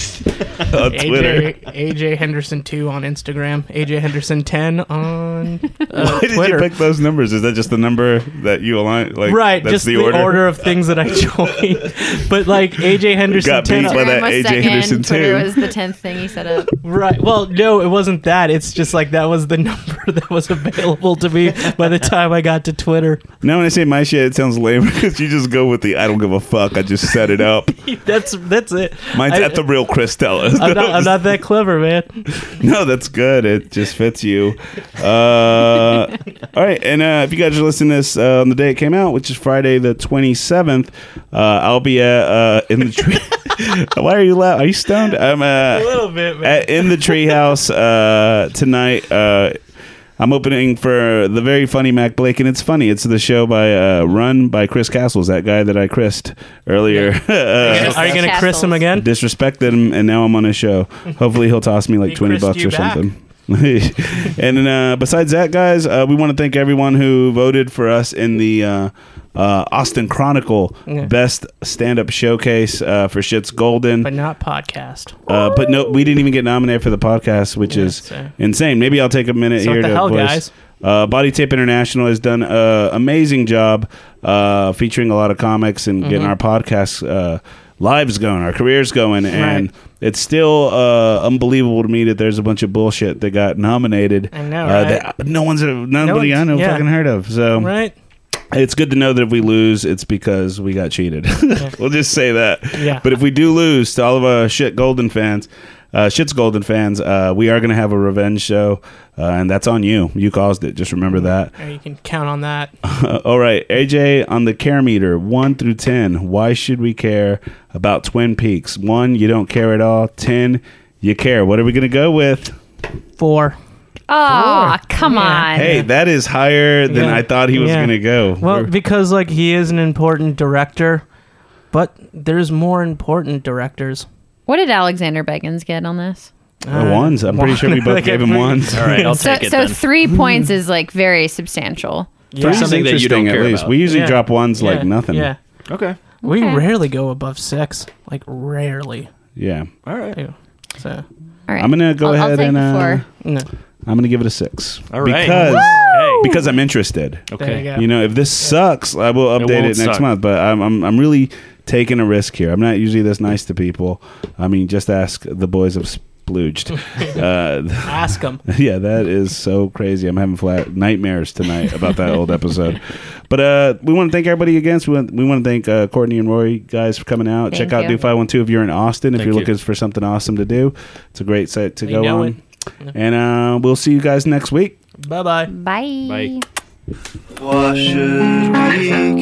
Speaker 2: on Twitter.
Speaker 3: AJ, AJ Henderson two on Instagram. AJ Henderson ten on
Speaker 2: Why did
Speaker 3: uh,
Speaker 2: you
Speaker 3: Twitter.
Speaker 2: pick those numbers? Is that just the number that you align? *laughs* Like,
Speaker 3: right,
Speaker 2: that's
Speaker 3: just the, order. of things
Speaker 2: *laughs*
Speaker 3: that I joined. but like AJ Henderson
Speaker 2: Got
Speaker 3: ten.
Speaker 2: beat by
Speaker 3: on-
Speaker 2: that
Speaker 4: Instagram was
Speaker 2: AJ
Speaker 4: second,
Speaker 2: Henderson
Speaker 4: Twitter
Speaker 2: too.
Speaker 4: was the tenth thing he set up.
Speaker 3: Right. Well, no, it wasn't that. It's just like that was the *laughs* number that was available to me by the time I got to Twitter. *laughs*
Speaker 2: Now when I say my shit, it sounds lame *laughs* because you just go with the I don't give a fuck. I just set it up.
Speaker 3: That's that's it.
Speaker 2: Mine's
Speaker 3: I-
Speaker 2: at the real Christella's. *laughs*
Speaker 3: I'm not, I'm not that clever, man.
Speaker 2: no, that's good. It just fits you. Uh, all right, and uh, if you guys are listening to this uh, on the day it came out, which is Friday the twenty seventh, uh, I'll be at uh, in the tree. *laughs* Why are you loud? Are you stoned? I'm uh,
Speaker 3: A little bit, man.
Speaker 2: at, in the treehouse uh, tonight. Uh, I'm opening for the very funny Mac Blake, and it's funny. It's the show by uh, run by Chris Castles, that guy that I chrised earlier. *laughs* Uh,
Speaker 3: Are you gonna- Are you going to Chris him
Speaker 4: Castles.
Speaker 3: again?
Speaker 2: disrespected him, and now I'm on his show. Hopefully, he'll toss me like
Speaker 3: He
Speaker 2: twenty
Speaker 3: Chris'd
Speaker 2: bucks
Speaker 3: you
Speaker 2: or
Speaker 3: back.
Speaker 2: something. *laughs* and then, uh, besides that, guys, uh, we want to thank everyone who voted for us in the uh, uh, Austin Chronicle
Speaker 3: Yeah.
Speaker 2: Best Stand Up Showcase uh, for Shits Golden.
Speaker 3: But not podcast.
Speaker 2: Uh, but no, we didn't even get nominated for the podcast, which
Speaker 3: Yeah,
Speaker 2: is
Speaker 3: so-
Speaker 2: insane. Maybe I'll take a minute
Speaker 3: So what
Speaker 2: here
Speaker 3: the
Speaker 2: to
Speaker 3: hell,
Speaker 2: voice.
Speaker 3: guys?
Speaker 2: Uh, Body Tape International has done an amazing job uh, featuring a lot of comics and getting
Speaker 3: Mm-hmm.
Speaker 2: our podcast uh, lives going, our careers going, and it's still uh, unbelievable to me that there's a bunch of bullshit that got nominated.
Speaker 3: I know,
Speaker 2: uh,
Speaker 3: right?
Speaker 2: that no one's nobody
Speaker 3: one's-
Speaker 2: I know
Speaker 3: yeah.
Speaker 2: fucking heard of. So
Speaker 3: Right?
Speaker 2: it's good to know that if we lose, it's because we got cheated. *laughs* we'll just say that.
Speaker 3: Yeah.
Speaker 2: But if we do lose to all of our shit Golden fans, uh, shit's Golden fans, uh, we are going to have a revenge show, uh, and that's on you. You caused it. Just remember that. *laughs*
Speaker 3: Or you can count on that.
Speaker 2: all right, AJ on the care meter, one through ten. Why should we care about Twin Peaks? One, you don't care at all. Ten, you care. What are we going to go with?
Speaker 3: Four.
Speaker 4: Oh, come on.
Speaker 2: Hey, that is higher than
Speaker 3: Yeah.
Speaker 2: I thought he was
Speaker 3: Yeah.
Speaker 2: going to go.
Speaker 3: Well,
Speaker 2: We're-
Speaker 3: because like he is an important director, but there's more important directors.
Speaker 4: What did Alexander Beggins get on this?
Speaker 2: the ones. I'm pretty
Speaker 1: *laughs*
Speaker 2: sure we both
Speaker 3: Like,
Speaker 2: gave
Speaker 3: I
Speaker 2: him
Speaker 3: think-
Speaker 2: ones.
Speaker 1: All right, I'll
Speaker 4: *laughs* So,
Speaker 1: take it
Speaker 4: so
Speaker 1: then.
Speaker 4: three points is like very substantial.
Speaker 1: For
Speaker 2: Three's
Speaker 1: something that you don't
Speaker 2: interesting,
Speaker 1: care
Speaker 2: at least.
Speaker 1: about.
Speaker 2: We usually
Speaker 3: Yeah.
Speaker 2: drop ones like
Speaker 3: Yeah,
Speaker 2: nothing.
Speaker 3: Yeah.
Speaker 1: okay.
Speaker 3: We
Speaker 4: Okay.
Speaker 3: rarely go above six. Like rarely.
Speaker 2: Yeah.
Speaker 1: All right.
Speaker 3: Ew. So
Speaker 4: All right.
Speaker 2: I'm gonna go
Speaker 4: I'll- I'll
Speaker 2: ahead
Speaker 4: take
Speaker 2: and
Speaker 4: the
Speaker 2: uh,
Speaker 4: floor.
Speaker 3: no.
Speaker 2: I'm gonna give it a six.
Speaker 1: All right.
Speaker 2: Because
Speaker 1: Hey.
Speaker 2: because I'm interested.
Speaker 3: There you
Speaker 1: Okay.
Speaker 3: go.
Speaker 2: You know, if this sucks, I will update
Speaker 1: won't
Speaker 2: it, next
Speaker 1: suck.
Speaker 2: month. But I'm, I'm I'm really taking a risk here. I'm not usually this nice to people. I mean, just ask the boys of
Speaker 1: *laughs*
Speaker 2: Splooged. uh, *laughs*
Speaker 3: Ask him.
Speaker 2: yeah, that is so crazy. I'm having flat nightmares tonight about that old episode. But uh, we want to thank everybody again. We want, we want to thank uh, Courtney and Rory guys for coming out.
Speaker 4: Thank
Speaker 2: Check out Do
Speaker 4: you.
Speaker 2: Five One Two if you're in Austin. If
Speaker 1: Thank
Speaker 2: you're
Speaker 1: you.
Speaker 2: looking for something awesome to do, it's a great site to
Speaker 3: They
Speaker 2: go
Speaker 3: know
Speaker 2: on.
Speaker 3: it.
Speaker 2: And uh, we'll see you guys next week.
Speaker 3: Bye bye.
Speaker 4: Bye.
Speaker 1: Bye.
Speaker 9: Why should we